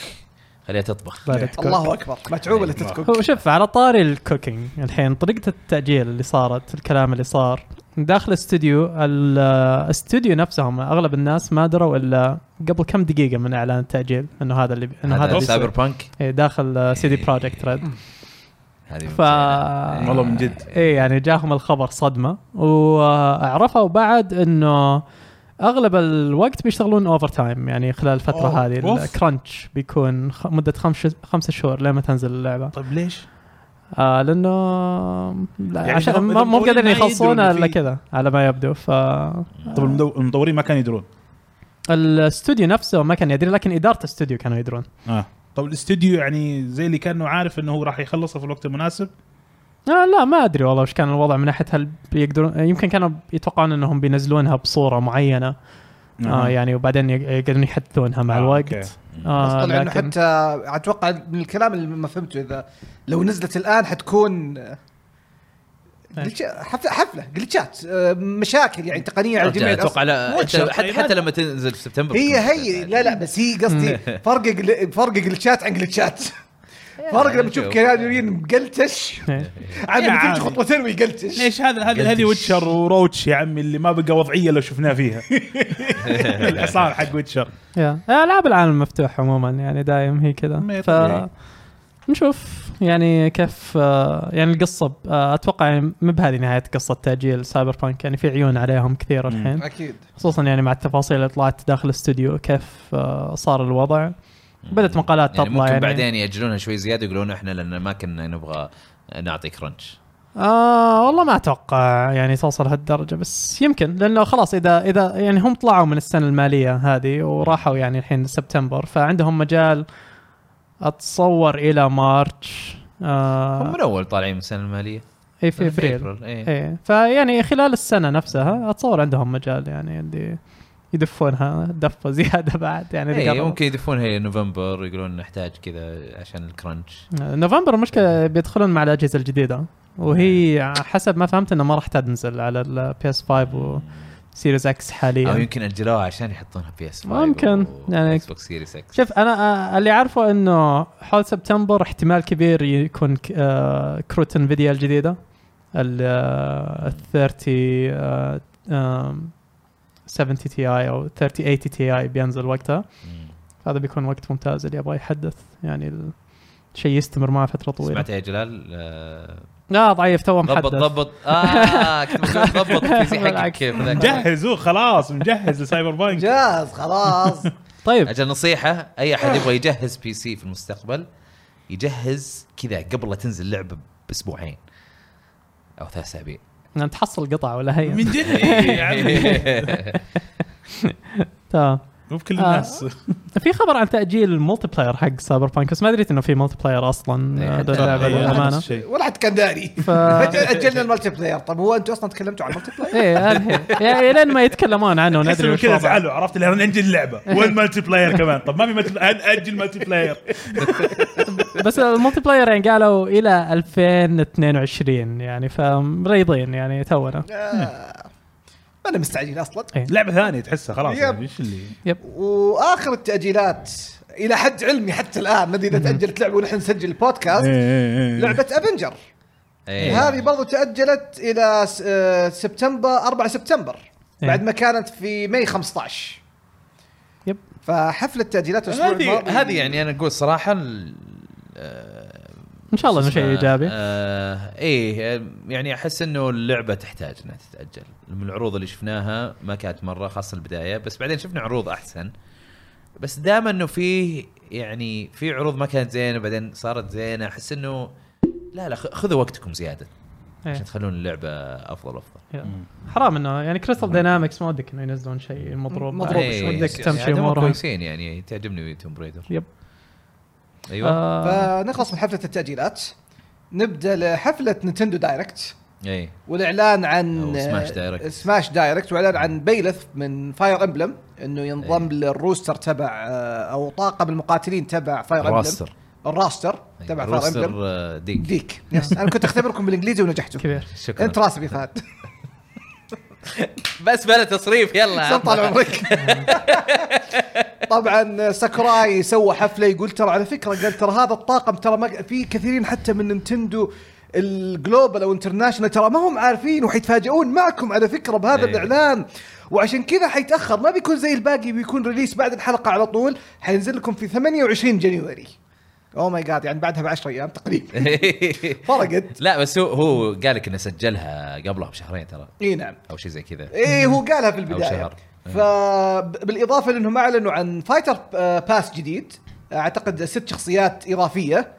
خليها تطبخ
لا تكوك.
الله اكبر متعوبه اللي تتكوك
هو شوف على طاري الكوكينج الحين طريقه التاجيل اللي صارت الكلام اللي صار داخل استوديو ال- الاستوديو نفسهم اغلب الناس ما دروا الا قبل كم دقيقه من اعلان التاجيل انه هذا اللي انه هذا
هذا
اللي
سايبر
بيصير.
بانك
إيه، داخل سي دي بروجكت ريد
هذه
ف
ممتازة. إيه.
والله من جد.
ايه يعني جاهم الخبر صدمه وعرفوا بعد انه اغلب الوقت بيشتغلون اوفر تايم يعني خلال الفتره
أوه،
هذه
أوف.
الكرانش بيكون خ- مده خمس خمسة شهور لما تنزل اللعبه
طيب ليش؟
آه لانه لا
يعني
عشان
هم-
ما مو
المطورين
قادرين
ما يدروا
يخلصون
إنه
الا
في-
كذا على ما يبدو ف
طب طيب المدو- المطورين ما كانوا يدرون
الاستوديو نفسه ما كان يدري لكن اداره الاستوديو كانوا يدرون
اه طب الاستوديو يعني زي اللي كانه عارف انه هو راح يخلصه في الوقت المناسب
آه لا ما ادري والله وش كان الوضع من ناحيه هل بيقدرون يمكن كانوا يتوقعون انهم بينزلونها بصوره معينه آه يعني وبعدين يق- يقدرون يحدثونها مع
آه، أوكي.
الوقت
بس
آه
طلع انه
لكن
حتى اتوقع من الكلام اللي ما فهمته اذا لو نزلت الان حتكون جلتش- حفله حفله جلتشات آه، مشاكل يعني تقنيه على جميع
اتوقع
الأصعدة.
لا أنت
واتشر.
حتى حتى لما تنزل في سبتمبر
هي هي لا لا بس هي قصدي فرق جل- فرق جلتشات عن جلتشات فرق لما تشوف كيانورين مقلتش
إيه.
عن
يا
لما
عادي.
تمشي خطوتين ويقلتش
ليش هذا هذا هذه
قديش.
ويتشر وروتش يا عمي اللي ما بقى وضعيه لو شفناه فيها الحصان حق ويتشر
يا آه، العاب العالم المفتوح عموما يعني دايم هي كذا
ما
ف
طبيعي.
نشوف يعني كيف آه، يعني القصه ب- آه، اتوقع يعني ما بهذه نهايه قصه تاجيل سايبر بانك يعني في عيون عليهم كثير الحين
اكيد
خصوصا يعني مع التفاصيل اللي طلعت داخل الاستوديو كيف آه، صار الوضع بدات مقالات
يعني
تطلع
ممكن
يعني
بعدين ياجلونها شوي زياده يقولون احنا لان ما كنا نبغى نعطي كرنش
آه والله ما اتوقع يعني توصل هالدرجه بس يمكن لانه خلاص اذا اذا يعني هم طلعوا من السنه الماليه هذه وراحوا يعني الحين سبتمبر فعندهم مجال اتصور الى مارتش
هم
آه
من اول طالعين من السنه الماليه
اي في ابريل
أبريل، إيه.
اي فيعني خلال السنه نفسها اتصور عندهم مجال يعني اللي يدفونها دفه زياده بعد يعني إذا
إيه،
قرروا.
ممكن يدفونها الى نوفمبر يقولون نحتاج كذا عشان الكرنش
آه، نوفمبر المشكله بيدخلون مع الاجهزه الجديده وهي حسب ما فهمت انه ما راح تنزل على البي اس 5 و سيريز اكس حاليا
او يمكن اجلوها عشان يحطونها بي اس 5
إيه. ممكن. يعني-
اكس بوكس سيريس اكس
شوف انا آه، اللي عارفه انه حول سبتمبر احتمال كبير يكون ك- آه، كروت انفيديا الجديده ال آه، 30 آه، آم، 70 تي اي او 3080 تي اي بينزل وقتها هذا بيكون وقت ممتاز اللي يبغى يحدث يعني ال- شيء يستمر معه فتره طويله
سمعت يا جلال آه،
لا ضعيف تو محدد
ضبط ضبط اه كنت بقول ضبط البي سي حقك
بالعكس.
كيف ذاك.
مجهزوه خلاص مجهز لسايبر بانك
جاز خلاص
طيب
اجل نصيحه اي احد
آه.
يبغى يجهز بي سي في المستقبل يجهز كذا قبل لا تنزل لعبه باسبوعين او ثلاث اسابيع
يعني تحصل قطعه ولا هي
من جد إيه،
إيه،
يا
يعني.
عمي
تمام
مو بكل
آه.
الناس
في خبر عن تاجيل الملتي بلاير حق سايبر بانك بس ما دريت انه في ملتي بلاير اصلا
إيه،
آه،
حتى
دون لعبه
إيه،
للامانه
نفس الشيء.
ولا حد كان داري
ف
أجل- اجلنا الملتي بلاير طب هو انتم اصلا تكلمتوا عن الملتي بلاير
ايه هذه هي. يعني لين ما يتكلمون عنه
تحس
وندري
إنه
وش
كذا
وضعه.
زعلوا عرفت اللي ننجل اللعبه والملتي بلاير كمان طب ما في ملتي ناجل ملتي بلاير
بس الملتي بلاير يعني قالوا الى 2022 يعني فمريضين يعني تونا
آه، ما انا مستعجل اصلا
لعبه ثانيه تحسها خلاص
يب.
يعني ايش اللي
واخر التاجيلات الى حد علمي حتى الان ما ادري اذا تاجلت لعبه ونحن نسجل
إيه،
إيه.
البودكاست لعبه افنجر
إيه.
هذه برضو تاجلت الى س- آه، سبتمبر 4 سبتمبر
إيه.
بعد ما كانت في ماي 15
يب.
فحفله تاجيلات الاسبوع الماضي
هذه هذه يعني انا اقول صراحه ال- آه،
ان شاء الله انه شيء
اسمه-
ايجابي
آه ايه آه، يعني احس انه اللعبه تحتاج انها تتاجل من العروض اللي شفناها ما كانت مره خاصه البدايه بس بعدين شفنا عروض احسن بس دائما انه فيه يعني في عروض ما كانت زينه بعدين صارت زينه احس انه لا لا خ- خذوا وقتكم زياده
إيه.
عشان تخلون اللعبه افضل افضل
حرام انه يعني كريستال داينامكس ما ودك انه ينزلون شيء مضروب
مضروب
يعني
شوي.
ودك تمشي
إيه، يعني هم
امورهم
كويسين يعني تعجبني توم بريدر
يب
ايوه آه.
آه،
فنخلص من حفله التاجيلات نبدا لحفله نينتندو دايركت
اي
والاعلان عن آه،
أو سماش دايركت.
سماش دايركت واعلان عن بيلث من فاير امبلم انه ينضم للروستر تبع آه، او طاقم المقاتلين تبع فاير امبلم
راستر
الراستر
أيوة،
طيب، تبع فاير امبلم
راستر آه، ديك
ديك يس انا كنت اختبركم بالانجليزي ونجحتوا
كبير
شكرا
انت راسبي فهد
بس بلا تصريف يلا
طال عمرك طبعا ساكوراي سوى حفله يقول ترى على فكره قال ترى هذا الطاقم ترى ما في كثيرين حتى من نينتندو الجلوبال او انترناشونال ترى ما هم عارفين وحيتفاجئون معكم على فكره بهذا
إيه.
الاعلان وعشان كذا حيتاخر ما بيكون زي الباقي بيكون ريليس بعد الحلقه على طول حينزل لكم في 28 جانيوري او ماي جاد يعني بعدها ب 10 ايام تقريبا فرقت
لا بس هو هو قال لك انه سجلها قبلها بشهرين ترى
اي نعم
او شيء زي كذا
ايه هو قالها في البدايه
شهر.
فبالاضافه لانهم اعلنوا عن فايتر آه، باس جديد اعتقد ست شخصيات اضافيه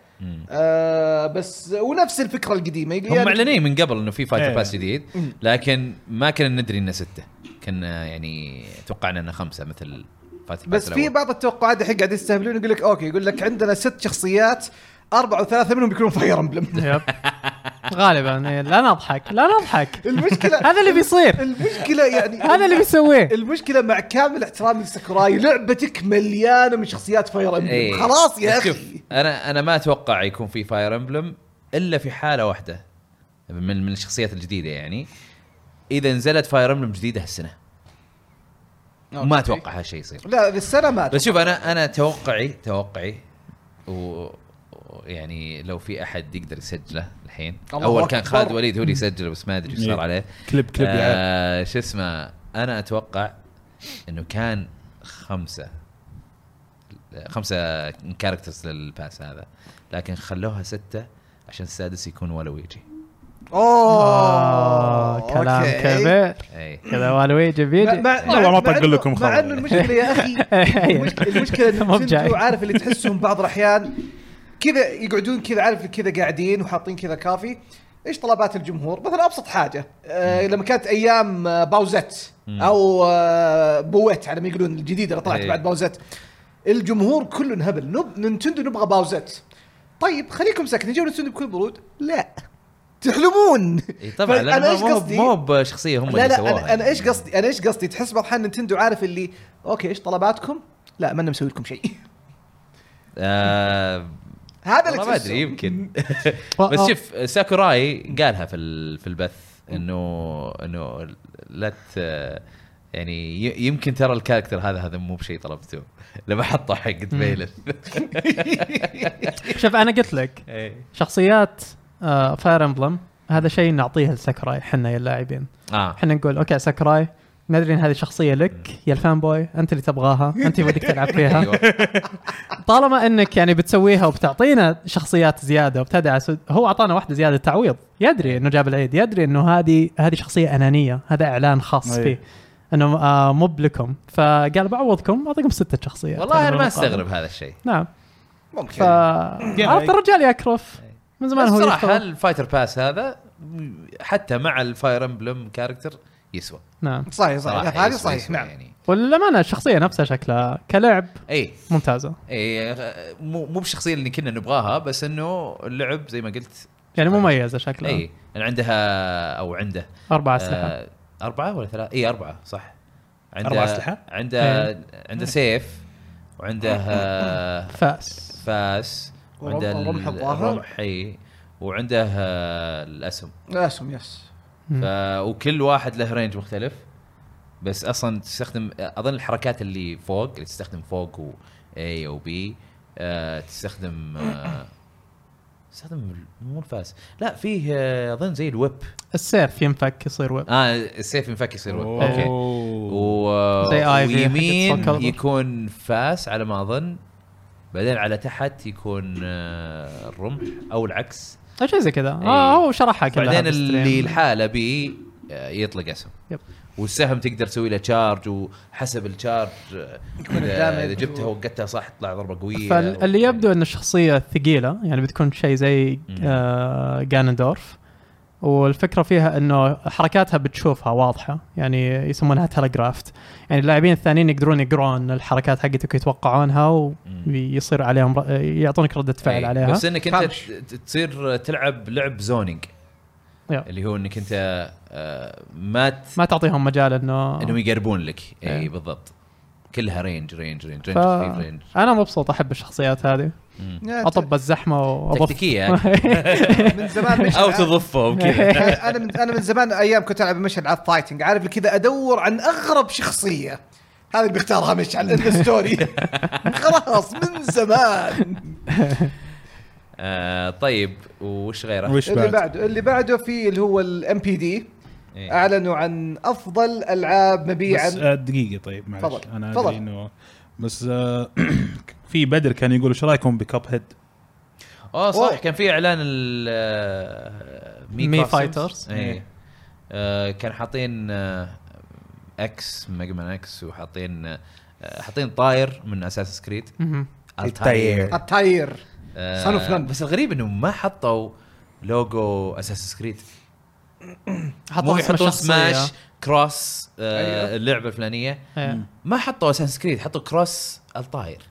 آه بس ونفس الفكره القديمه
هم
يعني
معلنين من قبل انه في فايتر
إيه.
باس جديد لكن ما كنا ندري انه سته كنا يعني توقعنا انه خمسه مثل فايتر باس
بس في
الأول.
بعض التوقعات الحين قاعد يستهبلون يقول لك اوكي يقول لك عندنا ست شخصيات اربعه وثلاثه منهم بيكونون فاير امبلم
يب غالبا إيه، لا نضحك لا نضحك
المشكله
هذا اللي بيصير
المشكله يعني
هذا اللي بيسويه
المشكله مع كامل احترامي لساكوراي لعبتك مليانه من شخصيات فاير
إيه.
امبلم خلاص يا
بس شوف،
اخي
انا انا ما اتوقع يكون في فاير امبلم الا في حاله واحده من من الشخصيات الجديده يعني اذا نزلت فاير امبلم جديده هالسنه ما اتوقع هالشيء يصير
لا السنه ما
بس شوف انا انا توقعي توقعي و و- يعني لو في احد يقدر يسجله الحين
الله
اول كان
أكبر.
خالد وليد هو اللي يسجله بس ما ادري ايش صار عليه
كليب كليب يا
آه شو اسمه انا اتوقع انه كان خمسه خمسه كاركترز للباس هذا لكن خلوها سته عشان السادس يكون ولويجي
آه،
اوه
كلام
آه، أوكي.
كبير
اي
كذا والويجي
مع-
بيجي
مع-
والله
مع-
ما
مع
طق
إنه-
لكم
مع
خبر.
انه المشكله يا اخي المشكله المشكله إن
مو بجاي.
نتندو عارف اللي تحسهم بعض الاحيان كذا يقعدون كذا عارف كذا قاعدين وحاطين كذا كافي ايش طلبات الجمهور؟ مثلا ابسط حاجه آه لما كانت ايام آه، باوزت او آه بويت على ما يقولون الجديده اللي طلعت
إيه.
بعد باوزت الجمهور كله انهبل نب... نينتندو نبغى باوزت طيب خليكم ساكتين جو نينتندو بكل برود لا تحلمون
إي طبعا
فأنا
لانه
طيب، إيش
إيه، مو
قصدي؟
مو بشخصيه هم
لا
اللي
لا
سووها يعني.
انا, أنا ايش قصدي انا ايش قصدي تحس بعض الاحيان نتندو عارف اللي اوكي ايش طلباتكم؟ لا ما أنا مسوي لكم شيء
آه
هذا اللي
والله ما
تحسه.
ادري يمكن
آه.
بس شوف ساكوراي قالها في ال- في البث انه انه لا ت- يعني ي- يمكن ترى الكاركتر هذا هذا مو بشيء طلبته لما حطه حق بيلث
شوف انا قلت لك
إيه.
شخصيات آه، فاير امبلم هذا شيء نعطيه لساكوراي احنا يا اللاعبين
اه
احنا نقول اوكي ساكوراي ندري ان هذه شخصيه لك يا الفان بوي انت اللي تبغاها انت ودك تلعب فيها
ايوه
طالما انك يعني بتسويها وبتعطينا شخصيات زياده وبتدعس هو اعطانا واحده زياده تعويض يدري انه جاب العيد يدري انه هذه هذه شخصيه انانيه هذا اعلان خاص
أي.
فيه انه آه مب لكم فقال بعوضكم بعطيكم ستة شخصيات
والله انا ما
بالمقابل.
استغرب هذا الشيء
نعم ف
ممكن
عرفت الرجال يكرف من زمان
بس
هو
صراحه
يكرف.
الفايتر باس هذا حتى مع الفاير امبلم كاركتر يسوى
نعم
صحيح
صراحة
صحيح هذه
يسوى-
صحيح
يسوى
نعم
يعني
والأمانة الشخصية نفسها شكلها كلعب
اي
ممتازة
اي آه، مو مو بالشخصيه اللي كنا نبغاها بس انه اللعب زي ما قلت
يعني مميزة شكلها
نعم.
اي يعني عندها او عنده
أربع أسلحة
آه اربعه ولا ثلاثه؟ اي اربعه صح عنده
أربع أسلحة؟
عنده
إيه.
عنده سيف وعنده آه،
فأس
فاس
ورم-
وعنده ال-
رمح الظاهر.
الرمح اي وعنده آه، الاسم
لا اسم يس
مم.
ف... وكل واحد له رينج مختلف بس اصلا تستخدم اظن الحركات اللي فوق اللي تستخدم فوق و اي او بي آه تستخدم آه تستخدم مو الفاس لا فيه آه، اظن زي الويب
السيف ينفك يصير ويب
اه السيف ينفك يصير ويب
آه،
أوه.
اوكي و...
زي Ivy حقت
ويمين
Soul Calibur.
يكون فاس على ما اظن بعدين على تحت يكون آه، الرمح او العكس
أو شيء زي كذا
إي.
آه هو شرحها كلها
بعدين
بالستريم.
اللي الحاله بي آه، يطلق اسهم
يب.
والسهم تقدر تسوي له تشارج وحسب التشارج آه،
يكون
اذا
الدامج
إذا جبتها
و-
وقتها صح تطلع ضربه قويه
فاللي يبدو أن الشخصية ثقيلة يعني بتكون شيء زي
مم.
آه جانندورف والفكرة فيها انه حركاتها بتشوفها واضحة يعني يسمونها تلغرافت يعني اللاعبين الثانيين يقدرون يقرون الحركات حقتك ويتوقعونها ويصير عليهم ر- يعطونك ردة فعل
إيه.
عليها
بس انك انت
فامش.
ت- تصير تلعب لعب زونينج
يب.
اللي هو انك انت آه، ما ت-
ما تعطيهم مجال انه
انهم يقربون لك اي
إيه.
بالضبط كلها رينج رينج رينج
ف...
رينج خفيف رينج
انا مبسوط احب الشخصيات هذه
يا
اطب الزحمه واضف
تكتيكيه يعني.
من زمان مش
او تضفهم
إيه.
كذا
انا من انا من زمان ايام كنت العب مش العاب فايتنج عارف كذا ادور عن اغرب شخصيه هذه اللي بيختارها مشعل ان ستوري خلاص من زمان
آه، طيب وش غيره؟
وش
اللي
بعد؟
بعده اللي بعده في اللي هو الام بي دي
إيه.
اعلنوا عن افضل العاب مبيعا
بس آه، دقيقه طيب معلش
تفضل،
انا
تفضل.
ادري انه بس آه، في بدر كان يقول ايش رايكم بكاب هيد؟
اوه آه، صح
أوه.
كان في اعلان ال آه،
مي
Crafters.
فايترز.
إيه. آه، كان حاطين آه، اكس ميجا مان اكس وحاطين آه، حاطين طاير من اساس كريد
مهم.
التاير
التاير
آه،
Son of Lamb.
بس الغريب انه ما حطوا لوجو اساس كريد
حطوا اسم
مو يحطون
الشخصية. أيوة.
سماش كروس آه،
أيوه.
اللعبه الفلانيه
إيه.
ما حطوا اساس كريد حطوا كروس الطاير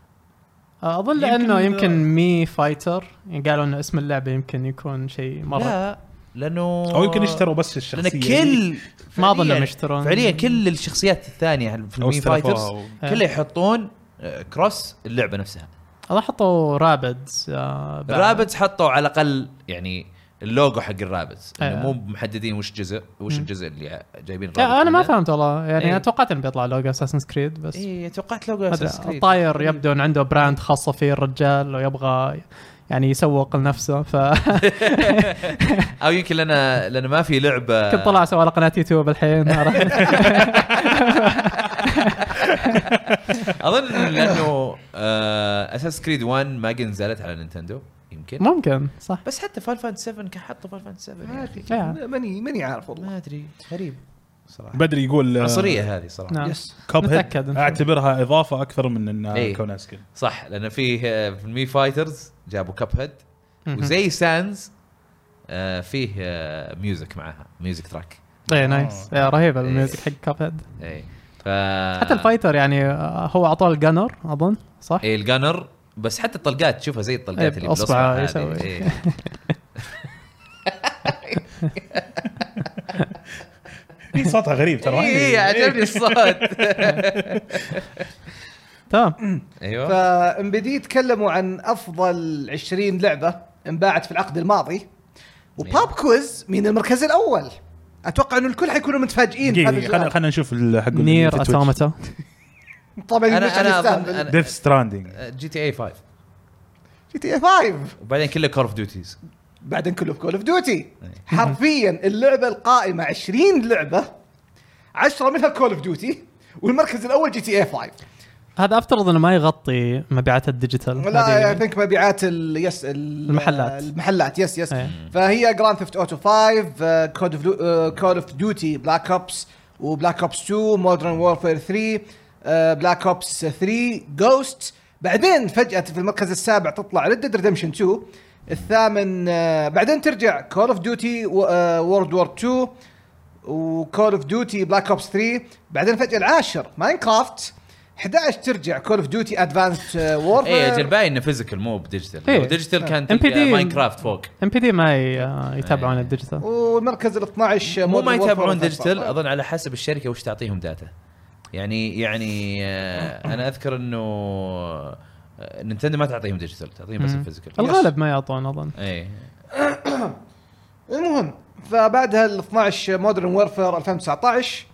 اظن لانه آه، يمكن مي فايتر يعني قالوا انه اسم اللعبه يمكن يكون شيء مره
لا لانه
او يمكن اشتروا بس
لان
الشخصيه
آه، كل
ما أظن
فعلياً-
إنهم يشترون.
فعليا كل الشخصيات الثانيه في
او
المين
استلفوها
يعني فايترز
أو-
آه،
كلها يحطون آه، كروس اللعبه نفسها
اظن حطوا رابدز آه بعد.
الرابتس حطوا على الاقل يعني اللوجو حق الرابتس
أيوة.
انه مو محددين وش جزء وش الجزء اللي جايبين
لا انا ما
منه.
فهمت والله يعني
إيه.
انا توقعت انه بيطلع لوجو اساسن كريد بس
اي توقعت لوجو
ما أدري،
Assassin's Creed. إيه.
الطاير يبدو ان عنده براند خاصه فيه الرجال ويبغى يعني يسوق لنفسه فكنت
آه. او يمكن لان لان ما في لعبه
طلع سوى على قناه يوتيوب الحين عرفت؟
اظن لانه اساس كريد 1 ما قد نزلت على نينتندو يمكن
ممكن صح
بس حتى فايل فانت 7 كان حطوا فايل فانت 7 يا اخي
إيه.
ماني ماني عارف والله
ما ادري غريب صراحه
بدر يقول آه،
عنصريه هذه صراحه
نعم
يس
كاب
نتأكد إن
هيد
شاء الله.
اعتبرها اضافه اكثر من انها
إيه.
كونها سكن
صح لان فيه آه، في المي فايترز جابوا كاب هيد
مهم.
وزي سانز آه، فيه آه، ميوزك معاها ميوزك تراك
ايه نايس
آه.
إيه، رهيب الميوزك حق كاب هيد
اي إيه. ف
حتى الفايتر يعني آه، هو اعطاه الجنر اظن صح؟
اي الجانر إيه، بس حتى الطلقات تشوفها زي
إيه،
الطلقات اللي
بأصبعه
بالاصبع
يسوي.
هذه. إيه.
إيه، يعني صوتها غريب ترى
اي إي، إيه، عجبني الصوت
تمام
ايوه
فام بي دي تكلموا عن افضل 20 لعبه انباعت في العقد الماضي وباب كويز من المركز الاول اتوقع انه الكل حيكونوا متفاجئين بهذا
خلينا
الجواب.
خلينا نشوف ال- حق
نير اتوماتا
طبعا
أنا-
مش عن
أنا أظن-
يستهبل.
أنا-
ديف ستراندنج
جي تي اي 5
جي تي اي 5
وبعدين كله كور اوف ديوتيز إيه.
بعدين كله في كول اوف ديوتي حرفيا اللعبه القائمه 20 لعبه 10 منها كول اوف ديوتي والمركز الاول جي تي اي 5
هذا افترض انه ما يغطي مبيعات الديجيتال
لا يعني اي
هذه-
ثينك مبيعات ال يس ال
المحلات.
المحلات يس يس
إيه.
فهي جراند ثيفت اوتو 5 كود اوف كود اوف ديوتي بلاك اوبس وبلاك اوبس 2 مودرن وورفير 3 بلاك اوبس 3 جوست بعدين فجأة في المركز السابع تطلع ريد ديد ريدمشن 2 الثامن آه، بعدين ترجع كول اوف ديوتي وورد وور 2 وكول اوف ديوتي بلاك اوبس 3 بعدين فجأة العاشر ماينكرافت 11 ترجع كول اوف ديوتي ادفانسد وورفير
اي اجل باين انه فيزيكال مو بديجيتال
آه، إيه.
لو ديجيتال كان
إم بي دي.
تلقى ماينكرافت فوق
ام بي دي ما ي- آه، يتابعون
إيه.
الديجيتال
والمركز ال 12
مو
Modern
ما
Warfare
يتابعون
14.
ديجيتال اظن على حسب الشركه وش تعطيهم داتا يعني يعني آه، انا اذكر انه آه، نينتندو ما تعطيهم ديجيتال تعطيهم بس
مم.
الفيزيكال إيه.
الغالب ما يعطون اظن
اي
المهم فبعدها ال 12 مودرن وورفير 2019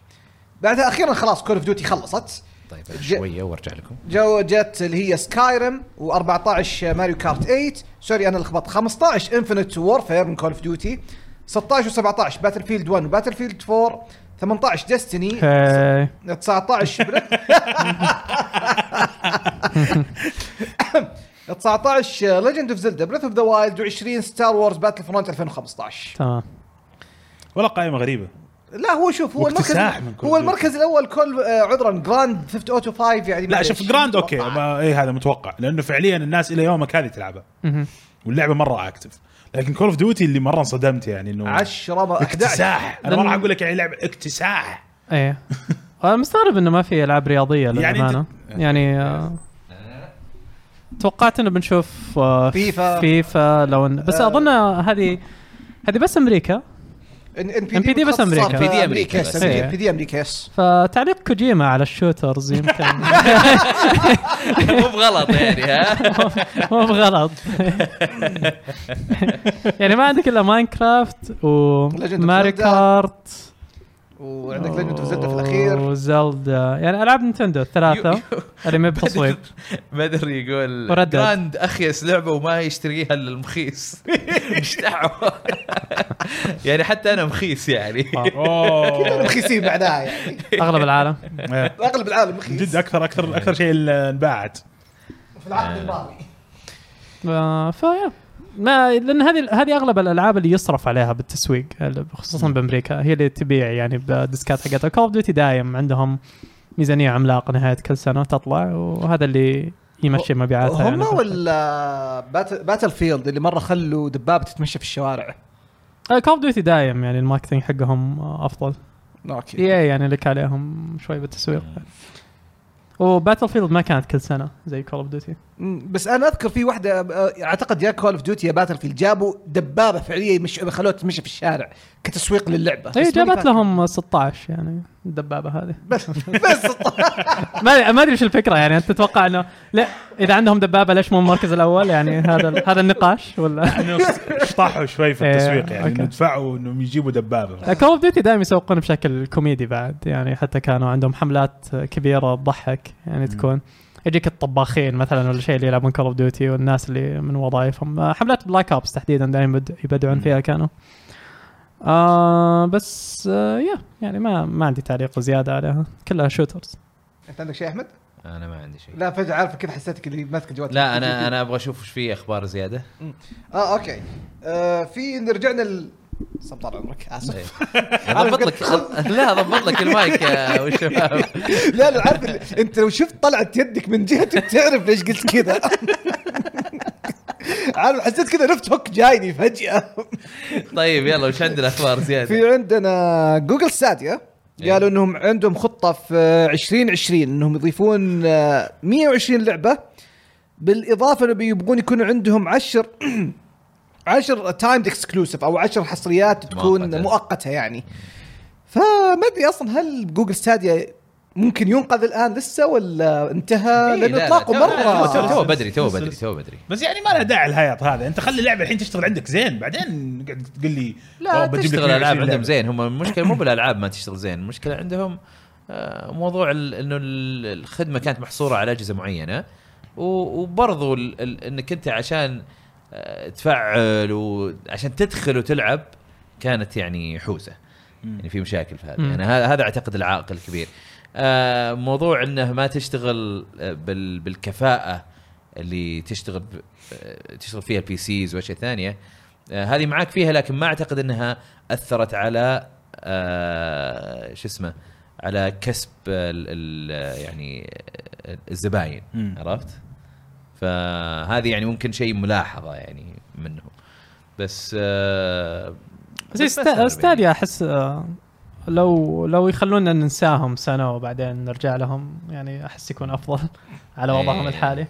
بعدها اخيرا خلاص كول اوف ديوتي خلصت
طيب
ج-
شويه وارجع لكم
جو جت اللي هي سكايرم و14 ماريو كارت 8 سوري انا لخبطت 15 انفنت وورفير من كول اوف ديوتي 16 و17 باتل فيلد 1 وباتل فيلد 4 18 ديستني
هي.
19 بريث 19 ليجند اوف زلدا بريث اوف ذا وايلد و20 ستار وورز باتل فرونت 2015
تمام
والله قائمه غريبه
لا هو شوف هو المركز
واكتساح من كل
هو المركز الاول كل آه، عذرا جراند ثفت اوتو 5 يعني
لا
معليش،
شوف جراند اوكي
متوقع.
ما اي هذا متوقع لانه فعليا الناس الى يومك هذه تلعبها
مهم.
واللعبه مره اكتف لكن كول اوف ديوتي اللي مره انصدمت يعني انه
10 ما- 11
اكتساح انا ما راح اقول لك يعني لعبه اكتساح
ايه انا مستغرب انه ما في العاب رياضيه للامانه
أنت-
يعني, يعني آه، توقعت انه بنشوف آه،
فيفا.
فيفا لو إن بس
آه.
اظن هذه هذه بس امريكا
ان
NPD بس أمريكا.
NPD أمريكا بس.
إيه.
ان بي دي امريكا يس
فتعليق كوجيما على الشوترز يمكن
مو بغلط يعني ها
مو بغلط يعني ما عندك الا ماينكرافت
Legend of
وماري
Zelda.
كارت
وعندك ليجند اوف زلدا في الاخير
وزلدا يعني العاب نينتندو الثلاثه اللي ما بتصويب
بدر يقول
وردد.
جراند اخيس لعبه وما يشتريها الا المخيس مش دعوه يعني حتى انا مخيس يعني
اوه
رخيصين معناها يعني
اغلب العالم
إيه.
اغلب العالم
من
رخيص
جد اكثر اكثر اكثر شيء اللي انباعت
في العقد الماضي
آه، فيا ما لان هذه هذه اغلب الالعاب اللي يصرف عليها بالتسويق خصوصا بامريكا هي اللي تبيع يعني بالديسكات حقتها كول اوف ديوتي دايم عندهم ميزانيه عملاقه نهايه كل سنه تطلع وهذا اللي يمشي مبيعاتها
هم
يعني
ولا باتل, باتل فيلد اللي مره خلوا دبابه تتمشى في الشوارع
كول اوف ديوتي دايم يعني الماركتينج حقهم آه، افضل
اوكي
اي يعني لك عليهم شوي بالتسويق وباتل فيلد ما كانت كل سنه زي كول اوف ديوتي
مم، بس انا اذكر في واحده آه، اعتقد يا كول اوف ديوتي يا باتل فيلد جابوا دبابه فعليه مش خلوها تمشي في الشارع كتسويق للعبه بس
اي
ماني
طيب، جابت
فاكر.
لهم 16 يعني الدبابه هذه
بس بس طيب.
ما ما ادري وش الفكره يعني انت تتوقع انه لا اذا عندهم دبابه ليش مو المركز الاول يعني هذا ال- هذا النقاش ولا
انه شطحوا شوي في
إيه،
التسويق يعني
أوكي.
انه دفعوا انهم يجيبوا دبابه
كول اوف ديوتي دائما يسوقون بشكل كوميدي بعد يعني حتى كانوا عندهم حملات كبيره تضحك يعني تكون يجيك الطباخين مثلا ولا شيء اللي يلعبون كول اوف ديوتي والناس اللي من وظائفهم آه، حملات بلاك اوبس تحديدا دائما يبد- يبدعون
مم.
فيها كانوا آه بس آه يا يعني ما ما عندي تعليق زياده عليها كلها شوترز
انت عندك شيء يا احمد؟
انا ما عندي شيء
لا فجاه عارف كذا حسيتك اللي ماسك جوال
لا انا انا ابغى اشوف وش في اخبار زياده
اه اوكي آه في رجعنا ل صب طال عمرك اسف
يعني ضبط لك لا ضبط لك المايك يا والشباب
لا لا عارف اللي- انت لو شفت طلعت يدك من جهتك تعرف ليش قلت كذا عارف حسيت كذا لفت هوك جايني فجاه
طيب يلا وش عندنا إيه، اخبار زياده
في عندنا جوجل ساديا
إيه.
قالوا انهم عندهم خطه في آه، 2020 انهم يضيفون آه، 120 لعبه بالاضافه انه بيبغون يكون عندهم 10 10 تايمد اكسكلوسيف او 10 حصريات تكون
مؤقتة.
مؤقته يعني فما ادري اصلا هل جوجل ساديا ممكن ينقذ الان لسه ولا انتهى
إيه، لا،
لانه
لا،
اطلاقه
تو- تو-
مره
تو بدري تو بدري تو بدري
بس يعني ما لها داعي الهيط هذا انت خلي اللعبه الحين تشتغل عندك زين بعدين قاعد تقول لي
لا
"أوه، بجيب لك
تشتغل الالعاب
120
عندهم
لعبة".
زين هم المشكله مو بالالعاب ما تشتغل زين المشكله عندهم آه، موضوع ال- انه ال- الخدمه كانت محصوره على اجهزه معينه و- وبرضو ال- ال- انك انت عشان آه، تفعل وعشان تدخل وتلعب كانت يعني حوسه يعني في مشاكل في هذا
مم.
يعني هذا هذا اعتقد العائق الكبير آه، موضوع انه ما تشتغل آه، بال- بالكفاءه اللي تشتغل ب- آه، تشتغل فيها البي سيز واشياء ثانيه آه، هذه معاك فيها لكن ما اعتقد انها اثرت على آه، شو اسمه على كسب ال ال يعني آه، الزباين
مم.
عرفت؟ فهذه يعني ممكن شيء ملاحظه يعني منه بس آه
زي
يعني.
ستا- ستاديا احس آه، لو لو يخلونا ننساهم سنه وبعدين نرجع لهم يعني احس يكون افضل على وضعهم
إيه.
الحالي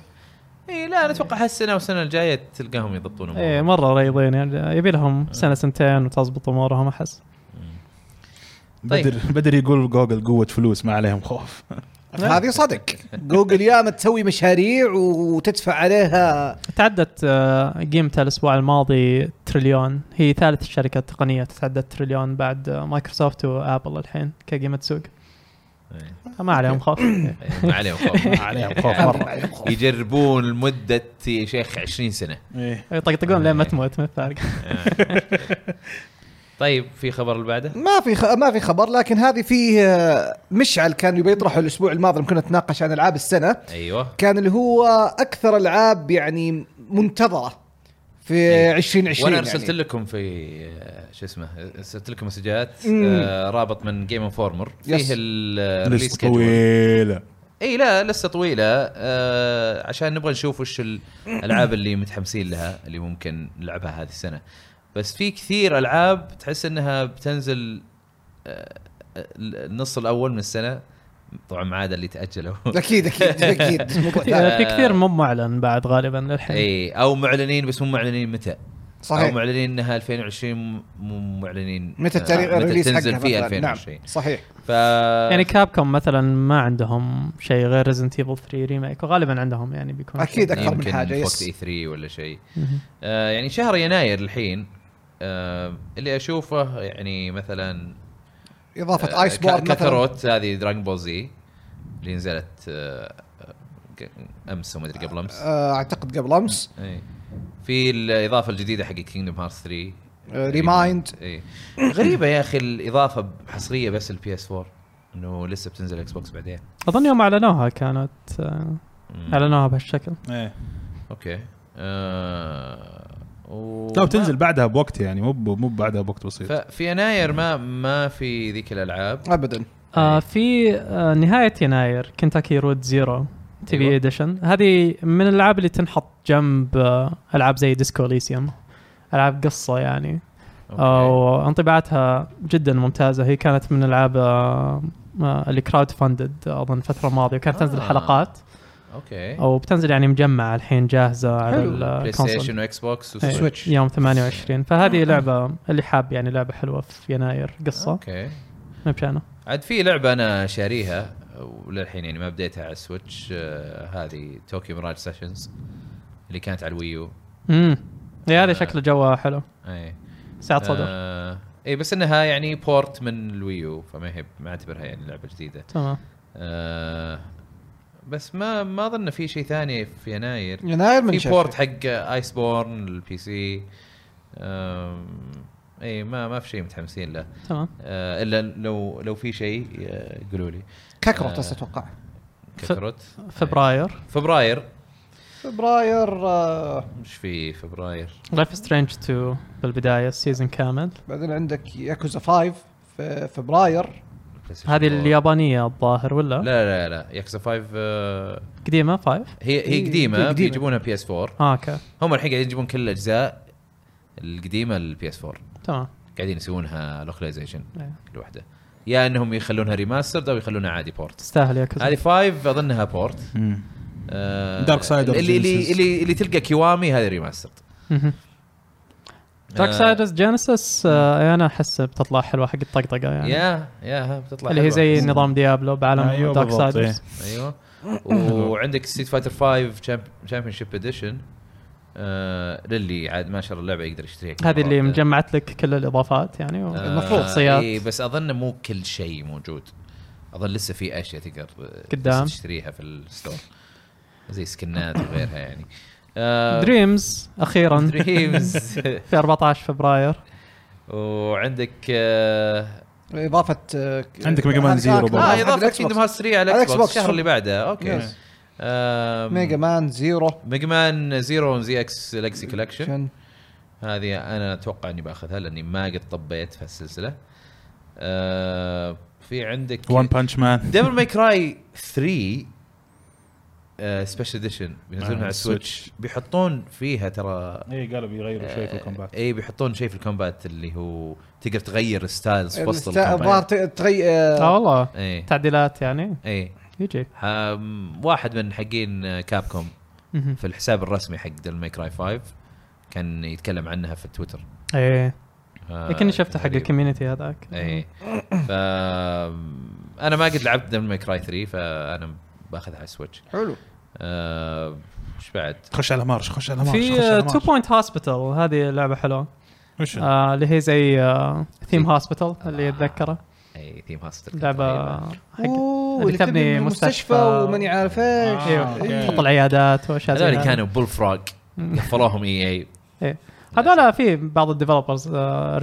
اي إيه، لا انا اتوقع هالسنه والسنه الجايه تلقاهم يضبطون أمورهم.
إيه،
ايه مره ريضين يعني يبي لهم سنه سنتين وتزبط امورهم احس
طيب.
بدر بدر يقول جوجل قوه فلوس ما عليهم خوف
هذه صدق جوجل ياما تسوي مشاريع وتدفع عليها
تعدت آه، قيمتها الاسبوع الماضي تريليون هي ثالث شركه تقنيه تتعدى تريليون بعد آه، مايكروسوفت وابل الحين كقيمه سوق
إيه.
ما عليهم خوف
إيه، ما عليهم خوف
ما عليهم خوف
هذه
مره
ما يخوف.
يجربون لمده يا شيخ 20 سنه
إيه.
يطقطقون لين ما تموت ما فارق
طيب في خبر اللي بعده
ما في خ... ما في خبر لكن هذه فيه آه، مشعل كان يبي يطرحه الاسبوع الماضي لما كنا نتناقش عن العاب السنه
ايوه
كان اللي هو اكثر العاب يعني منتظره في
إيه.
2020
وانا ارسلت
يعني.
لكم في آه، شو اسمه ارسلت لكم مسجات
مم.
آه، رابط من جيم انفورمر
يس.
فيه آه،
آه،
الريليس
لسه طويله
اي لا لسه طويله آه عشان نبغى نشوف وش الالعاب اللي متحمسين لها اللي ممكن نلعبها هذه السنه بس في كثير العاب تحس انها بتنزل آه النص الاول من السنه طبعا ما عدا اللي تاجلوا
اكيد اكيد اكيد موضوع ثاني.
في كثير مو معلن بعد غالبا للحين
اي او معلنين بس مو معلنين متى او
صحيح
معلنين انها 2020 مو معلنين
متى التاريخ
آه، متى
الريليز
تنزل
حقها
فيها
مثلاً.
2020
نعم صحيح
ف
يعني كابكوم مثلا ما عندهم شيء غير ريزنت ايفل 3 ريميك وغالبا عندهم يعني بيكون
أكيد.
شيء.
أكثر من
يمكن
حاجة،
في
يس.
وقت اي 3 ولا شيء
مهم.
آه، يعني شهر يناير الحين آه، اللي اشوفه يعني مثلا
اضافه
آه،
ايس بورد
ك-
مثلا
كاكاروت هذه دراجون بول زي اللي نزلت آه، آه، امس وما ادري قبل امس
آه، اعتقد قبل امس
إي. في الاضافه الجديده حق كينجدم هارت 3
آه، ريمايند
اي غريبه إيه. يا اخي الاضافه حصريه بس البي اس 4 انه لسه بتنزل اكس بوكس بعدين
اظن يوم اعلنوها كانت آه،
مم.
اعلنوها بهالشكل
إيه.
اوكي آه و...
لا بتنزل طيب، بعدها بوقت يعني مو ب- مو بعدها بوقت بسيط
في يناير ما ما في ذيك الالعاب
ابدا
آه
إيه.
في آه نهايه يناير كنتاكي رود زيرو تي في
أيوة.
اديشن هذه من الالعاب اللي تنحط جنب آه العاب زي ديسكو اليسيوم العاب قصه يعني
أوكي.
وانطباعاتها جدا ممتازه هي كانت من العاب آه، آه، اللي آه، كراود فاندد اظن الفتره الماضيه وكانت تنزل
آه.
حلقات
اوكي
او بتنزل يعني مجمعه الحين جاهزه على
بلاي
الكونسول
ستيشن واكس بوكس
إيه،
وسويتش
يوم 28
آه.
فهذه لعبه اللي حاب يعني لعبه حلوه في يناير قصه
اوكي
ما بشانه
عاد في لعبه انا شاريها وللحين يعني ما بديتها على السويتش آه هذه توكيو مراج سيشنز اللي كانت على الويو
امم إيه، هذا
آه.
شكله جوها حلو
اي
ساعة صدر
آه اي بس انها يعني بورت من الويو فما هي ما اعتبرها يعني لعبه جديده
تمام
آه بس ما ما اظن في شيء ثاني في يناير
يناير من
في بورت حق ايس بورن البي سي اي إيه، ما ما في شيء متحمسين له
تمام
آه، الا لو لو في شيء آه، قولوا لي
كاكروت
آه.
بس اتوقع
كثرت
فبراير
فبراير
فبراير آه،
مش في فبراير
لايف سترينج 2 بالبدايه السيزون كامل
بعدين عندك ياكوزا 5 في فبراير
هذه اليابانيه الظاهر ولا
لا لا لا ياكسا 5 آه،
قديمه 5
هي هي
هي
قديمه
قديمة.
بيجيبونها بي اس 4
اه اوكي
هم الحين قاعدين يجيبون كل الاجزاء القديمه للبي اس 4
تمام
قاعدين يسوونها لوكلايزيشن
إيه.
كل واحده يا انهم يخلونها ريماسترد او يخلونها عادي بورت
تستاهل يا كوزا
هذه 5 اظنها بورت
مم.
آه،
Dark Side of
اللي
Genesis.
اللي اللي, اللي تلقى كيوامي هذه آه، ريماسترد آه.
دارك سايدرز جينيسيس انا احس آه، بتطلع حلوه حق الطقطقه يعني
يا يا بتطلع
اللي هي
حلوة.
زي نظام ديابلو بعالم
أيوة
دارك
بالضبط،
سايدرز
ايوه وعندك ستيت فايتر 5 تشامبيون شيب اديشن آه، للي عاد ما شرى اللعبه يقدر يشتريها كل
هذه اللي
مرة.
مجمعت لك كل الاضافات يعني
آه،
المفروض شخصيات
إي، بس اظن مو كل شيء موجود اظن لسه في اشياء تقدر آه،
قدام.
تشتريها في الستور زي سكنات وغيرها يعني آه،
دريمز اخيرا
دريمز
في 14 فبراير
وعندك آه،
اضافه آه، ك-
عندك ميجا مان
هذا-
زيرو
آه،
برضو.
اه
حق
اضافه
الإكس
كينجدم
بوكس.
هارت 3 على
على
الاكس
Xbox.
بوكس الشهر اللي بعده اوكي
Yes.
آم،
ميجا مان زيرو
ميجا مان زيرو زي اكس ليجسي كولكشن
عشان
هذه انا اتوقع اني باخذها لاني ما قد طبيت في السلسله آه، في عندك
وان بانش مان
ديفل ماي كراي 3 سبيشل اديشن آه، بينزلونها على
آه،
السويتش بيحطون فيها ترى
اي إيه، قالوا بيغيروا شوي في الكومبات
اي بيحطون شيء في الكومبات اللي هو تقدر تغير ستايلز في وسط
الست- الظاهر
الكومبات إيه،
ت- تغي
اه
آه،
والله
اي
تعديلات يعني
اي
يجي
هم- إيه. واحد من حقين كابكوم
مهم.
في الحساب الرسمي حق ديفل ماي كراي 5 كان يتكلم عنها في تويتر
ايه
آه، إيه.
لكني شفته حق
غريب.
الكوميونتي هذاك
اي ف انا ما قد لعبت ديفل ماي كراي 3 فانا باخذها على السويتش
حلو
آه، ايش بعد؟
خش على مارش خش على مارش
في آه،
خش على
تو
مارش
بوينت هوسبيتال هذه لعبه حلوه
وش
آه، اللي هي زي ثيم هوسبيتال اللي
آه.
يتذكره
اي ثيم هاستر
لعبه
طيب.
حق
أوه،
اللي
اللي
تبني
تبني
مستشفى
مستشفى وماني عارف إيه. ايش
آه،
ايوه
أوكي.
تحط العيادات واشياء زي
هذول
هذه.
كانوا E بول فروغ قفلوهم اي اي
هذول في بعض الديفلوبرز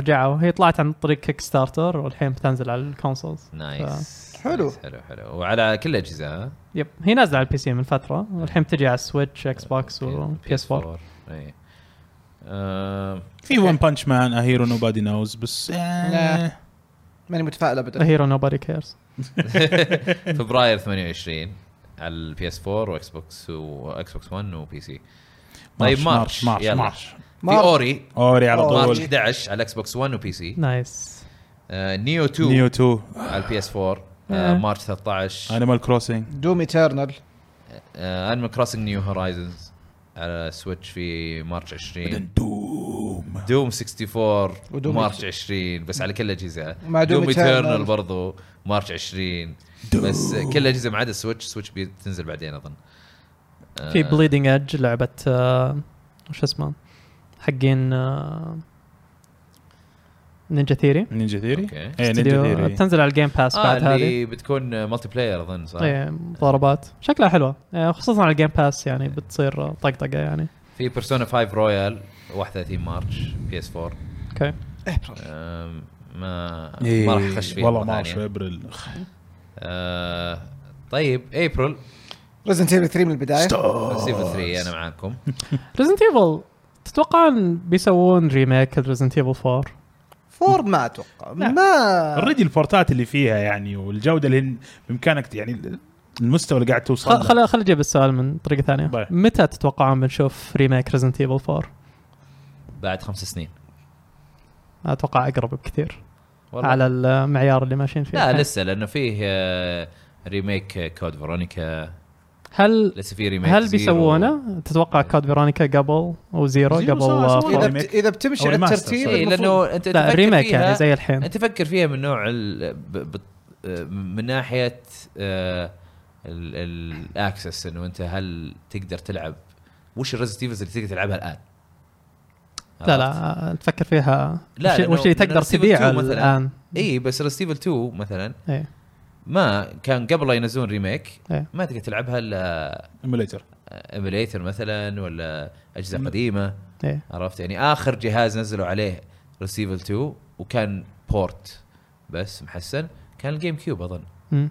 رجعوا هي طلعت عن طريق كيك ستارتر والحين بتنزل على الكونسولز
نايس
حلو.
نايس، حلو حلو وعلى كل آه. الاجهزه ها؟
يب هي نازله على البي سي من فتره والحين بتجي على السويتش اكس بوكس وبي اس 4
اي إيه. آه،
في ون بانش مان اهيرو نو بادي نوز بس آه،
ماني متفائل ابدا
هيرو نو بادي كيرز
فبراير 28 على البي اس 4 واكس بوكس واكس بوكس 1 وبي سي طيب مارش
مارش
يلا.
مارش
في اوري
اوري على
أوري.
مارش
طول
11 على الاكس بوكس 1 وبي سي
نايس
آه، نيو 2
نيو 2
على البي اس 4
آه.
آه، مارش 13
انيمال كروسنج
دوم ايترنال
انيمال كروسنج نيو هورايزنز على سويتش في مارش 20
دوم
دوم 64
ودوم
مارش 20 بس على كل الاجهزه
آه،
مع دوم
ايترنال
إترنال.
برضو مارش 20 بس كل الاجهزه ما عدا سويتش سويتش بتنزل بعدين آه، اظن
في بليدنج ايدج لعبه آه، وش اسمه حقين آه، نينجا ثيري
نينجا ثيري
أوكي.
ايه
استديو-
نينجا ثيري
بتنزل على الجيم باس
آه
آه، بعد هذه
اللي بتكون مالتي بلاير اظن صح؟
ايه مضاربات شكلها حلوه آه، خصوصا على الجيم باس يعني بتصير آه، طقطقه يعني
في بيرسونا 5 رويال 31 مارش بي اس 4
اوكي
آم، ما
إيه،
ما راح اخش فيها
والله
مرة
مارش
ثانية.
إيه.
ابريل
آه، طيب ابريل
ريزنت ايفل 3 من البدايه
سيفل
Oh.
3 انا معاكم
ريزنت ايفل تتوقعون بيسوون ريميك لريزنت ايفل 4
فور ما اتوقع
لا.
ما
اوريدي البورتات اللي فيها يعني والجوده اللي هن- بامكانك يعني المستوى اللي قاعد توصل
خل
له.
خل خل اجيب السؤال من طريقه ثانيه
باي.
متى تتوقعون بنشوف ريميك ريزنت ايفل 4
بعد خمس سنين
اتوقع اقرب بكثير على المعيار اللي ماشيين فيه
لا
الحين.
لسه لانه فيه آه، ريميك كود فيرونيكا
هل
لسه في ريميك
هل
زيرو.
بيسوونه تتوقع كود فيرونيكا قبل وزيرو
زيرو
قبل
سوا-
آه،
سوا.
فور؟
اذا
remake.
بت- اذا بتمشي
أو
على
remaster،
الترتيب
اي
المفروض-
لانه انت
لا
إيه، تفكر
ريميك
فيها-
يعني زي الحين
انت تفكر فيها من نوع ال... ب... ب... من ناحيه آه، ال- ال- الاكسس انه انت هل تقدر تلعب وش الريزنتيفز اللي تقدر تلعبها الان؟
لا لا آه، تفكر فيها
لا،
وش-
لأنه-
وش اللي تقدر آه،
لأنه Resident Evil 2
تبيعه
مثلاً.
الان
اي إيه، بس ريزنت 2 مثلا
ايه
ما كان قبل لا ينزلون ريميك
إيه.
ما تقدر تلعبها الا
ايميليتر
ايميليتر مثلا ولا اجهزه قديمه
ايه
عرفت يعني اخر جهاز نزلوا عليه ريسيفل 2 وكان بورت بس محسن كان الجيم كيوب اظن
مم.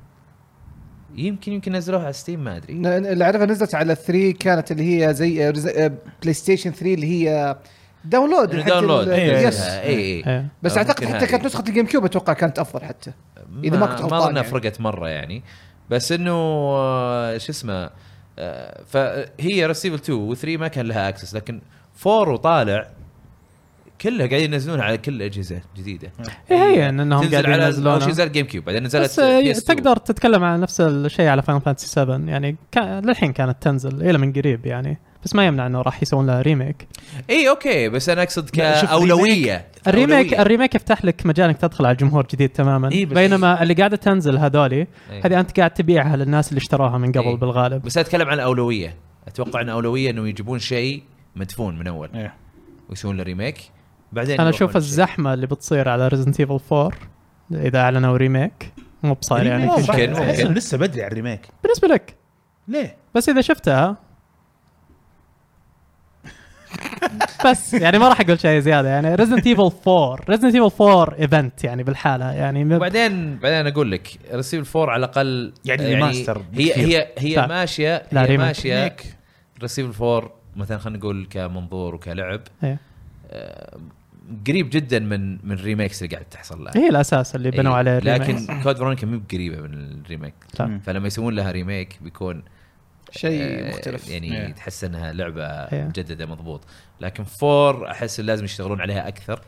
يمكن يمكن نزلوها على ستيم ما ادري
ن- اللي اعرفها نزلت على 3 كانت اللي هي زي رز- آه، بلاي ستيشن 3 اللي هي داونلود حق ال- آه،
داونلود
إيه،
يس.
نزلها، اي اي
ايه
بس
آه،
اعتقد
ممكن
حتى
هذه.
كانت نسخه الجيم كيوب اتوقع كانت افضل حتى إذا ما كنت
ما
غلطان
اظنها
يعني.
فرقت مره يعني بس انه آه، شو اسمه آه، فهي ريسيفل 2 و 3 ما كان لها اكسس لكن 4 وطالع كلها قاعدين ينزلونها على كل الاجهزه جديده
إيه، هي إن- إنهم
تنزل
قاعدين
على-
ينزلونها.
اول شيء نزلت جيم كيوب بعدين نزلت
بس آه،
PS2.
تقدر تتكلم عن نفس الشيء على فاينل فانتسي 7 يعني كان للحين كانت تنزل الى من قريب يعني بس ما يمنع انه راح يسوون لها ريميك
اي اوكي بس انا اقصد
لا، شوف
كاولويه
الريميك
أولوية.
الريميك يفتح لك مجال انك تدخل على جمهور جديد تماما
إيه، بس-
بينما اللي قاعده تنزل هذولي
إيه.
هذه انت قاعد تبيعها للناس اللي اشتروها من قبل
إيه.
بالغالب
بس أنا اتكلم عن الاولويه اتوقع ان اولويه انه يجيبون شيء مدفون من اول
ايه
ويسوون له ريميك بعدين
انا
يروحون
اشوف
لشيء.
الزحمه اللي بتصير على ريزنت ايفل 4 اذا اعلنوا ريميك مو بصار يعني
ريميك.
في شيء.
ممكن،
ممكن
ممكن.
لسه بدري على الريميك
بالنسبه لك
ليه؟
بس اذا شفتها بس يعني ما راح اقول شيء زياده يعني ريزنت ايفل 4 ريزنت ايفل 4 ايفنت يعني بالحاله يعني م-
وبعدين بعدين اقول لك ريسيف الفور على الاقل
يعني ريماستر
هي
بكثير.
هي هي
لا.
ماشيه
لا،
هي
ريميك.
ماشيه ريسيف الفور مثلا خلينا نقول كمنظور وكلعب
إيه.
آه، قريب جدا من من ريميكس اللي قاعد تحصل لها
هي الاساس اللي بنوا
إيه،
عليه الريميكس.
لكن كود فرونيكا مو قريبه من الريميك
لا.
فلما يسوون لها ريميك بيكون
شيء
آه،
مختلف
يعني
إيه.
تحس انها لعبه
إيه.
مجدده مضبوط لكن فور احس لازم يشتغلون عليها اكثر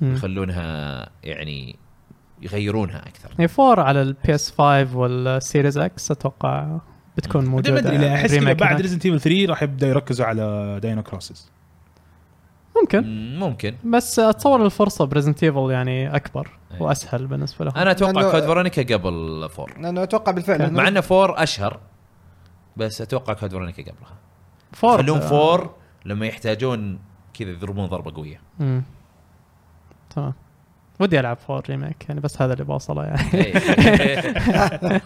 مم.
يخلونها يعني يغيرونها اكثر
يعني 4 على البي اس 5 والسيريز اكس اتوقع بتكون
بعدين ما
موجوده
ادري احس كذا
ريميك
بعد
هناك.
ريزنت ايفل 3 راح يبدا يركزوا على داينو كروسز
ممكن
مم، ممكن
بس اتصور الفرصه بريزنت ايفل يعني اكبر
إيه.
واسهل بالنسبه لهم
انا اتوقع
لأنه-
كود فيرونيكا قبل فور
لانه اتوقع بالفعل إنه-
مع ان فور اشهر بس اتوقع كود فيرونيكا قبلها
فور
يخلون
آه.
فور لما يحتاجون كذا يضربون ضربه قويه
آه، مم. تمام ودي العب فور ريميك يعني بس هذا اللي بوصله يعني
إيه.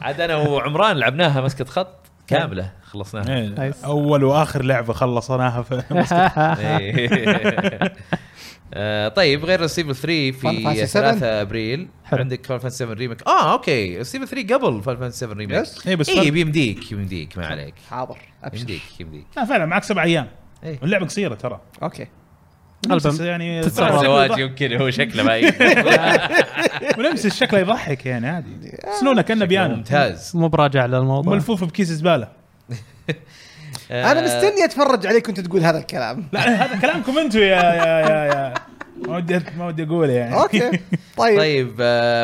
عاد انا وعمران لعبناها مسكه خط كامله خلصناها
إيه.
نايس.
اول واخر لعبه خلصناها في
آه.
إيه. آه، طيب غير ريسيفل 3
Final
في
Fantasy
3 ابريل
حلو.
عندك فان فانتسي 7 ريميك اه اوكي ريسيفل 3 قبل فان فانتسي 7 ريميك
يس
اي إيه، بس
اي
فعلا-
إيه، بيمديك يمديك ما عليك
حاضر ابشر
يمديك يمديك
لا فعلا معك سبع ايام
إيه.
اللعبه قصيره ترى
اوكي
البوم
يعني
تسع
ضحك-
زواج
ضحك.
يمكن هو شكله ما يقدر.
ونمس الشكل يضحك يعني عادي سنونه كانه بيانو
ممتاز
مو براجع للموضوع
ملفوف بكيس زباله
آه،
انا مستني اتفرج عليك وانت تقول هذا الكلام
لا هذا كلامكم انتم يا يا يا يا ما ودي ما ودي اقوله يعني
اوكي طيب
طيب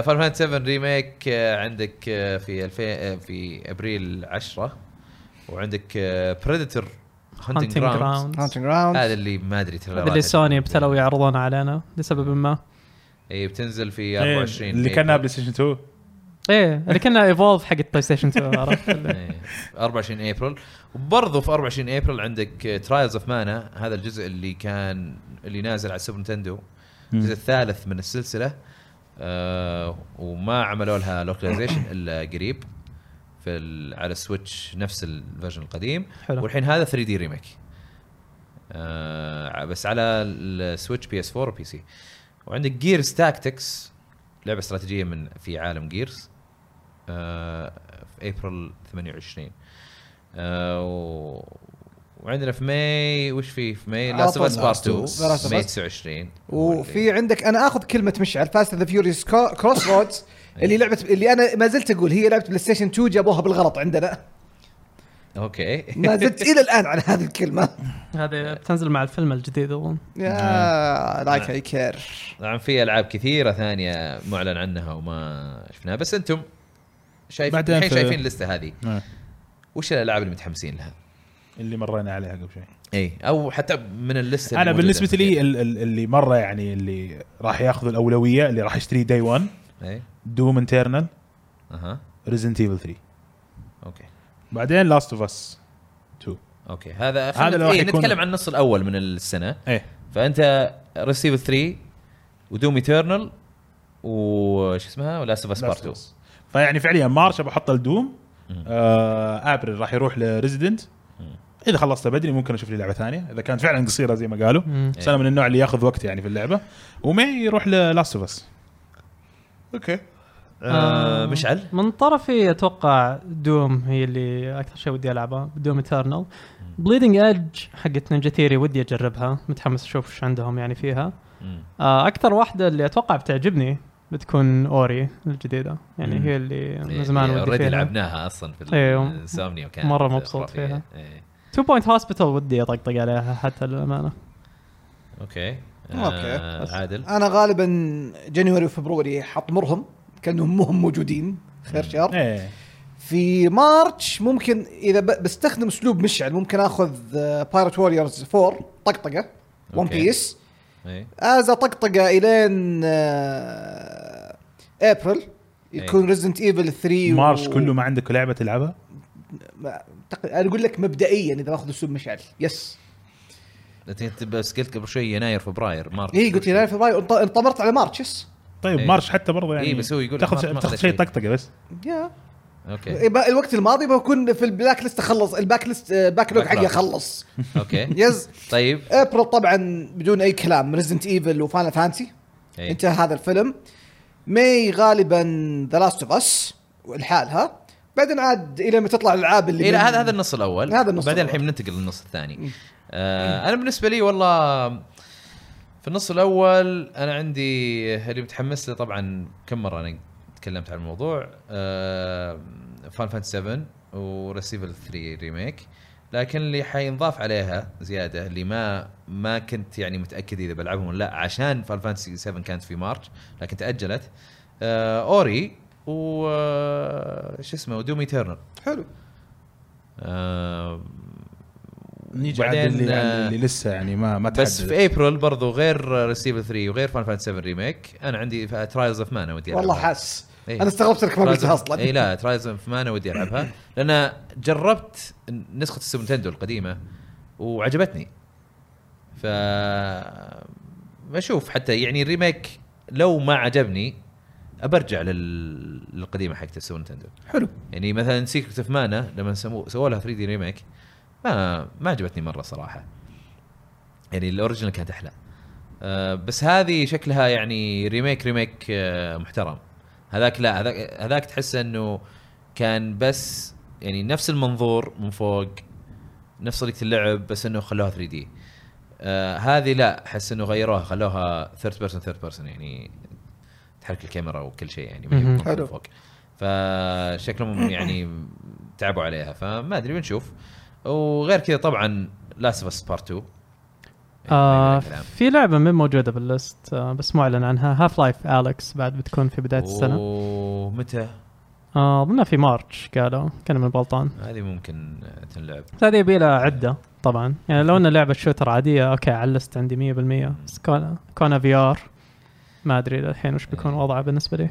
فان فانتسي 7 ريميك آه، عندك آه، في 2000 آه، في ابريل 10 وعندك آه، بريدتور هانتنج
هانتنج
جراوند
جراوند
هانتنج راوند
هذا اللي ما ادري ترى
اللي سوني ابتلوا يعرضون علينا لسبب ما
اي بتنزل في
إيه،
24
اللي
في
كانها
أبريل.
بلاي ستيشن 2
ايه اللي كنا ايفولف حق البلاي ستيشن 2 عرفت اللي-
إيه، 24 ابريل وبرضه في 24 ابريل عندك ترايلز اوف مانا هذا الجزء اللي كان اللي نازل على سوبر نتندو الجزء الثالث من السلسله آه وما عملوا لها لوكلايزيشن الا قريب في ال- على السويتش نفس الفيرجن القديم
حلو
والحين هذا 3 دي ريميك آه بس على السويتش بي اس 4 وبي سي وعندك جيرز تاكتكس لعبه استراتيجيه من في عالم جيرز آه في ابريل 28 آه و... وعندنا في ماي وش في في ماي
على
لاست اوف
طول
اس بارت
Last of Us.
2 ماي 29
وفي عندك انا اخذ كلمه مشعل فاست ذا فيوريوس كروس رودز
أيوه.
اللي لعبه اللي انا ما زلت اقول هي لعبه بلاي ستيشن 2 جابوها بالغلط عندنا
اوكي
ما زلت الى الان على هذه الكلمه
هذه بتنزل مع الفيلم الجديد اظن
آه.
يا لايك اي كير
طبعا في العاب كثيره ثانيه معلن عنها وما شفناها بس انتم شايفين
بعدين
الحين
في-
شايفين اللسته هذه
آه،
وش الالعاب اللي متحمسين لها؟
اللي مرينا عليها قبل شوي
اي او إيه، حتى من اللسته اللي
انا
موجودة.
بالنسبه لي ال- ال- اللي مره يعني اللي راح ياخذوا الاولويه اللي راح اشتريه داي 1
اي
دوم انترنال
اها
ريزنت ايفل 3
اوكي
بعدين لاست اوف اس 2
اوكي هذا
هذا
هذا
لو راح
إيه
يكون-
نتكلم عن النص الاول من السنه
ايه
فانت ريسيف 3 ودوم ايترنال وش اسمها ولاست اوف اس بارت 2
فيعني فعليا مارش بحط الدوم
مم.
آه ابريل راح يروح لريزدنت
مم.
اذا خلصتها بدري ممكن اشوف لي لعبه ثانيه اذا كانت فعلا قصيره زي ما قالوا
مم.
إيه.
بس انا من النوع اللي ياخذ وقت يعني في اللعبه ومي يروح للاست اوف اس اوكي
آه،
آه.
مشعل
من طرفي اتوقع دوم هي اللي اكثر شيء ودي العبها دوم اترنال بليدنج ايدج حقت نينجا ثيري ودي اجربها متحمس اشوف ايش عندهم يعني فيها
مم.
آه، اكثر واحده اللي اتوقع بتعجبني بتكون اوري الجديده يعني
مم.
هي اللي من زمان
إيه،
ودي
اوريدي
فيها
لعبناها اصلا في
إيوه.
الانسومنيا وكان إيه،
مرة مبسوط فيها. تو بوينت هوسبيتال ودي اطقطق عليها حتى للامانه
اوكي
أوكي.
آه، عادل
انا غالبا جانيوري وفبروري حطمرهم كانهم مهم موجودين خير شر
ايه
في مارتش ممكن اذا ب- بستخدم اسلوب مشعل ممكن آه، اخذ بايرت ووريرز 4 طقطقه ون
أوكي.
بيس
إيه.
از طقطقه الين آه، ابريل يكون ريزنت ايفل 3
مارش كله ما عندك لعبه تلعبها
ما- أعتقد- انا اقول لك مبدئيا اذا باخذ اسلوب مشعل يس
انت أنت بس قلت قبل شوي يناير فبراير مارس
اي إيه، قلت يناير فبراير انط- انطمرت على مارتش يس
طيب
إيه.
مارش حتى برضه يعني
إيه، بس هو يقول لك
تاخذ
مارش ما
تاخذ
أخذ
شيء
شيء.
طقطقه بس
يا
اوكي
إيه، الوقت الماضي بكون في البلاك ليست خلص الباك ليست باك لوج حقي خلص
اوكي
يز
طيب
ابريل طبعا بدون اي كلام ريزنت ايفل وفاينل فانسي
إيه.
انتهى هذا الفيلم ماي غالبا ذا لاست اوف اس لحالها بعدين عاد الى ما تطلع الالعاب اللي
إيه لا
من-
هذا هذا النص الاول
هذا النص
بعدين
الأول.
الحين بننتقل للنص الثاني آه انا بالنسبه لي والله في النص الاول انا عندي اللي متحمس له طبعا كم مره انا تكلمت عن الموضوع آه فان فانت 7 ورسيفل 3 ريميك لكن اللي حينضاف عليها زياده اللي ما ما كنت يعني متاكد اذا بلعبهم ولا لا عشان فان فانتسي 7 كانت في مارش لكن تاجلت آه اوري و آه، شو اسمه ودوم ايترنال
حلو
آه،
نيجي عاد
بعدين،
اللي,
آه،
اللي لسه يعني ما ما
بس
تحدد.
في ابريل برضو غير ريسيفل 3 وغير فان فانت 7 ريميك انا عندي ترايلز اوف مانا ودي
والله
ألعبها.
حاسس
إيه.
انا استغربت انك ما
Trials
قلتها
of-
اصلا
اي لا ترايلز اوف مانا ودي العبها لان جربت نسخه السوبر نتندو القديمه وعجبتني ف بشوف حتى يعني الريميك لو ما عجبني ابرجع لل... للقديمه حقت السوبر نتندو
حلو
يعني مثلا سيكرت اوف مانا لما سمو سووا لها 3 دي ريميك ما ما عجبتني مره صراحه يعني الاوريجنال كانت احلى أه بس هذه شكلها يعني ريميك ريميك أه محترم هذاك لا هذاك هذاك تحس انه كان بس يعني نفس المنظور من فوق نفس طريقه اللعب بس انه خلوها 3 دي آه هذه لا احس انه غيروها خلوها ثيرد بيرسون ثيرد بيرسون يعني تحرك الكاميرا وكل شيء يعني ما هي
مهم.
من
حلو.
فوق فشكلهم يعني تعبوا عليها فما ادري بنشوف وغير كذا طبعا لاست اوف اس بارت 2
آه
يعني إيه، كلام.
في لعبه من موجوده بالليست آه بس مو اعلن عنها هاف لايف اليكس بعد بتكون في بدايه السنه
ومتى
آه، اظنها في مارتش قالوا كان من البلطان
هذه ممكن تنلعب
بس هذه يبي لها عده طبعا يعني لو انها لعبه شوتر عاديه اوكي على الليست عندي 100% بس كونا كونا في ار ما ادري الحين وش بيكون وضعه بالنسبه لي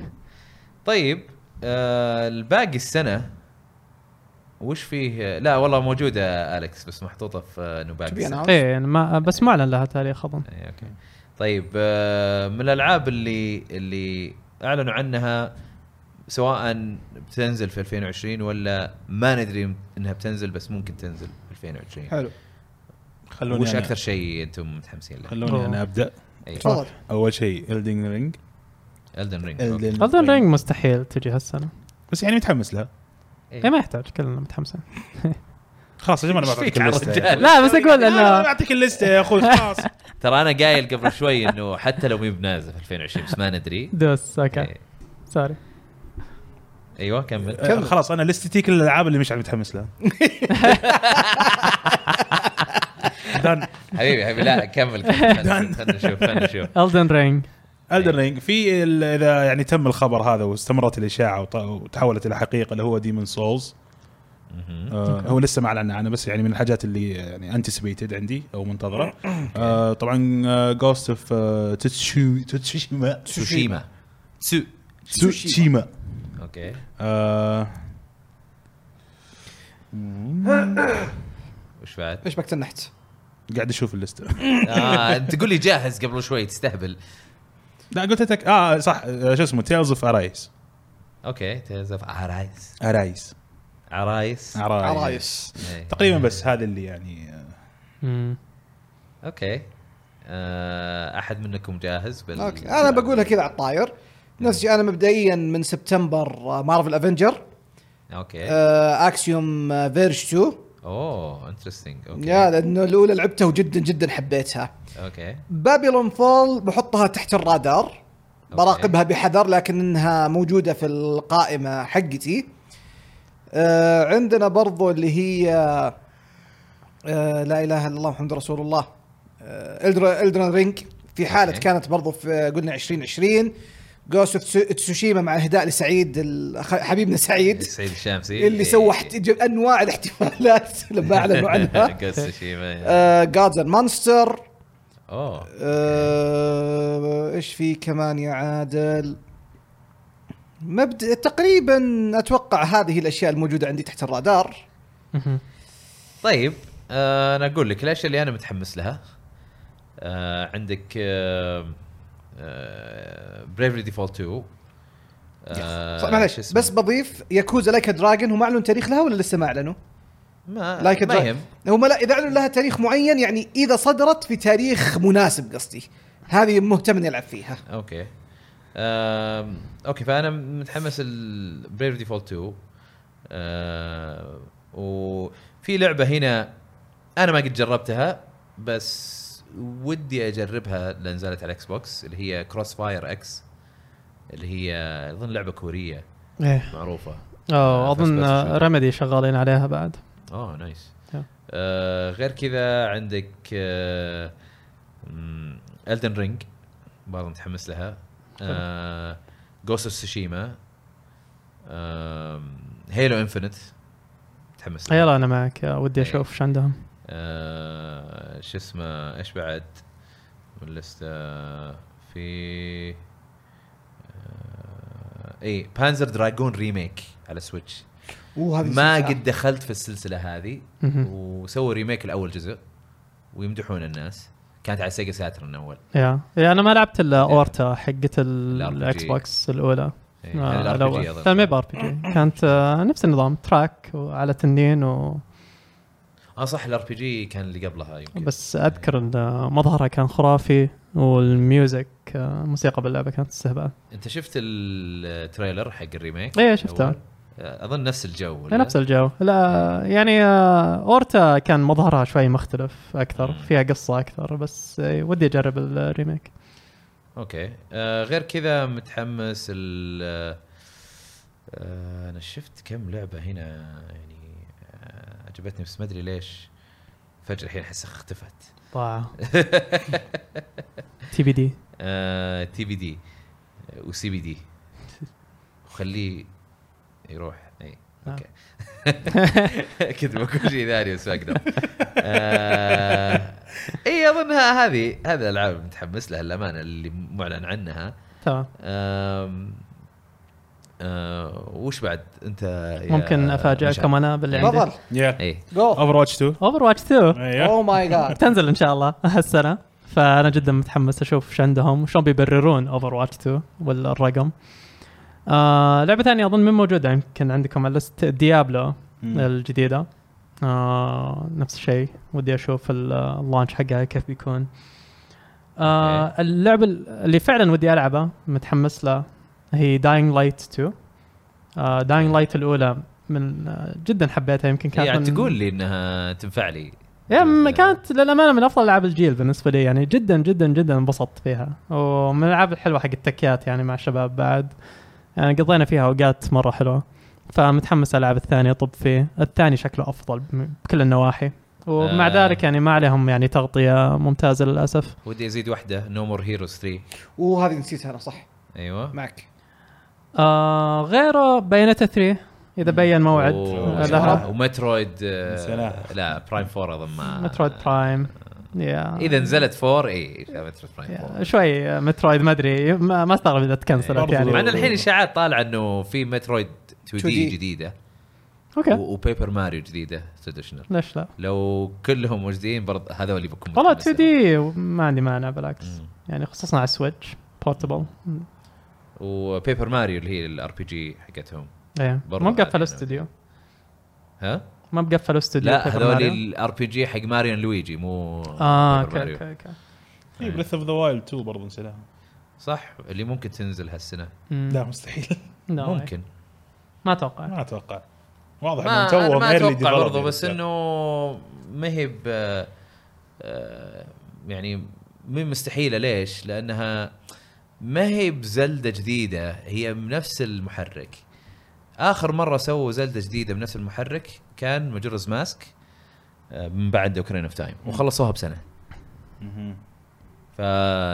طيب آه الباقي السنه وش فيه لا والله موجوده اليكس بس محطوطه في آه، انه باقي
تبي
السنه
انا
ايه يعني ما بس ما اعلن لها تاريخ اظن
إيه، اوكي طيب آه، من الالعاب اللي اللي اعلنوا عنها سواء بتنزل في 2020 ولا ما ندري انها بتنزل بس ممكن تنزل في 2020
حلو
خلوني
وش
أنا-
اكثر شيء انتم متحمسين له؟
خلوني انا ابدا
إيه.
تفضل
اول شيء الدن رينج
الدن رينج
اظن رينج مستحيل تجي هالسنه
بس يعني متحمس لها
ايه ما يحتاج كلنا متحمسين
خلاص يا جماعه انا
إيه. إيش
بعطيك
فيك على
الليسته
الرجال؟
لا بس اقول
لا، لا،
انه
بعطيك الليسته يا اخوي خلاص
إيه. ترى انا قايل قبل شوي انه حتى لو مين بنازل في 2020 بس ما ندري
دوس اوكي
إيه.
سوري
ايوه كمل
آه، خلاص انا لستي كل الالعاب اللي مش عم متحمس لها دان
حبيبي حبيبي لا كمل كمل خلنا نشوف خلنا نشوف
الدن رينج
الدر رينج في ال- اذا يعني تم الخبر هذا واستمرت الاشاعه وط- وتحولت الى حقيقه اللي هو ديمون سولز
مهم.
آه هو لسه ما اعلن عنه بس يعني من الحاجات اللي يعني انتسبيتد عندي او منتظره آه طبعا جوست اوف تسوشيما
تسوشيما تسو
تسوشيما
اوكي
آه
وش بعد؟
ايش بك تنحت؟
قاعد اشوف اللسته
اه تقول لي جاهز قبل شوي تستهبل
لا قلت لك اه صح آه، شو اسمه تيلز اوف ارايس
اوكي تزف عرايس
ارايس
عرايس
آه. عرايس
إيه.
تقريبا بس هذا اللي يعني آه،
مم.
اوكي آه، احد منكم جاهز بال
اوكي انا بقولها كذا على الطاير
إيه.
نفس الشيء انا مبدئيا من سبتمبر آه، مارفل افنجر
إيه.
آه.
اوكي
اكسيوم فيرج 2
اوه انترستنج
يا
اوكي
لانه الاولى لعبتها وجدا جدا حبيتها
اوكي
بابylon فول بحطها تحت الرادار براقبها بحذر لكنها موجوده في القائمه حقتي آه عندنا برضو اللي هي آه لا اله الا الله محمد رسول الله آه الدرن رينج في حاله
أوكي.
كانت برضو في قلنا 2020 جوست اوف تسوشيما مع اهداء لسعيد ال- خ- حبيبنا سعيد
إيه، سعيد إيه، الشامسي
اللي سوى احت- جاب انواع الاحتفالات لما
إيه.
اعلنوا عنها آه.
قصة
جادز اند مانستر
اوه
آه، ايش في كمان يا عادل مبدأ تقريبا اتوقع هذه الاشياء الموجوده عندي تحت الرادار
مهم.
طيب آه، انا اقول لك الاشياء اللي انا متحمس لها آه، عندك بريفري ديفولت 2 آه،
صح معلش
شو اسمه؟
بس بضيف ياكوزا لايك دراجون هم اعلنوا تاريخ لها ولا لسه ما اعلنوا؟
ما
لايك
ما
دراجون
يهم
هم لا اذا اعلنوا لها تاريخ معين يعني اذا صدرت في تاريخ مناسب قصدي هذه مهتم نلعب فيها
اوكي آم، اوكي فانا متحمس البريف ديفولت 2 آه، وفي لعبه هنا انا ما قد جربتها بس ودي اجربها لان نزلت على الاكس بوكس اللي هي كروس فاير اكس اللي هي اظن لعبه كوريه إيه.
ايه
معروفه
أوه، اظن
First person shooter.
رمدي شغالين عليها بعد
اوه نايس
Yeah.
آه غير كذا عندك آه الدن رينج برضه متحمس لها آه جوست اوف سوشيما آه، هيلو انفنت متحمس لها
يلا انا معك يا ودي
إيه.
اشوف ايش عندهم
آه شو اسمه ايش بعد من الليستة في آه اي بانزر دراجون ريميك على سويتش
اوه هذه
ما
سلسلة.
قد دخلت في السلسله هذه
مهم.
وسووا ريميك الاول جزء ويمدحون الناس كانت على سيجا ساترن اول
يا يا انا ما لعبت الا
إيه.
اورتا حقت ال-
ال RPG.
الاكس بوكس الاولى
إيه،
آه،
هذا ال RPG
الاول
أظن.
لا ما بار بي جي كانت آه، نفس النظام تراك وعلى تنين و...
اه صح الار بي جي كان اللي قبلها يمكن
بس اذكر إن، آه، مظهرها كان خرافي والميوزك آه، موسيقى باللعبه كانت استهبال
انت شفت التريلر حق الريميك
إيه، شفته.
الأول؟ آه، اظن نفس الجو ولا؟
نفس الجو لا يعني آه، اورتا كان مظهرها شوي مختلف اكثر
مم.
فيها قصه اكثر بس آه، ودي اجرب الريميك
اوكي آه غير كذا متحمس ال آه انا شفت كم لعبه هنا يعني آه عجبتني بس ما ادري ليش فجاه الحين احسها اختفت
طاعه تي بي دي
تي بي دي وسي بي دي وخليه يروح اي
آه.
اوكي كنت بقول شيء ثاني بس ما اقدر آه، اي اظنها هذه هذه الالعاب متحمس لها الامانه اللي معلن عنها
تمام
آم، آه، وش بعد انت يا يعني
ممكن
مشعل؟
افاجئكم انا باللي عندي
تفضل
يا
اي
جو
اوفر واتش 2
اوفر واتش 2
ايوه
اوه ماي جاد
بتنزل ان شاء الله هالسنه فانا جدا متحمس اشوف ايش عندهم وشلون بيبررون اوفر واتش 2 والرقم آه لعبه ثانيه اظن من موجوده يمكن عندكم على الليست ديابلو
Mm.
الجديده آه نفس الشيء ودي اشوف ال- اللانش حقها كيف بيكون آه
أوكي.
اللعبه ال- اللي فعلا ودي العبها متحمس لها هي داينج لايت 2 آه داينج لايت الاولى من آه، جدا حبيتها يمكن كانت
يعني
من-
تقول لي انها تنفع لي
يعني كانت للامانه من افضل العاب الجيل بالنسبه لي يعني جدا جدا جدا انبسطت فيها ومن الالعاب الحلوه حق التكيات يعني مع الشباب بعد يعني قضينا فيها اوقات مره حلوه فمتحمس العاب الثانيه طب فيه الثاني شكله افضل بم- بكل النواحي ومع
آه.
ذلك يعني ما عليهم يعني تغطيه ممتازه للاسف
ودي ازيد واحده نو مور هيروز 3
اوه هذه نسيتها انا صح
ايوه
معك
آه غير بيانتا 3 اذا بين موعد
و-
لها
ومترويد آه،
سلام.
لا برايم 4 اظن ما
مترويد برايم يا
اذا نزلت 4 اي مترويد برايم 4
يا شوي مترويد ما ادري ما ما استغرب اذا تكنسلت
برضو.
يعني
مع ان إيه. الحين اشاعات طالعه انه في مترويد 2 دي
2D.
جديده
اوكي
و- وبيبر ماريو جديده تراديشنال
ليش لا؟ لو
لو كلهم موجودين برضه هذول بيكون
والله
متحمس
2 دي ما عندي مانع بالعكس
مم.
يعني خصوصا على السويتش بورتبل
وبيبر ماريو اللي هي الار بي جي حقتهم
ايه
برضو
ما
عادي
مقفلوا
يعني.
استوديو
ها؟
ما مقفلوا استوديو
لا
بيبر
هذول
ماريو.
الار بي جي حق ماريو لويجي مو
اه
بيبر
اوكي
ماريو.
اوكي اوكي
في بريث اوف ذا وايلد 2 برضه نسيناها
صح اللي ممكن تنزل هالسنه
مم.
لا مستحيل
لا،
ممكن
ما اتوقع
ما اتوقع واضح
ما
انهم توهم
ما
early
اتوقع برضه
development.
بس
يعني.
انه ما هي ب آه، يعني من مستحيله ليش؟ لانها ما هي بزلده جديده هي بنفس المحرك اخر مره سووا زلده جديده بنفس المحرك كان مجرز ماسك آه، من بعد اوكرين اوف تايم وخلصوها بسنه
مهم.
ف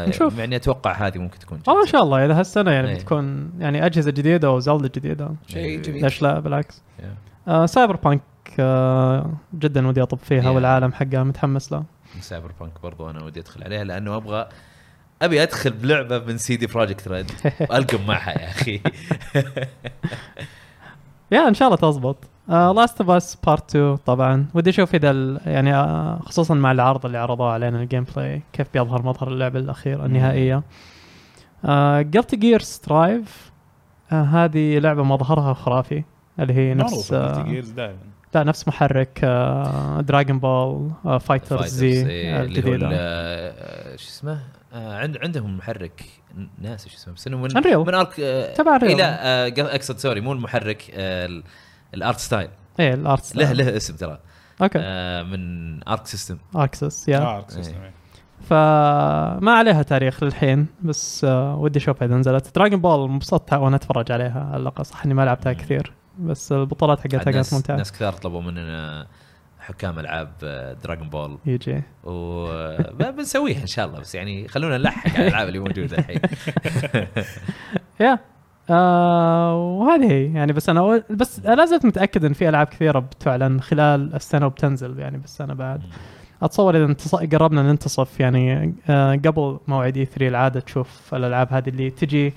نشوف.
يعني اتوقع هذه ممكن تكون
والله ان شاء الله اذا هالسنه يعني
إيه.
بتكون يعني اجهزه جديده وزلده جديده
شيء جميل
ليش لا بالعكس آه سايبر بانك آه جدا ودي اطب فيها
Yeah.
والعالم حقها متحمس له
سايبر بانك برضو انا ودي ادخل عليها لانه ابغى ابي ادخل بلعبه من سي دي بروجكت ريد والقم معها يا اخي
يا ان شاء الله تزبط آه، لاست اوف اس بارت 2 طبعا ودي اشوف اذا ال- يعني آه، خصوصا مع العرض اللي عرضوه علينا الجيم بلاي كيف آه، بيظهر مظهر اللعبه الاخير النهائيه جلتي جير سترايف آه هذه لعبه مظهرها خرافي اللي هي نفس
معروفه
آه
Guilty Gears دائما
لا نفس محرك آه دراجون بول آه فايتر
فايترز،
زي
إيه، اللي هو ال-
الجديده
آه، شو اسمه آه، عند عندهم محرك ن- ناسي شو اسمه بس انه من
Unreal.
من ارك آه،
تبع Unreal.
إيه، لا آه، قص- اقصد سوري مو المحرك آه، ال- الارت ستايل
ايه الارت
له له اسم ترى
اوكي
آه، من ارك سيستم
اكسس يا
آه، Arc System،
إيه.
إيه.
فما عليها تاريخ للحين بس آه، ودي اشوفها اذا نزلت دراجون بول انبسطت وانا اتفرج عليها على الاقل صح اني ما لعبتها كثير بس البطولات حقتها كانت
ناس,
ممتعه
ناس كثار طلبوا مننا حكام آه، العاب دراغون بول
يجي
وبنسويها ان شاء الله بس يعني خلونا نلحق على الالعاب اللي موجوده الحين
يا آه وهذه هي يعني بس انا أول- بس لا زلت متاكد ان في العاب كثيره بتعلن خلال السنه وبتنزل يعني بالسنه بعد اتصور اذا انتص... قربنا ننتصف يعني آه قبل موعد اي 3 العاده تشوف الالعاب هذه اللي تجي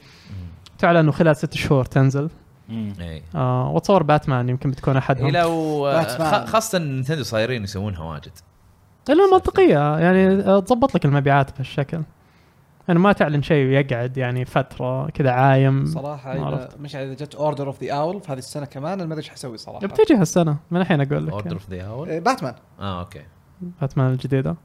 تعلن وخلال ست شهور تنزل
إيه.
آه واتصور باتمان يمكن بتكون احدهم
إيه، لا و-
باتمان.
خ- خاصه نينتندو صايرين يسوونها واجد
لانها منطقيه يعني تظبط لك المبيعات بهالشكل يعني ما تعلن شيء ويقعد يعني فتره كذا عايم
صراحه
ما
اذا
عرفت.
مش عارف اذا جت اوردر اوف ذا اول في هذه السنه كمان انا ما ادري ايش حسوي صراحه
بتجي هالسنه من الحين اقول لك
اوردر
يعني.
اوف ذا اول
إيه، باتمان
اه اوكي
باتمان الجديده
إيه.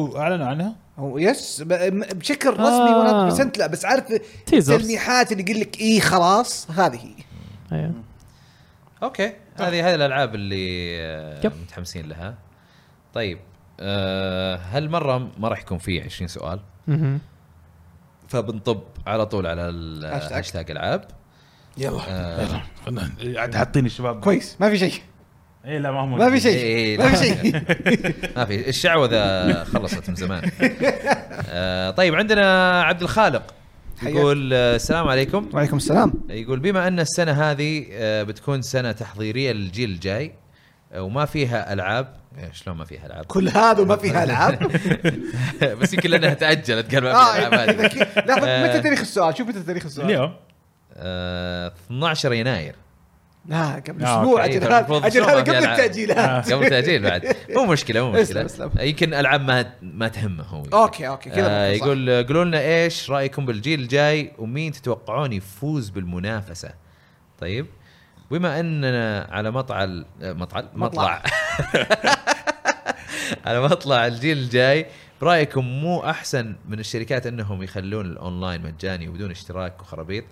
هو اعلنوا عنها
هو يس ب- م- بشكل رسمي
آه.
100% لا بس عارف
تيزرز
التلميحات اللي يقول لك ايه خلاص هذه هي
أيوة.
اوكي
طيب.
هذه هذه الالعاب اللي آه،
يب.
متحمسين لها طيب آه، هالمره ما راح يكون في 20 سؤال
مهم.
فبنطب على طول على
هاشتاج.
الهاشتاج العاب
يلا
آه،
خلنا- عاد حاطين الشباب
إيه. كويس ما في شيء
اي لا ما هم
ما في شيء
إيه،
ما
لا.
في شيء
ما في الشعوذه خلصت من زمان آه، طيب عندنا عبد الخالق
حياك.
يقول آه، السلام عليكم
وعليكم السلام
يقول بما ان السنه هذه آه، بتكون سنه تحضيريه للجيل الجاي آه، وما فيها العاب آه، شلون ما فيها العاب
كل هذا وما فيها العاب
بس يمكن لانها تاجلت قال ما
اه
فيها
إذا-
العاب هذه.
إذا كي- لحظه متى
آه.
تاريخ السؤال شوف متى تاريخ السؤال
اليوم
آه، 12 يناير
لا قبل
آه،
اسبوع
أوكي. يعني
اجل هذا
المفروض
اجل
الشهر
هذا
ما فيها
قبل
ألعاب.
التاجيل هذا.
قبل تاجيل بعد مو مشكله مو
اسلم،
مشكله
اسلم.
يمكن العاب ما ما تهمه هو
اوكي اوكي
آه
كذا صح.
يقول قولوا لنا ايش رايكم بالجيل الجاي ومين تتوقعون يفوز بالمنافسه طيب بما اننا على مطلع ال- مطلع مطلع على مطلع الجيل الجاي برايكم مو احسن من الشركات انهم يخلون الاونلاين مجاني وبدون اشتراك وخرابيط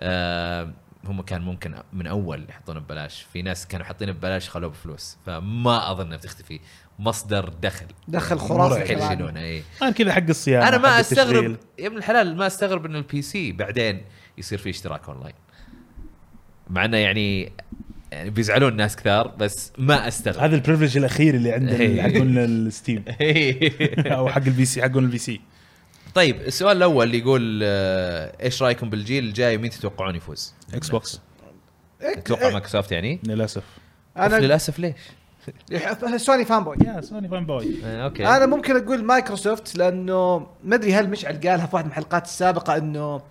آه هم كان ممكن من اول يحطونه ببلاش في ناس كانوا حاطينه ببلاش خلوه بفلوس فما اظن بتختفي مصدر دخل
دخل خرافي
مستحيل
كمان.
يشيلونه إيه. اي
انا كذا حق الصيانه
انا
حق
ما
التشغيل.
استغرب يا ابن الحلال ما استغرب انه البي سي بعدين يصير فيه اشتراك اونلاين مع انه يعني يعني بيزعلون ناس كثار بس ما استغرب
هذا البريفليج الاخير اللي عند ال-
إيه.
حقون الستيم او حق البي سي حقون البي سي
طيب السؤال الاول اللي يقول آه، ايش رايكم بالجيل الجاي ومين تتوقعون يفوز؟
اكس بوكس
إيه،
تتوقع مايكروسوفت يعني؟
للاسف
أوف،
انا
للاسف ليش؟
سوني فان بوي
يا سوني فان بوي
آه، اوكي
انا ممكن اقول مايكروسوفت لانه ما ادري هل مشعل قالها في واحد من الحلقات السابقه انه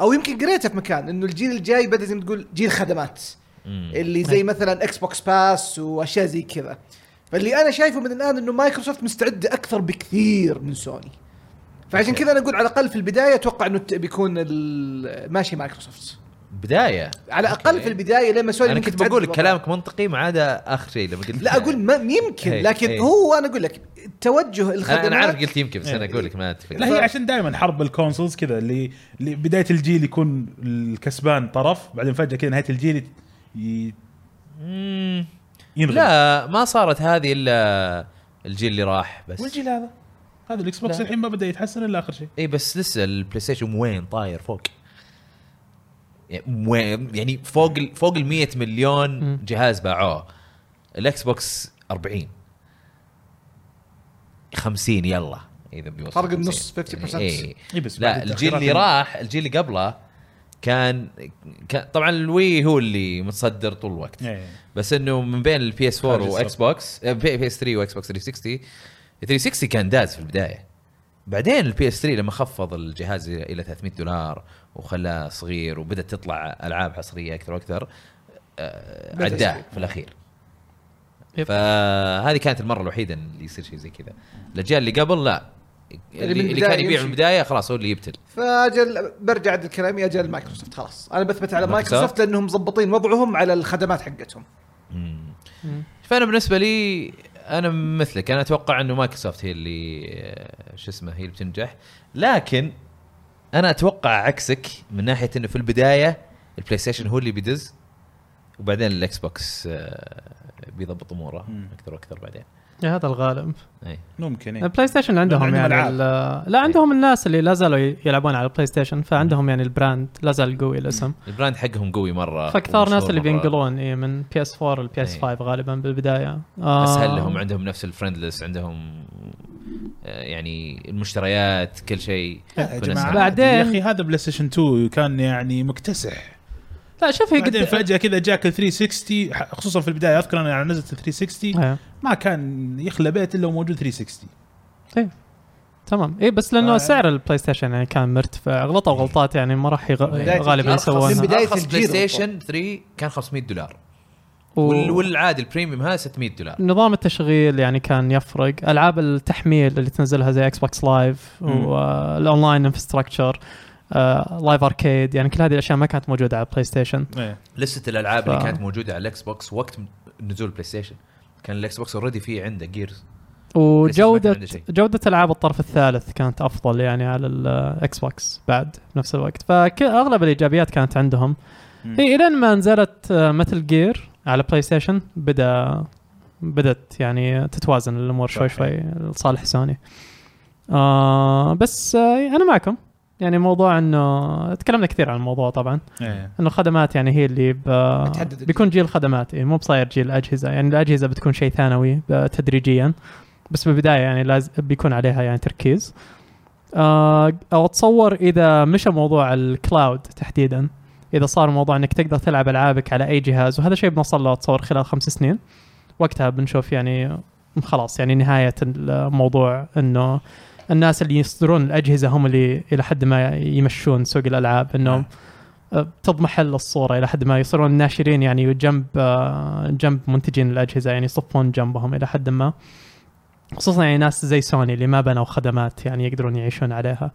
او يمكن قريتها في مكان انه الجيل الجاي بدا زي ما تقول جيل خدمات
مم.
اللي زي مثلا اكس بوكس باس واشياء زي كذا فاللي انا شايفه من الان انه مايكروسوفت مستعده اكثر بكثير من سوني فعشان كذا انا اقول على الاقل في البدايه اتوقع انه ت- بيكون ال- ماشي مايكروسوفت
بدايه
على الاقل في البدايه لما سوني
انا
ممكن
كنت
تعدل
بقول
الوضع.
كلامك منطقي ما عدا اخر شيء لما قلت
لا اقول ما يمكن
إيه،
لكن
إيه.
هو انا اقول لك توجه
انا
الخدمات
أنا عارف قلت يمكن بس انا
إيه.
اقول لك ما اتفق
لا هي عشان دائما حرب الكونسولز كذا اللي اللي بدايه الجيل يكون الكسبان طرف بعدين فجاه كذا نهايه الجيل ي-
مم.
ينغلب
لا ما صارت هذه الا الجيل اللي راح بس
والجيل هذا هذا الاكس بوكس
لا.
الحين ما بدا يتحسن الا اخر شيء
اي بس لسه البلاي ستيشن وين طاير فوق يعني وين يعني فوق ال- فوق ال 100 مليون
مم.
جهاز باعوه الاكس بوكس 40 50 يلا اذا بيوصل
فرق
50.
النص 50%
إيه.
إي بس بعد
لا الجيل
التأخيرات
اللي
اللي-
راح الجيل اللي قبله كان, كان طبعا الوي هو اللي متصدر طول الوقت
إيه.
بس انه من بين البي اس 4
خارج
واكس بوكس آه، بي اس 3 واكس بوكس 360 360 كان داز في البدايه بعدين البي اس 3 لما خفض الجهاز الى إلى 300 دولار وخلاه صغير وبدات تطلع العاب حصريه اكثر واكثر آه،
بدأ
عداه
يصير.
في الاخير
يب.
فهذه كانت المره الوحيده اللي يصير شيء زي كذا الاجيال اللي قبل لا اللي,
من
اللي
البداية
كان يبيع
يمشي.
من البدايه خلاص هو اللي يبتل
فاجل برجع عند الكلام يا اجل مايكروسوفت خلاص انا بثبت على
مايكروسوفت؟
مايكروسوفت لانهم مظبطين وضعهم على الخدمات حقتهم
فانا بالنسبه لي انا مثلك انا اتوقع انه مايكروسوفت هي اللي آه، شو اسمه هي اللي بتنجح لكن انا اتوقع عكسك من ناحيه انه في البدايه البلاي ستيشن هو اللي بيدز وبعدين الاكس بوكس آه، بيضبط اموره
مم.
اكثر واكثر بعدين
يا إيه، هذا الغالب
اي
ممكن إيه.
البلاي ستيشن عندهم
عندهم
يعني
ألعاب.
ال- لا عندهم الناس اللي لا زالوا ي- يلعبون على البلاي ستيشن فعندهم يعني البراند لا زال قوي الاسم
البراند حقهم قوي مره
فاكثر ناس
ومشهور
اللي
مرة.
بينقلون إيه من بي اس 4 للبي اس
إيه.
5 غالبا بالبدايه آه،
اسهل لهم عندهم نفس الفرندلس عندهم آه، يعني المشتريات كل شيء
يا
يكون
جماعه
أسهل.
بعدين-
يا اخي هذا بلاي ستيشن 2 كان يعني مكتسح
لا شوف
إيه،
هي
بعدين
قد
فجاه كذا جاك ال 360 ح- خصوصا في البدايه اذكر انا يعني نزلت ال 360
إيه،
ما كان يخلى بيت الا وموجود 360
تمام اي بس لانه
آه.
سعر البلاي ستيشن يعني كان مرتفع غلطوا غلطات يعني ما راح يغ...
بداية
غالبا
أرخص- من
يسوونها
بداية
ارخص بلاي
الجيل
ستيشن 3 كان 500 دولار
و-
وال- والعادي البريميوم هذا 600 دولار
نظام التشغيل يعني كان يفرق العاب التحميل اللي تنزلها زي اكس بوكس لايف
مم.
والاونلاين انفراستراكشر لايف اركيد آه، يعني كل هذه الاشياء ما كانت موجوده على بلاي ستيشن
ايه
لسته الالعاب
ف-
اللي كانت موجوده على الاكس بوكس وقت م- نزول البلاي ستيشن كان الاكس بوكس اوريدي فيه عنده جيرز
وجوده
عنده شيء.
إيه.
جوده العاب الطرف الثالث كانت افضل يعني على الاكس بوكس بعد بنفس الوقت فاغلب الايجابيات كانت عندهم
مم.
هي الين ما نزلت متل جير على بلاي ستيشن بدا بدت يعني تتوازن الامور شوي
صحيح.
شوي لصالح سوني آه بس آه انا معكم يعني موضوع انه تكلمنا كثير عن الموضوع طبعا
ايه
انه خدمات يعني هي اللي ب...
إيه. بتحدد الجيل.
بيكون جيل خدمات إيه، مو بصاير جيل اجهزه يعني الاجهزه بتكون شيء ثانوي ب- تدريجيا بس بالبدايه يعني لازم بيكون عليها يعني تركيز آه، او اتصور اذا مشى موضوع الكلاود تحديدا اذا صار موضوع انك تقدر تلعب العابك على اي جهاز وهذا شيء بنوصل له اتصور خلال خمس سنين وقتها بنشوف يعني خلاص يعني نهايه الموضوع انه الناس اللي يصدرون الاجهزه هم اللي الى حد ما يمشون سوق الالعاب انه آه، تضمحل الصوره الى حد ما يصيرون الناشرين يعني جنب آه، جنب منتجين الاجهزه يعني يصفون جنبهم الى حد ما خصوصا يعني ناس زي سوني اللي ما بنوا خدمات يعني يقدرون يعيشون عليها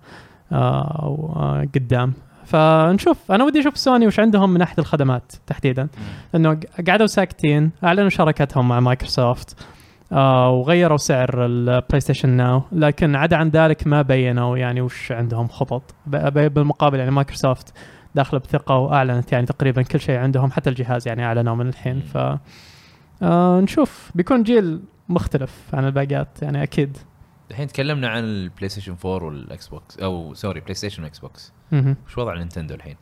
آه، او آه، قدام فنشوف انا ودي اشوف سوني وش عندهم من ناحيه الخدمات تحديدا انه ق- قعدوا ساكتين اعلنوا شراكتهم مع مايكروسوفت آه وغيروا سعر البلاي ستيشن ناو لكن عدا عن ذلك ما بينوا يعني وش عندهم خطط ب- ب- بالمقابل يعني مايكروسوفت داخله بثقه واعلنت يعني تقريبا كل شيء عندهم حتى الجهاز يعني اعلنوا من الحين ف آه نشوف بيكون جيل مختلف عن الباقيات يعني اكيد
الحين تكلمنا عن البلاي ستيشن 4 والاكس بوكس او سوري بلاي ستيشن واكس بوكس
مهم.
وش وضع نينتندو الحين؟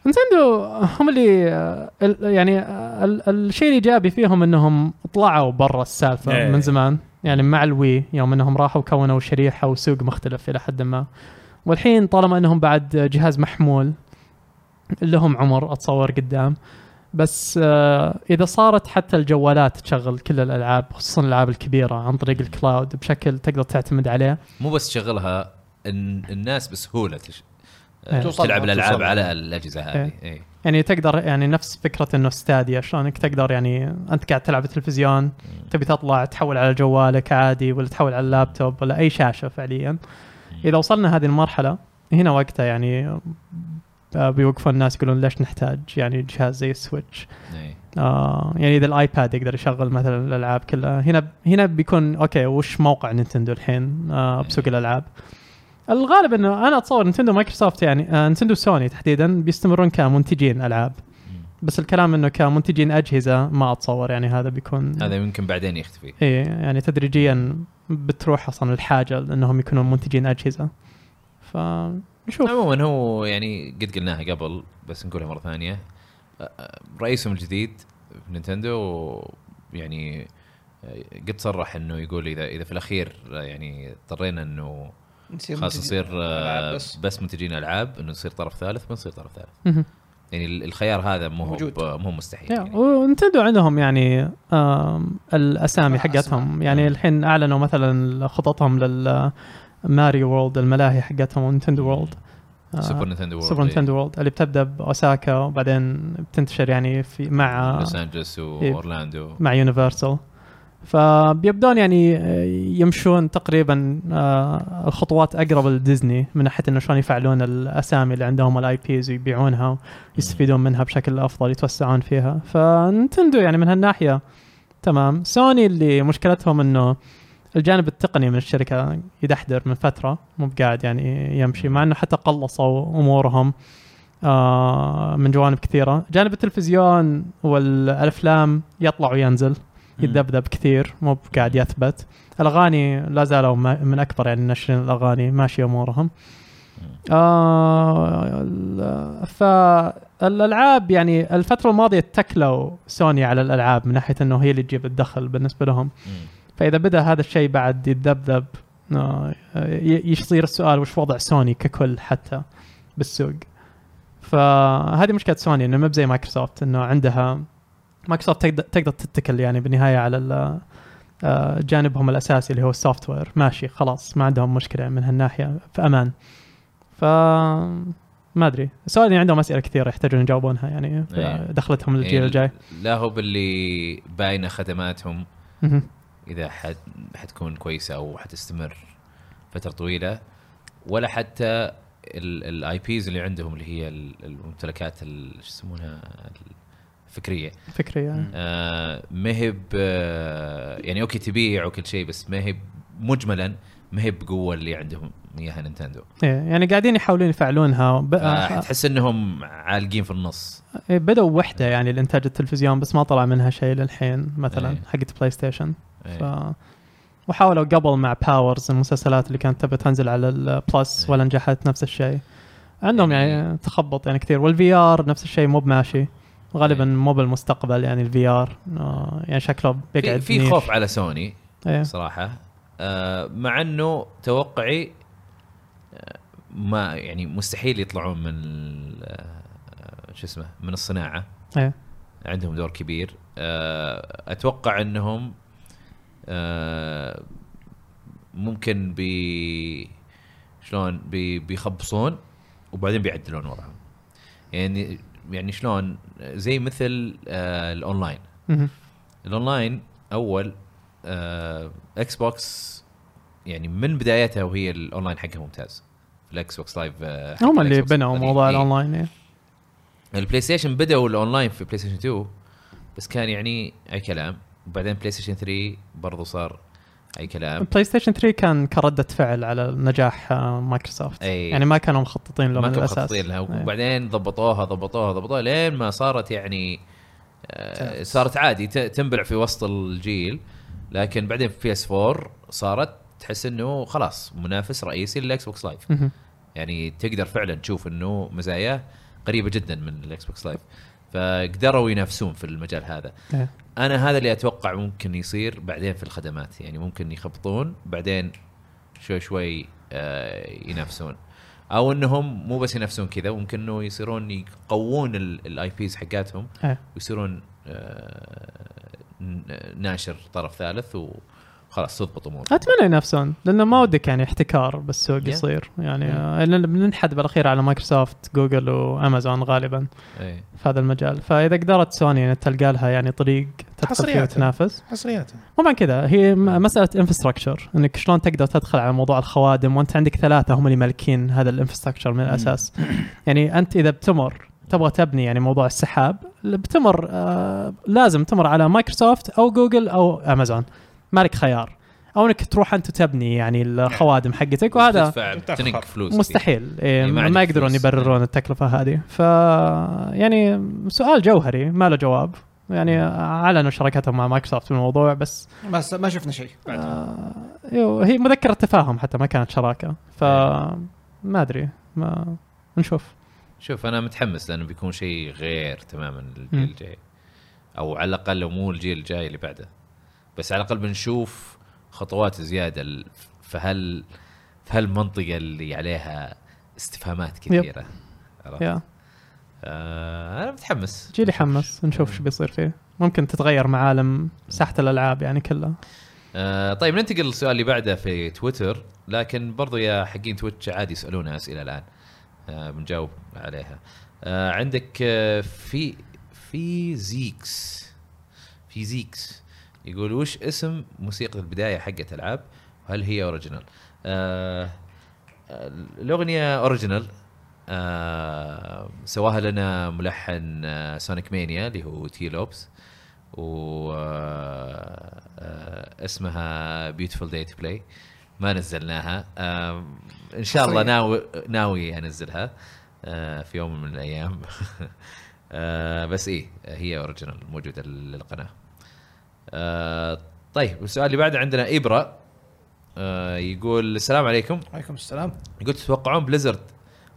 نتندو هم اللي آه، ال- يعني آه، ال- الشيء الايجابي فيهم انهم طلعوا برا السالفه
إيه.
من زمان يعني مع الوي يوم انهم راحوا كونوا شريحه وسوق مختلف الى حد ما والحين طالما انهم بعد جهاز محمول لهم عمر اتصور قدام بس آه، اذا صارت حتى الجوالات تشغل كل الالعاب خصوصا الالعاب الكبيره عن طريق الكلاود بشكل تقدر تعتمد عليه
مو بس تشغلها الن- الناس بسهوله تش...
إيه.
توصل تلعب الالعاب
توصل.
على الاجهزه هذه إيه.
يعني تقدر يعني نفس فكره انه ستاديا شلون انك تقدر يعني انت قاعد تلعب التلفزيون تبي تطلع تحول على جوالك عادي ولا تحول على اللابتوب ولا اي شاشه فعليا اذا وصلنا هذه المرحله هنا وقتها يعني آه، بيوقفون الناس يقولون ليش نحتاج يعني جهاز زي السويتش
إيه.
آه يعني اذا الايباد يقدر يشغل مثلا الالعاب كلها هنا هنا بيكون اوكي وش موقع نينتندو الحين آه بسوق الالعاب الغالب انه انا اتصور نينتندو مايكروسوفت يعني آه نينتندو سوني تحديدا بيستمرون كمنتجين العاب بس الكلام انه كمنتجين اجهزه ما اتصور يعني هذا بيكون
هذا يمكن بعدين يختفي
اي يعني تدريجيا بتروح اصلا الحاجه انهم يكونوا منتجين اجهزه فنشوف
عموما هو يعني قد قلناها قبل بس نقولها مره ثانيه آه، رئيسهم الجديد في نينتندو يعني آه، قد صرح انه يقول اذا اذا في الاخير آه، يعني اضطرينا انه
نصير
خلاص نصير آه،
ألعاب بس.
بس منتجين العاب انه نصير طرف ثالث بنصير طرف ثالث
مهم.
يعني ال- الخيار هذا مو هو
موجود.
ب- مو مستحيل
يا،
يعني.
ونتندو عندهم يعني آم، الاسامي حقتهم يعني الحين اعلنوا مثلا خططهم لل ماريو وورلد الملاهي حقتهم ونتندو وورلد آه،
Uh,
سوبر نينتندو
سوبر نتندو وورلد إيه. اللي بتبدا باوساكا وبعدين بتنتشر يعني في مع
uh,
لوس انجلس واورلاندو
مع يونيفرسال فبيبدون يعني يمشون تقريبا آه، الخطوات اقرب لديزني من ناحيه انه شلون يفعلون الاسامي اللي عندهم الاي بيز ويبيعونها ويستفيدون منها بشكل افضل يتوسعون فيها فنتندو يعني من هالناحيه تمام سوني اللي مشكلتهم انه الجانب التقني من الشركه يدحدر من فتره مو بقاعد يعني يمشي مع انه حتى قلصوا امورهم آه، من جوانب كثيره جانب التلفزيون والافلام يطلع وينزل يتذبذب كثير مو قاعد يثبت الاغاني لا زالوا ما- من اكبر يعني ناشرين الاغاني ماشي امورهم آه ال- فالالعاب يعني الفتره الماضيه اتكلوا سوني على الالعاب من ناحيه انه هي اللي تجيب الدخل بالنسبه لهم فاذا بدا هذا الشيء بعد يتذبذب آه، ي- يصير السؤال وش وضع سوني ككل حتى بالسوق فهذه مشكله سوني انه ما زي مايكروسوفت انه عندها مايكروسوفت تقدر تقدر تتكل يعني بالنهايه على ال- آه، جانبهم الاساسي اللي هو السوفت وير ماشي خلاص ما عندهم مشكله من هالناحيه في امان ف ما ادري سوني عندهم اسئله كثيره يحتاجون يجاوبونها يعني في
إيه.
دخلتهم للجيل الجاي
لا هو باللي باينه خدماتهم
مهم.
اذا حد حتكون كويسه او حتستمر فتره طويله ولا حتى الاي بيز اللي عندهم اللي هي ال- الممتلكات ال- شو يسمونها الفكريه
فكريا يعني.
آه مهب آه يعني اوكي تبيع وكل شيء بس مهب مجملا مهب بقوه اللي عندهم اياها نينتندو
ايه يعني قاعدين يحاولون يفعلونها ب...
آه تحس انهم عالقين في النص
إيه، بدوا وحده يعني الانتاج التلفزيون بس ما طلع منها شيء للحين مثلا
إيه.
حقت بلاي ستيشن ف...
إيه.
وحاولوا قبل مع باورز المسلسلات اللي كانت تبي تنزل على البلس
إيه.
ولا نجحت نفس الشيء عندهم يعني
يعني-
تخبط يعني كثير والفي ار نفس الشيء مو بماشي غالبا
إيه.
مو بالمستقبل يعني الفي ار يعني شكله
في,
بيقعد
في
نيش.
خوف على سوني
إيه.
صراحه آه مع انه توقعي آه، ما يعني مستحيل يطلعون من ال- آه، شو اسمه من الصناعه
إيه.
عندهم دور كبير آه، اتوقع انهم آه، ممكن بي شلون بي بيخبصون وبعدين بيعدلون وضعهم يعني يعني شلون زي مثل آه، الاونلاين
مهم.
الاونلاين اول آه، اكس بوكس يعني من بدايتها وهي الاونلاين حقها ممتاز الاكس بوكس لايف آه، حق
هم اللي
الإكس بوكس
بنوا
القديم.
موضوع
إيه.
الاونلاين إيه.
البلاي ستيشن بدأوا الاونلاين في بلاي ستيشن 2 بس كان يعني اي كلام وبعدين بلاي ستيشن 3 برضو صار اي كلام
بلاي ستيشن 3 كان كرده فعل على نجاح آه، مايكروسوفت
أي.
يعني ما كانوا مخططين له
إيه.
من
ما كانوا
الاساس
مخططين لها
أي.
وبعدين ضبطوها ضبطوها ضبطوها لين ما صارت يعني آه، صارت عادي ت- تنبلع في وسط الجيل لكن بعدين في بي اس 4 صارت تحس انه خلاص منافس رئيسي للاكس بوكس لايف
مهم.
يعني تقدر فعلا تشوف انه مزاياه قريبه جدا من الاكس بوكس لايف فقدروا ينافسون في المجال هذا
إيه.
انا هذا اللي اتوقع ممكن يصير بعدين في الخدمات يعني ممكن يخبطون بعدين شوي شوي آه، ينافسون او انهم مو بس ينافسون كذا ممكن انه يصيرون يقوون الاي بيز حقاتهم
إيه.
ويصيرون آه، ن- ناشر طرف ثالث وخلاص تضبط امور
اتمنى ينافسون لانه ما ودك يعني احتكار بالسوق
Yeah.
يصير يعني
Yeah.
آه، لأن بننحد بالاخير على مايكروسوفت جوجل وامازون غالبا
إيه.
في هذا المجال فاذا قدرت سوني يعني تلقى لها يعني طريق تدخل فيه
حصرياتها.
وتنافس
حصريات
طبعا كذا هي م- مساله انفراستراكشر انك شلون تقدر تدخل على موضوع الخوادم وانت عندك ثلاثه هم اللي مالكين هذا الانفراستراكشر من الاساس يعني انت اذا بتمر تبغى تبني يعني موضوع السحاب بتمر آه لازم تمر على مايكروسوفت او جوجل او امازون مالك خيار او انك تروح انت تبني يعني الخوادم حقتك وهذا
تدفع
متأخر.
تنق فلوس فيه.
مستحيل إيه
يعني ما
ما,
عندك
يقدرون
فلوس.
يبررون التكلفه هذه ف يعني سؤال جوهري ما له جواب يعني اعلنوا شراكتهم مع مايكروسوفت بالموضوع بس
ما س- ما شفنا شيء
آه، يو- هي مذكره تفاهم حتى ما كانت شراكه ف ما ادري ما نشوف
شوف انا متحمس لانه بيكون شيء غير تماما
مم.
الجيل الجاي او على الاقل لو مو الجيل الجاي اللي بعده بس على الاقل بنشوف خطوات زياده ال- في هال في هالمنطقه اللي عليها استفهامات كثيره عرفت؟
يا
آه انا متحمس
جيل يحمس نشوف شو بيصير فيه ممكن تتغير معالم ساحه الالعاب يعني كلها
آه طيب ننتقل للسؤال اللي بعده في تويتر لكن برضو يا حقين تويتش عادي يسالونا اسئله الان آه بنجاوب عليها آه عندك آه في في زيكس في زيكس يقول وش اسم موسيقى البدايه حقت العاب وهل هي اوريجينال؟ آه الاغنيه اوريجينال آه سواها لنا ملحن آه سونيك مانيا اللي هو تي لوبس و آه آه اسمها بيوتيفول داي تو بلاي ما نزلناها آه ان شاء الله
حصرياً.
ناوي ناوي انزلها آه في يوم من الايام آه بس ايه هي اوريجينال موجوده للقناه آه طيب السؤال اللي بعده عندنا ابرا آه يقول السلام عليكم
عليكم السلام
يقول تتوقعون بليزرد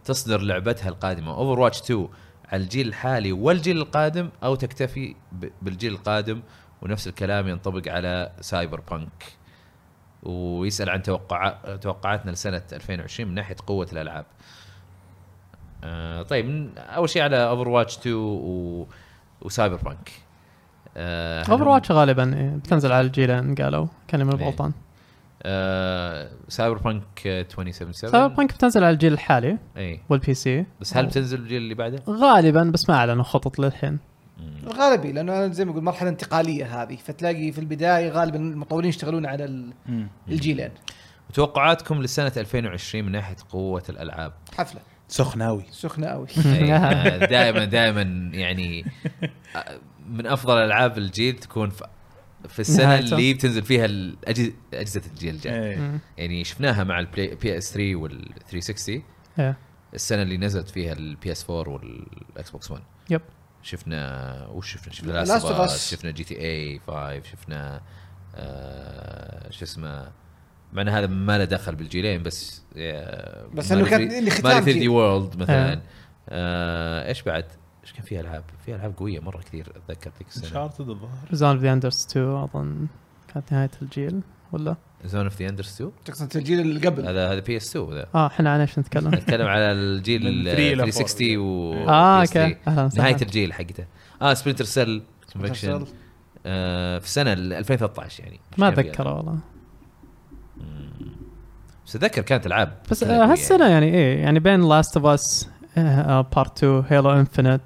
تصدر لعبتها القادمه اوفر واتش 2 على الجيل الحالي والجيل القادم او تكتفي ب- بالجيل القادم ونفس الكلام ينطبق على سايبر بانك ويسال عن توقع توقعاتنا لسنه 2020 من ناحيه قوه الالعاب. آه طيب من- اول شيء على اوفر واتش 2 و... وسايبر بانك. آه هل هم-
اوفر واتش غالبا إيه، بتنزل على الجيلين قالوا كلمه
إيه.
غلطان
آه سايبر بانك 2077
سايبر بانك بتنزل على الجيل الحالي
اي
والبي سي
بس هل بتنزل الجيل اللي بعده؟
غالبا بس ما اعلنوا خطط للحين
غالبي لانه انا زي ما اقول مرحله انتقاليه هذه فتلاقي في البدايه غالبا المطورين يشتغلون على ال-
مم.
الجيلين
توقعاتكم لسنة 2020 من ناحية قوة الألعاب
حفله
سخناوي
سخنه قوي
دائما دائما آه، يعني آه، من أفضل ألعاب الجيل تكون في- في السنة
نهايته.
اللي بتنزل فيها الأجهزة- أجهزة الجيل الجاي
إيه.
يعني شفناها مع البلاي بي اس 3 وال 360
إيه.
السنة اللي نزلت فيها البي اس 4 والاكس بوكس 1
يب.
شفنا وش شفنا؟
The
شفنا
Last
لاست
of
اوف
Us.
اس شفنا جي تي اي 5 شفنا آه شو اسمه مع ان هذا ما له دخل بالجيلين بس آه
بس إنه كان اللي ختام
ماري 3 دي
جيل.
وورلد
آه.
مثلا آه ايش بعد؟ ايش كان في العاب؟ في العاب قويه مره كثير اتذكر ذيك السنه
انشارتد الظاهر
ريزون اوف ذا اندرس 2 اظن كانت نهايه الجيل ولا
زون اوف ذا اندرس 2
تقصد الجيل اللي قبل
هذا هذا بي اس 2 ذا
اه احنا عن ايش نتكلم؟
نتكلم على الجيل
من
ال
3 إلى
360 و
اه
PS3.
اوكي اهلا
نهايه
وسهلا
الجيل حقته اه سبلنتر سيل كونفكشن آه، في سنه ال 2013 يعني
ما
كان فيها.
اتذكر والله
بس اتذكر كانت العاب
بس
سنة
آه،
قوية
هالسنه يعني ايه يعني بين لاست اوف اس بارت 2 هيلو انفنت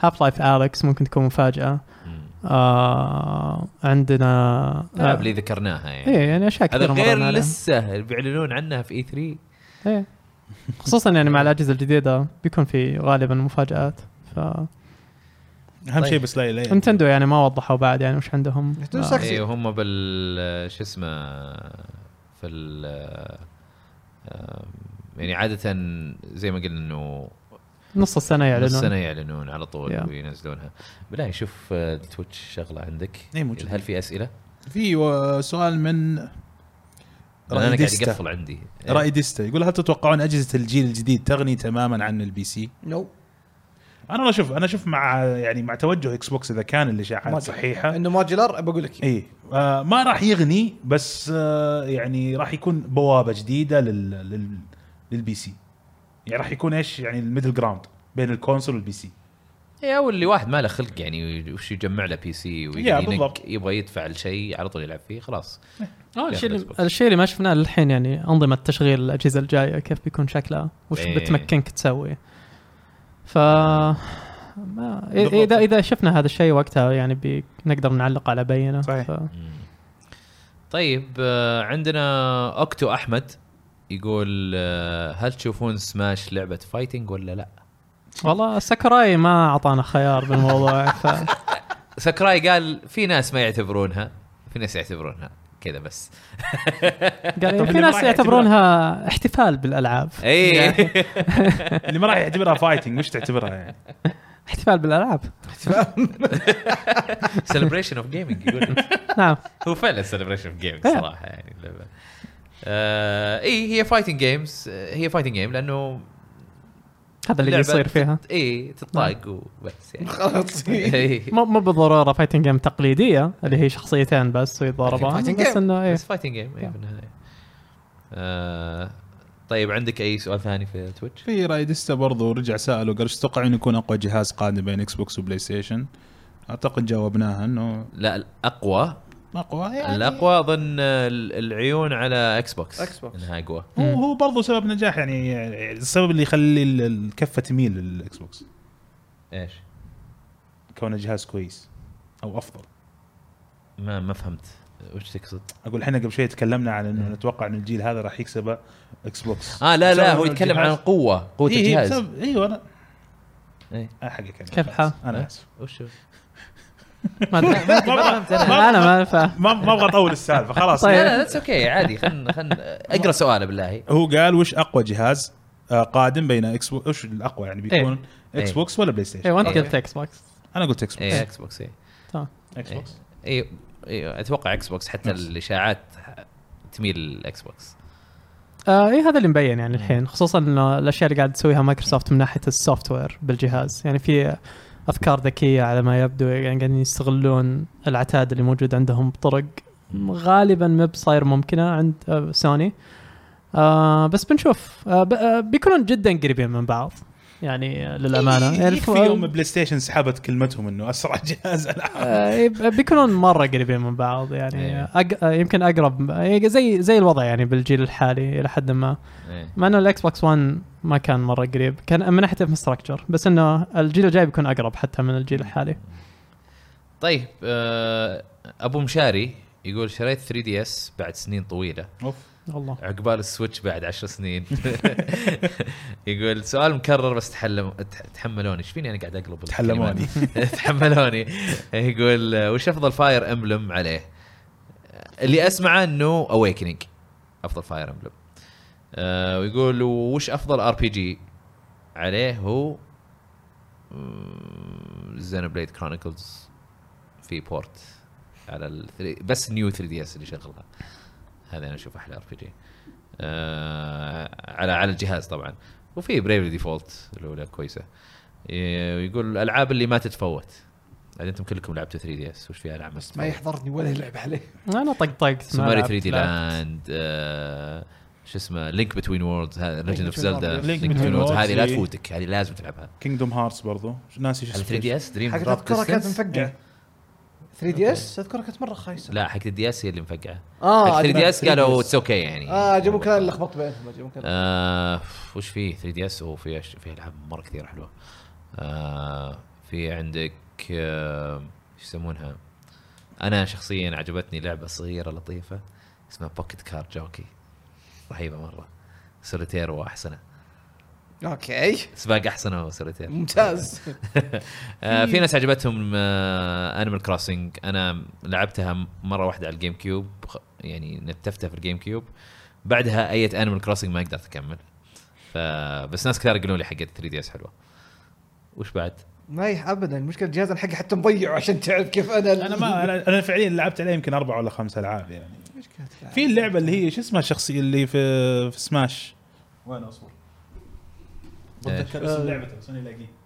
هاف لايف اليكس ممكن تكون مفاجاه
يعني. مم.
آه عندنا
الالعاب اللي ذكرناها يعني
ايه يعني اشياء
هذا
كثيره آه. مرة
غير
نعلم.
لسه اللي بيعلنون عنها في E اي 3
ايه خصوصا يعني مع الاجهزه الجديده بيكون في غالبا مفاجات ف
إيه.
اهم
طيب.
شيء بس لا اله
نتندو يعني ما وضحوا بعد يعني وش عندهم
نتندو
آه،
ساكت.
اي هم إيه، بال شو اسمه في ال آم، يعني عاده زي ما قلنا انه
آه، نص السنه
يعلنون.
يعلنون
السنه يعلنون على طول
Yeah.
وينزلونها بالله شوف آه، التويتش شغله عندك
إيه، موجود.
هل في اسئله؟
في و- سؤال من
انا قاعد
ديستا.
اقفل عندي إيه.
راي ديستا يقول هل تتوقعون اجهزه الجيل الجديد تغني تماما عن البي سي؟
نو
انا اشوف انا اشوف مع يعني مع توجه اكس بوكس اذا كان الاشاعات صحيحه
انه موديلر بقول لك
اي آه ما راح يغني بس آه يعني راح يكون بوابه جديده لل لل للبي سي يعني راح يكون ايش يعني الميدل جراوند بين الكونسول والبي سي
يا واللي واحد ما له خلق يعني وش يجمع له بي سي
يا،
ويقعد
بالضبط.
ينق- يبغى يدفع لشيء على طول يلعب فيه خلاص
اه
ياخذ
الشيء
Xbox.
اللي, الشيء اللي ما شفناه للحين يعني انظمه تشغيل الاجهزه الجايه كيف بيكون شكلها وش
إيه.
بتمكنك تسوي ف ما إي- اذا اذا شفنا هذا الشيء وقتها يعني بي- نقدر نعلق على بينه
صحيح.
ف-
طيب آه، عندنا اوكتو احمد يقول آه، هل تشوفون سماش لعبه فايتنج ولا لا؟
والله ساكوراي ما اعطانا خيار بالموضوع ف
سكراي قال في ناس ما يعتبرونها في ناس يعتبرونها كذا بس
قال في
اللي
ناس
ما
يعتبرونها احتفال بالالعاب
اي
يا أخي،
اللي يعني ما راح يعتبرها فايتنج مش تعتبرها يعني
احتفال بالالعاب
سليبريشن اوف جيمنج يقول
نعم
هو فعلا سليبريشن اوف جيمنج صراحه يعني اللعبه آه اي هي فايتنج جيمز هي فايتنج جيم لانه
هذا اللي
اللعبة
يصير فيها
اي تطاق إيه،
نعم.
وبس يعني
خلاص
إيه.
مو مو بالضروره فايتنج جيم تقليديه اللي هي شخصيتين بس ويتضاربون
Fighting
بس
game.
انه ايه
بس فايتنج جيم
نعم.
اي إيه، في النهايه آه، طيب عندك اي سؤال ثاني في تويتش؟
في راي ديستا برضو رجع ساله قال ايش تتوقعون يكون اقوى جهاز قادم بين اكس بوكس وبلاي ستيشن؟ اعتقد جاوبناها انه
لا الاقوى
اقوى يعني
الاقوى اظن ال- العيون على اكس بوكس
Xbox.
انها اقوى
هو هو برضه سبب نجاح يعني السبب اللي يخلي ال- الكفه تميل للاكس بوكس
ايش؟
كونه جهاز كويس او افضل
ما ما فهمت وش تقصد؟
اقول احنا قبل شوي تكلمنا عن انه نتوقع ان الجيل هذا راح يكسبه اكس بوكس
اه لا
بسبب
لا هو
إنه
يتكلم
الجهاز-
عن القوه قوه
إيه، إيه،
الجهاز
بسبب- ايوه انا
إيه.
آه، حقك أنا
كيف الحال؟
آسف. انا اسف
وش
ما ادري
ما فهمت انا
انا ما فاهم
ما ما ابغى اطول السالفه خلاص
طيب.
لا لا اتس اوكي عادي خلنا خلنا اقرا سؤاله بالله إيه،
هو قال وش اقوى جهاز آه، قادم بين اكس بوكس وش الاقوى يعني بيكون
إيه.
اكس بوكس ولا بلاي ستيشن؟
ايوه انت
إيه.
قلت اكس بوكس
انا قلت اكس بوكس
اي اكس بوكس اي
تمام
اكس بوكس
إيه.
اي اتوقع اكس بوكس إيه، حتى
نفس.
الاشاعات تميل الاكس بوكس
آه اي هذا اللي مبين يعني الحين خصوصا انه الاشياء اللي قاعد تسويها مايكروسوفت من ناحيه السوفت وير بالجهاز يعني في افكار ذكيه على ما يبدو يعني قاعدين يستغلون العتاد اللي موجود عندهم بطرق غالبا ما بصاير ممكنه عند آه، سوني آه بس بنشوف آه ب- آه، بيكونون جدا قريبين من بعض يعني آه، للامانه يعني
إيه، في يوم بلاي ستيشن سحبت كلمتهم انه اسرع جهاز العاب
آه، يب- بيكونون مره قريبين من بعض يعني
إيه.
أق... آه، يمكن اقرب آه، زي زي الوضع يعني بالجيل الحالي الى حد ما
إيه.
مع انه الاكس بوكس 1 ما كان مره قريب كان من ناحيه انفراستراكشر بس انه الجيل الجاي بيكون اقرب حتى من الجيل الحالي
طيب آه، ابو مشاري يقول شريت 3 دي اس بعد سنين طويله
اوف
والله
عقبال السويتش بعد عشر سنين يقول سؤال مكرر بس تحلم تح- تحملوني ايش فيني انا قاعد اقلب الكلمات؟
تحلموني.
تحملوني يقول آه، وش افضل فاير امبلم عليه آه، اللي اسمعه انه اويكننج افضل فاير امبلم آه، ويقول وش افضل ار بي جي عليه هو زينا بليد كرونيكلز آه، في بورت على ال 3 بس نيو 3 دي اس اللي شغلها هذا انا اشوف احلى ار بي جي آه، على على الجهاز طبعا وفي بريفلي ديفولت الاولى كويسه إيه، ويقول الالعاب اللي ما تتفوت عاد انتم كلكم لعبتوا 3 دي اس وش في العاب ما
ما
تتفوت؟
يحضرني ولا يلعب عليه
إيه،
انا طقطقت
سوماري 3 دي لاند آه، شو اسمه لينك بتوين ووردز هذا ليجند اوف
Between
زلدا
Worlds.
لينك
Link
بتوين
Between
ووردز
Worlds
هذه لا
هي-
تفوتك هذه لازم تلعبها
كينجدوم هارتس برضو ناسي شو
على
اسمه
3 دي اس دريم
حق اذكرها كانت
إيه.
مفقعه 3 دي اس اذكرها كانت مره خايسه
لا حق الدي اس هي اللي مفقعه
اه
حق 3 دي اس قالوا
3DS.
اتس اوكي يعني
اه جابوا كلام اللي لخبطت بينهم جابوا كلام
آه وش في 3 دي اس وفي أش- في العاب مره كثير حلوه آه في عندك آه، ايش يسمونها انا شخصيا عجبتني لعبه صغيره لطيفه اسمها بوكيت كار جوكي رهيبه مره سوليتير واحسنه
اوكي
سباق احسنه وسوليتير
ممتاز
آه، في ناس عجبتهم آه، انيمال كروسنج انا لعبتها مره واحده على الجيم كيوب خ- يعني نتفتها في الجيم كيوب بعدها اية انيمال كروسنج ما قدرت اكمل فبس ناس كثير يقولوا لي حقت 3 دي اس حلوه وش بعد؟
ما يح ابدا المشكله الجهاز انا حقي حتى مضيعه عشان تعرف كيف انا
انا ما انا انا فعليا لعبت عليه يمكن اربع ولا خمس العاب يعني في اللعبه اللي هي شو اسمها الشخصيه اللي في في سماش وين اصبر بتذكر اسم لعبته بس انا الاقيه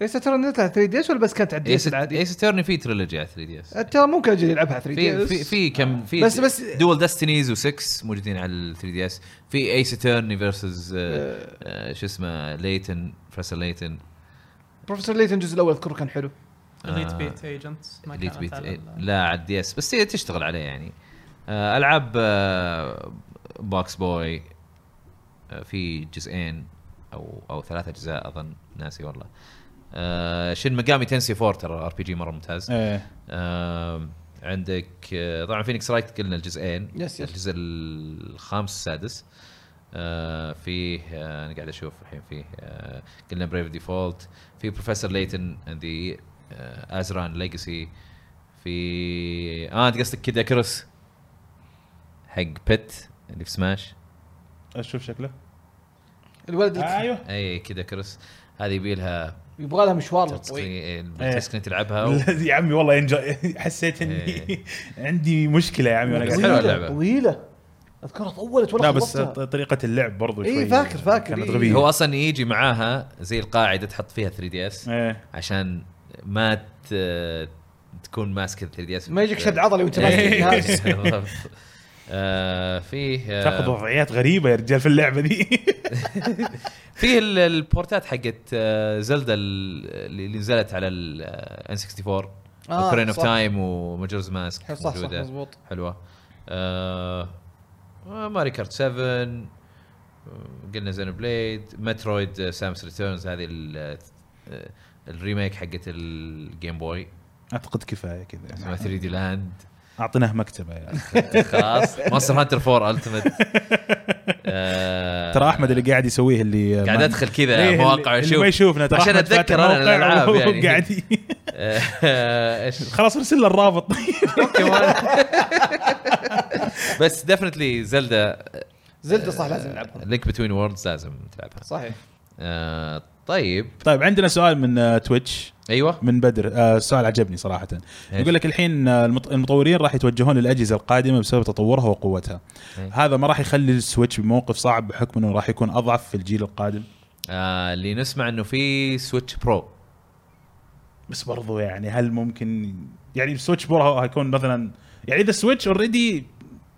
ليس ترى نزلت على 3 دي اس ولا بس كانت على
إيه،
الدي اس العادي؟
ايس تيرني في تريلوجي على 3 دي اس
ترى ممكن اجي العبها 3 دي
في
اس
في في كم في
آه. بس- بس-
دول ديستنيز و6 موجودين على 3 دي اس في ايس تيرني فيرسز آه،
آه.
شو اسمه ليتن فرس ليتن
بروفيسور ليتن الجزء الاول اذكره كان حلو
اليت
آه،
بيت ايجنتس ما
ليت
كانت
بيت
على ال-
إيه، لا على الدي اس بس هي تشتغل عليه يعني آه، العاب آه، بوكس بوي آه، في جزئين او او ثلاثه اجزاء اظن ناسي والله آه، شين مقامي تنسي فور ترى ار بي جي مره ممتاز
ايه
آه، عندك آه، طبعا فينيكس رايت قلنا الجزئين
يس، يس.
الجزء الخامس السادس آه، فيه آه، انا قاعد اشوف الحين فيه آه، قلنا بريف ديفولت في بروفيسور ليتن ذا ازران ليجاسي آه، في اه انت قصدك كيد اكروس حق بيت اللي في سماش
اشوف شكله
الولد اللي
ايوه
اي كيد اكروس هذه يبي لها
يبغى لها مشوار
touch
طويل
screen- touch screen تلعبها و-
يا عمي والله انجا- حسيت اني
إيه.
عندي مشكله يا عمي وانا
بس
قاعد
حلوة
طويلة-
اللعبة.
طويله اذكرها طولت ولا
لا بس طيب.
خلصتها.
طريقه اللعب برضو
إيه،
شوي
فاكر- فاكر،
كانت
إيه.
غبيه
هو اصلا يجي معاها زي القاعده تحط فيها 3 دي اس
ايه
عشان ما ت- تكون ماسك ال 3 دي اس
ما يجيك شد عضلي وانت ماسك الجهاز
فيه
تاخذ
آه،
وضعيات غريبه يا رجال في اللعبه دي
فيه ال- البورتات حقت آه، زلدا ال- اللي نزلت على الان 64
آه،
اوكرين اوف
صح.
تايم وماجرز ماسك
صح صح
موجوده
مضبوط
حلوه آه، ماري كارت 7 آه، قلنا زين بليد آه، مترويد سامس ريتيرنز هذه ال- آه، الريميك حقت الجيم بوي
اعتقد كفايه كذا
اسمها
يعني
3 دي لاند
اعطيناه مكتبه يعني
خلاص مونستر هانتر 4 التمت
ترى احمد اللي قاعد يسويه اللي
آه.
إيه،
قاعد ادخل كذا مواقع
اللي ما
اشوف
يشوفنا ترى
عشان
أحمد فاتح
أتذكر أنا
موقع
الألعاب
وهو
يعني.
قاعد
آه، ايش
خلاص ارسل له الرابط
كمان بس آه، ديفنتلي زلدا
زلده صح لازم نلعبها
لينك بتوين ووردز لازم تلعبها
صحيح
آه، طيب
طيب عندنا سؤال من آه، تويتش
ايوه
من بدر آه، السؤال عجبني صراحه
إيش؟
يقول لك الحين آه، المط- المطورين راح يتوجهون للاجهزه القادمه بسبب تطورها وقوتها
إيه.
هذا ما راح يخلي السويتش بموقف صعب بحكم انه راح يكون اضعف في الجيل القادم
آه، اللي نسمع انه في سويتش برو
بس برضو يعني هل ممكن يعني السويتش برو هيكون مثلا يعني اذا السويتش اوريدي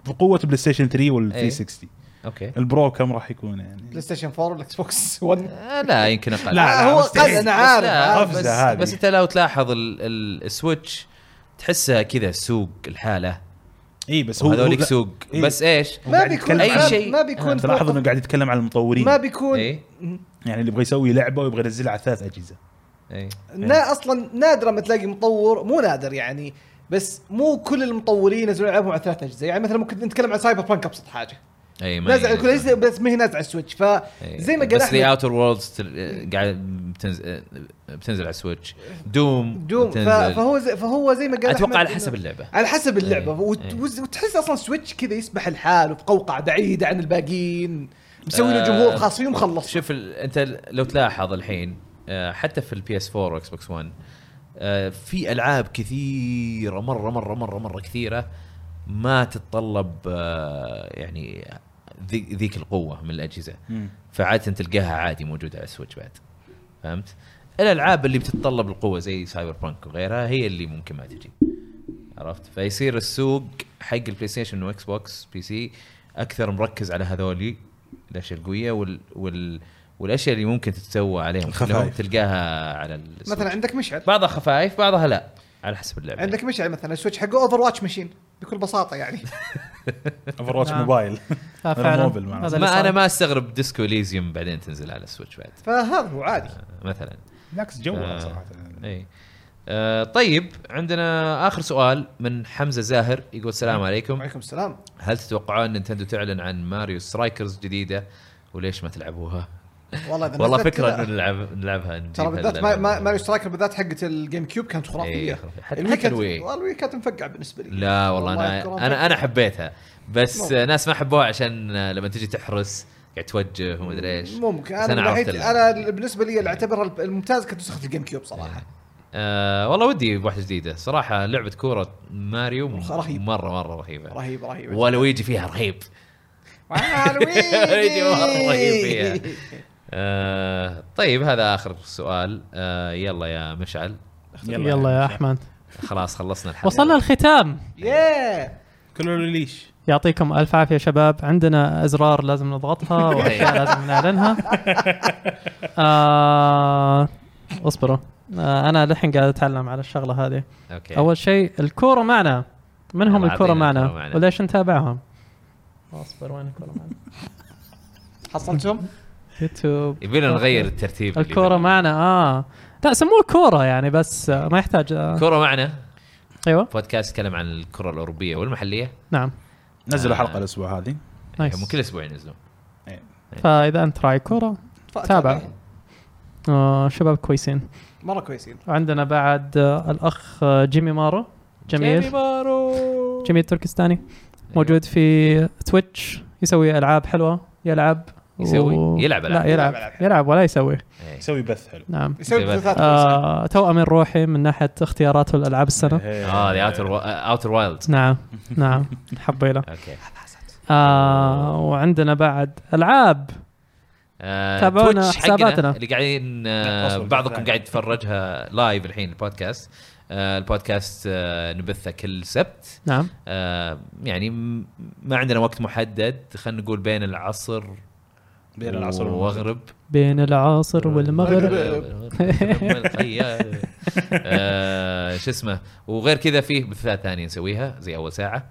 بقوه بلاي ستيشن 3 وال
إيه.
360
اوكي
البرو كم راح يكون يعني
بلاي ستيشن 4 والاكس بوكس 1
آه، لا يمكن اقل
لا،
آه، هو
مستحيل.
قد انا عارف
لا،
عارف.
قفزة
بس,
هذه.
بس انت لو تلاحظ ال- ال- السويتش تحسها كذا سوق الحاله
اي بس هو
هذوليك
هو-
سوق
إيه.
بس ايش؟
ما
قاعد
بيكون
يتكلم
أي
ما-
شيء.
ما بيكون
تلاحظ
فوق-
انه قاعد يتكلم عن المطورين
ما بيكون
اي
يعني اللي يبغى يسوي لعبه ويبغى ينزلها على ثلاث اجهزه
اي
نا اصلا نادرا ما تلاقي مطور مو نادر يعني بس مو كل المطورين ينزلون يلعبهم على ثلاث اجزاء يعني مثلا ممكن نتكلم عن سايبر بانك ابسط حاجه
اي ما
نازل على كل
يعني-
اجهزه بس ما هي نازله على السويتش فزي ما قال
بس لي
احمد
اوتر وورلدز قاعد بتنزل بتنزل على السويتش دوم
دوم ف-
بتنزل.
فهو زي فهو زي ما قال أحمد
اتوقع على
إنه-
حسب اللعبه
على حسب اللعبه
إيه،
وت-
إيه.
وز- وتحس اصلا سويتش كذا يسبح الحال في قوقعه بعيده عن الباقيين مسوي له
آه،
جمهور خاص فيه ومخلص
شوف ال... انت ال- لو تلاحظ الحين آه، حتى في البي اس 4 واكس بوكس 1 آه، في العاب كثيره مره مره مره مره كثيره ما تتطلب آه، يعني ذي- ذيك القوه من الاجهزه فعاده تلقاها عادي موجوده على السويتش بعد فهمت؟ الالعاب اللي بتتطلب القوه زي سايبر بانك وغيرها هي اللي ممكن ما تجي عرفت؟ فيصير السوق حق البلاي ستيشن واكس بوكس بي سي اكثر مركز على هذولي الاشياء القويه وال, وال والاشياء اللي ممكن تتسوى عليهم
الخفايف.
كلهم تلقاها على السويتش.
مثلا عندك مشعل
بعضها خفايف بعضها لا على حسب اللعبه
عندك مشعل مثلا السويتش حقه اوفر واتش ماشين بكل بساطه يعني
اوفر واتش
نعم.
موبايل
آه،
موبل
فعلا
معناته.
هذا اللي
ما انا
صار.
ما استغرب ديسكو اليزيوم بعدين تنزل على السويتش بعد
فهذا هو عادي
مثلا
بالعكس جوها
آه.
صراحه
اي آه طيب عندنا اخر سؤال من حمزه زاهر يقول السلام
نعم.
عليكم
وعليكم السلام
هل تتوقعون نينتندو تعلن عن ماريو سترايكرز جديده وليش ما تلعبوها؟
والله إذا
والله
نزلت
فكره
كذا-
انه نلعب نلعبها
ترى بالذات ما- ما- ماريو سترايكر بالذات حقت الجيم كيوب كانت
إيه،
خرافيه
خرافية. حتى-
الوي
حتى
كانت-
الوي.
والله الوي كانت مفقعه بالنسبه لي
لا والله
يذكرها
انا انا انا حبيتها بس
ممكن.
ناس ما حبوها عشان آه، لما تجي تحرس قاعد توجه ومدري ايش
ممكن
بس
انا
عرفت
الوحيد
اللعبة.
انا بالنسبه لي اللي اعتبرها الممتاز كانت نسخه الجيم كيوب صراحه
آه والله ودي واحده جديده صراحه لعبه كوره ماريو
رهيب.
مره مره رهيبه
رهيب رهيب
ولويجي فيها رهيب
ويجي.
مرة رهيب فيها. آه طيب هذا اخر سؤال آه يلا يا مشعل
يلا
يعني.
يا احمد
خلاص خلصنا الحلقه
وصلنا الختام
ياه
كله ليش
يعطيكم الف عافيه شباب عندنا ازرار لازم نضغطها واشياء لازم نعلنها آه اصبروا آه انا للحين قاعد اتعلم على الشغله هذه
اوكي
اول شيء الكوره معنا من هم
يلا،
الكوره
أعطينا
معنا
الكورة معنا.
وليش نتابعهم اصبر وين الكوره معنا
حصلتهم
يوتيوب
يبينا نغير الترتيب اللي
الكوره
بينا.
معنا اه لا سموه كوره يعني بس آه، ما يحتاج آه.
الكوره معنا
ايوه
بودكاست يتكلم عن الكره الاوروبيه والمحليه
نعم
نزلوا
آه.
حلقه الاسبوع هذه
هم
نايس
كل اسبوع ينزلون
فاذا انت راعي كوره تابع. آه شباب كويسين
مره كويسين
عندنا بعد آه، الاخ آه، جيمي مارو جميل
مارو
جميل تركستاني
أيوة.
موجود في تويتش يسوي العاب حلوه يلعب
يسوي؟ يلعب
لا
ألعاب.
يلعب
يلعب ألعاب.
يلعب ولا يسوي
أيوة.
يسوي بث حلو
نعم
يسوي
زي
بثوثات كويسة.
آه تو امين روحي من ناحيه اختياراته لالعاب
إيه.
السنه
آه،
اه ذا اوتر اوتر وايلد
نعم نعم حبينا
اوكي
آه وعندنا بعد العاب
آه،
تابعونا
تويتش حقنا
حساباتنا.
اللي قاعدين
لا،
آه
أصلاً
بعضكم
بالفعل.
قاعد يتفرجها لايف الحين البودكاست آه البودكاست آه نبثه كل سبت
نعم
آه يعني م- ما عندنا وقت محدد خلينا نقول بين العصر
بين العصر والمغرب
والمغرب
بين العصر
آه.
والمغرب
الخيال. آه، شو اسمه وغير كذا فيه بثات ثانيه نسويها زي اول ساعه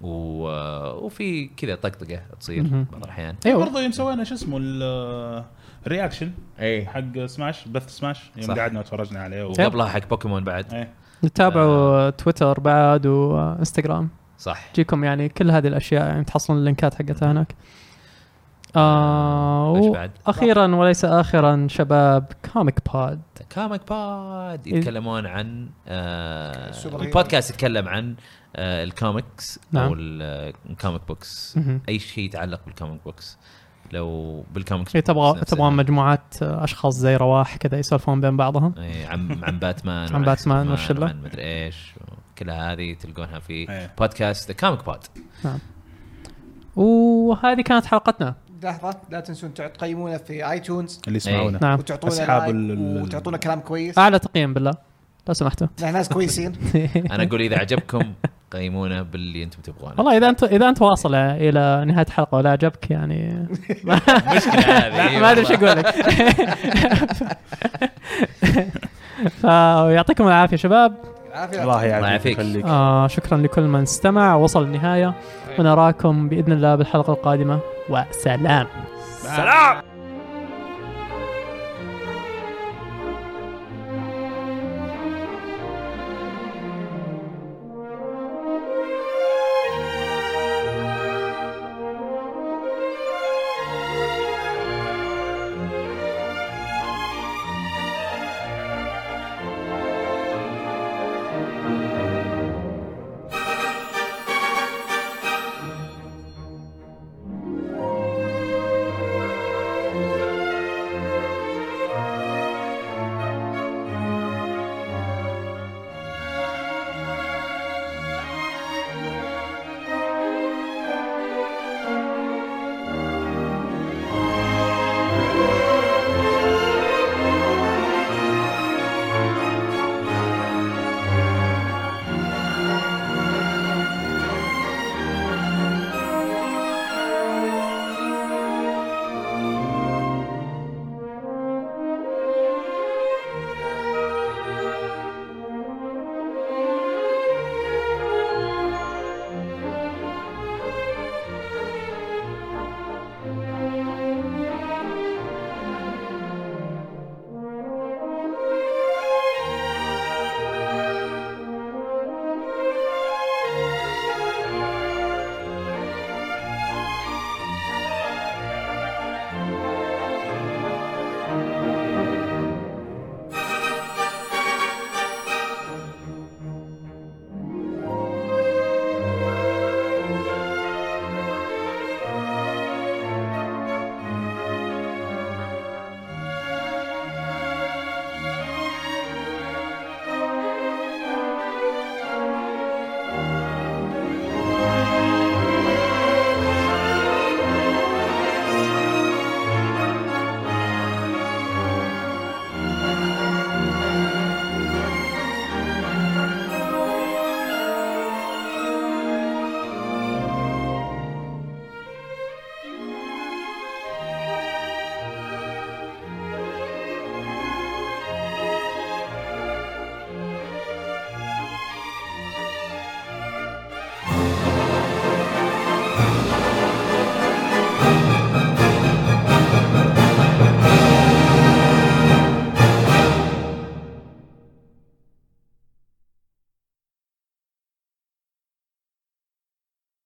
و... آه، وفي كذا طقطقه تصير
مهم.
بعض الاحيان
ايوه
برضه يوم سوينا شو اسمه ال- الرياكشن
اي
حق سماش بث سماش
صح.
يوم قعدنا وتفرجنا عليه و...
وقبلها حق بوكيمون بعد
طيب.
إيه.
تابعوا تويتر بعد وانستغرام
صح
تجيكم يعني كل هذه الاشياء يعني تحصلون اللينكات حقتها هناك آه
ايش
و-
بعد؟
اخيرا وليس اخرا شباب كوميك بود
كاميك
إيه.
بود يتكلمون عن آه
سوبر هيرو.
البودكاست يتكلم عن آه الكوميكس
نعم.
او ال- آه، الكوميك بوكس
مهم.
اي شيء يتعلق بالكوميك بوكس لو بالكوميك
إيه، تبغى
بوكس
تبغى
نفسها.
مجموعات آه، اشخاص زي رواح كذا يسولفون بين بعضهم
إيه، عن عن باتمان
عن باتمان
سوبرمان
والشلة.
وعن مدري ايش كلها هذه تلقونها في
إيه.
بودكاست ذا كوميك بود
وهذه كانت حلقتنا
لحظه لا تنسون تع- تقيمونا في اي تونز
اللي يسمعونه
نعم
وتعطونا
أصحاب
لايك
ال- ال- آه.
وتعطونا كلام كويس
اعلى تقييم بالله لو سمحتوا
نحن ناس كويسين
انا اقول اذا عجبكم قيمونا باللي انتم تبغونه
والله اذا انت اذا انت واصل الى نهايه الحلقه ولا عجبك يعني ما
المشكله هذه
ما ادري ايش اقول لك فيعطيكم العافيه شباب
العافيه
الله
الله يعافيك
يعافيك.
يخليك
آه شكرا لكل من استمع وصل النهايه ونراكم باذن الله بالحلقه القادمه وسلام
سلام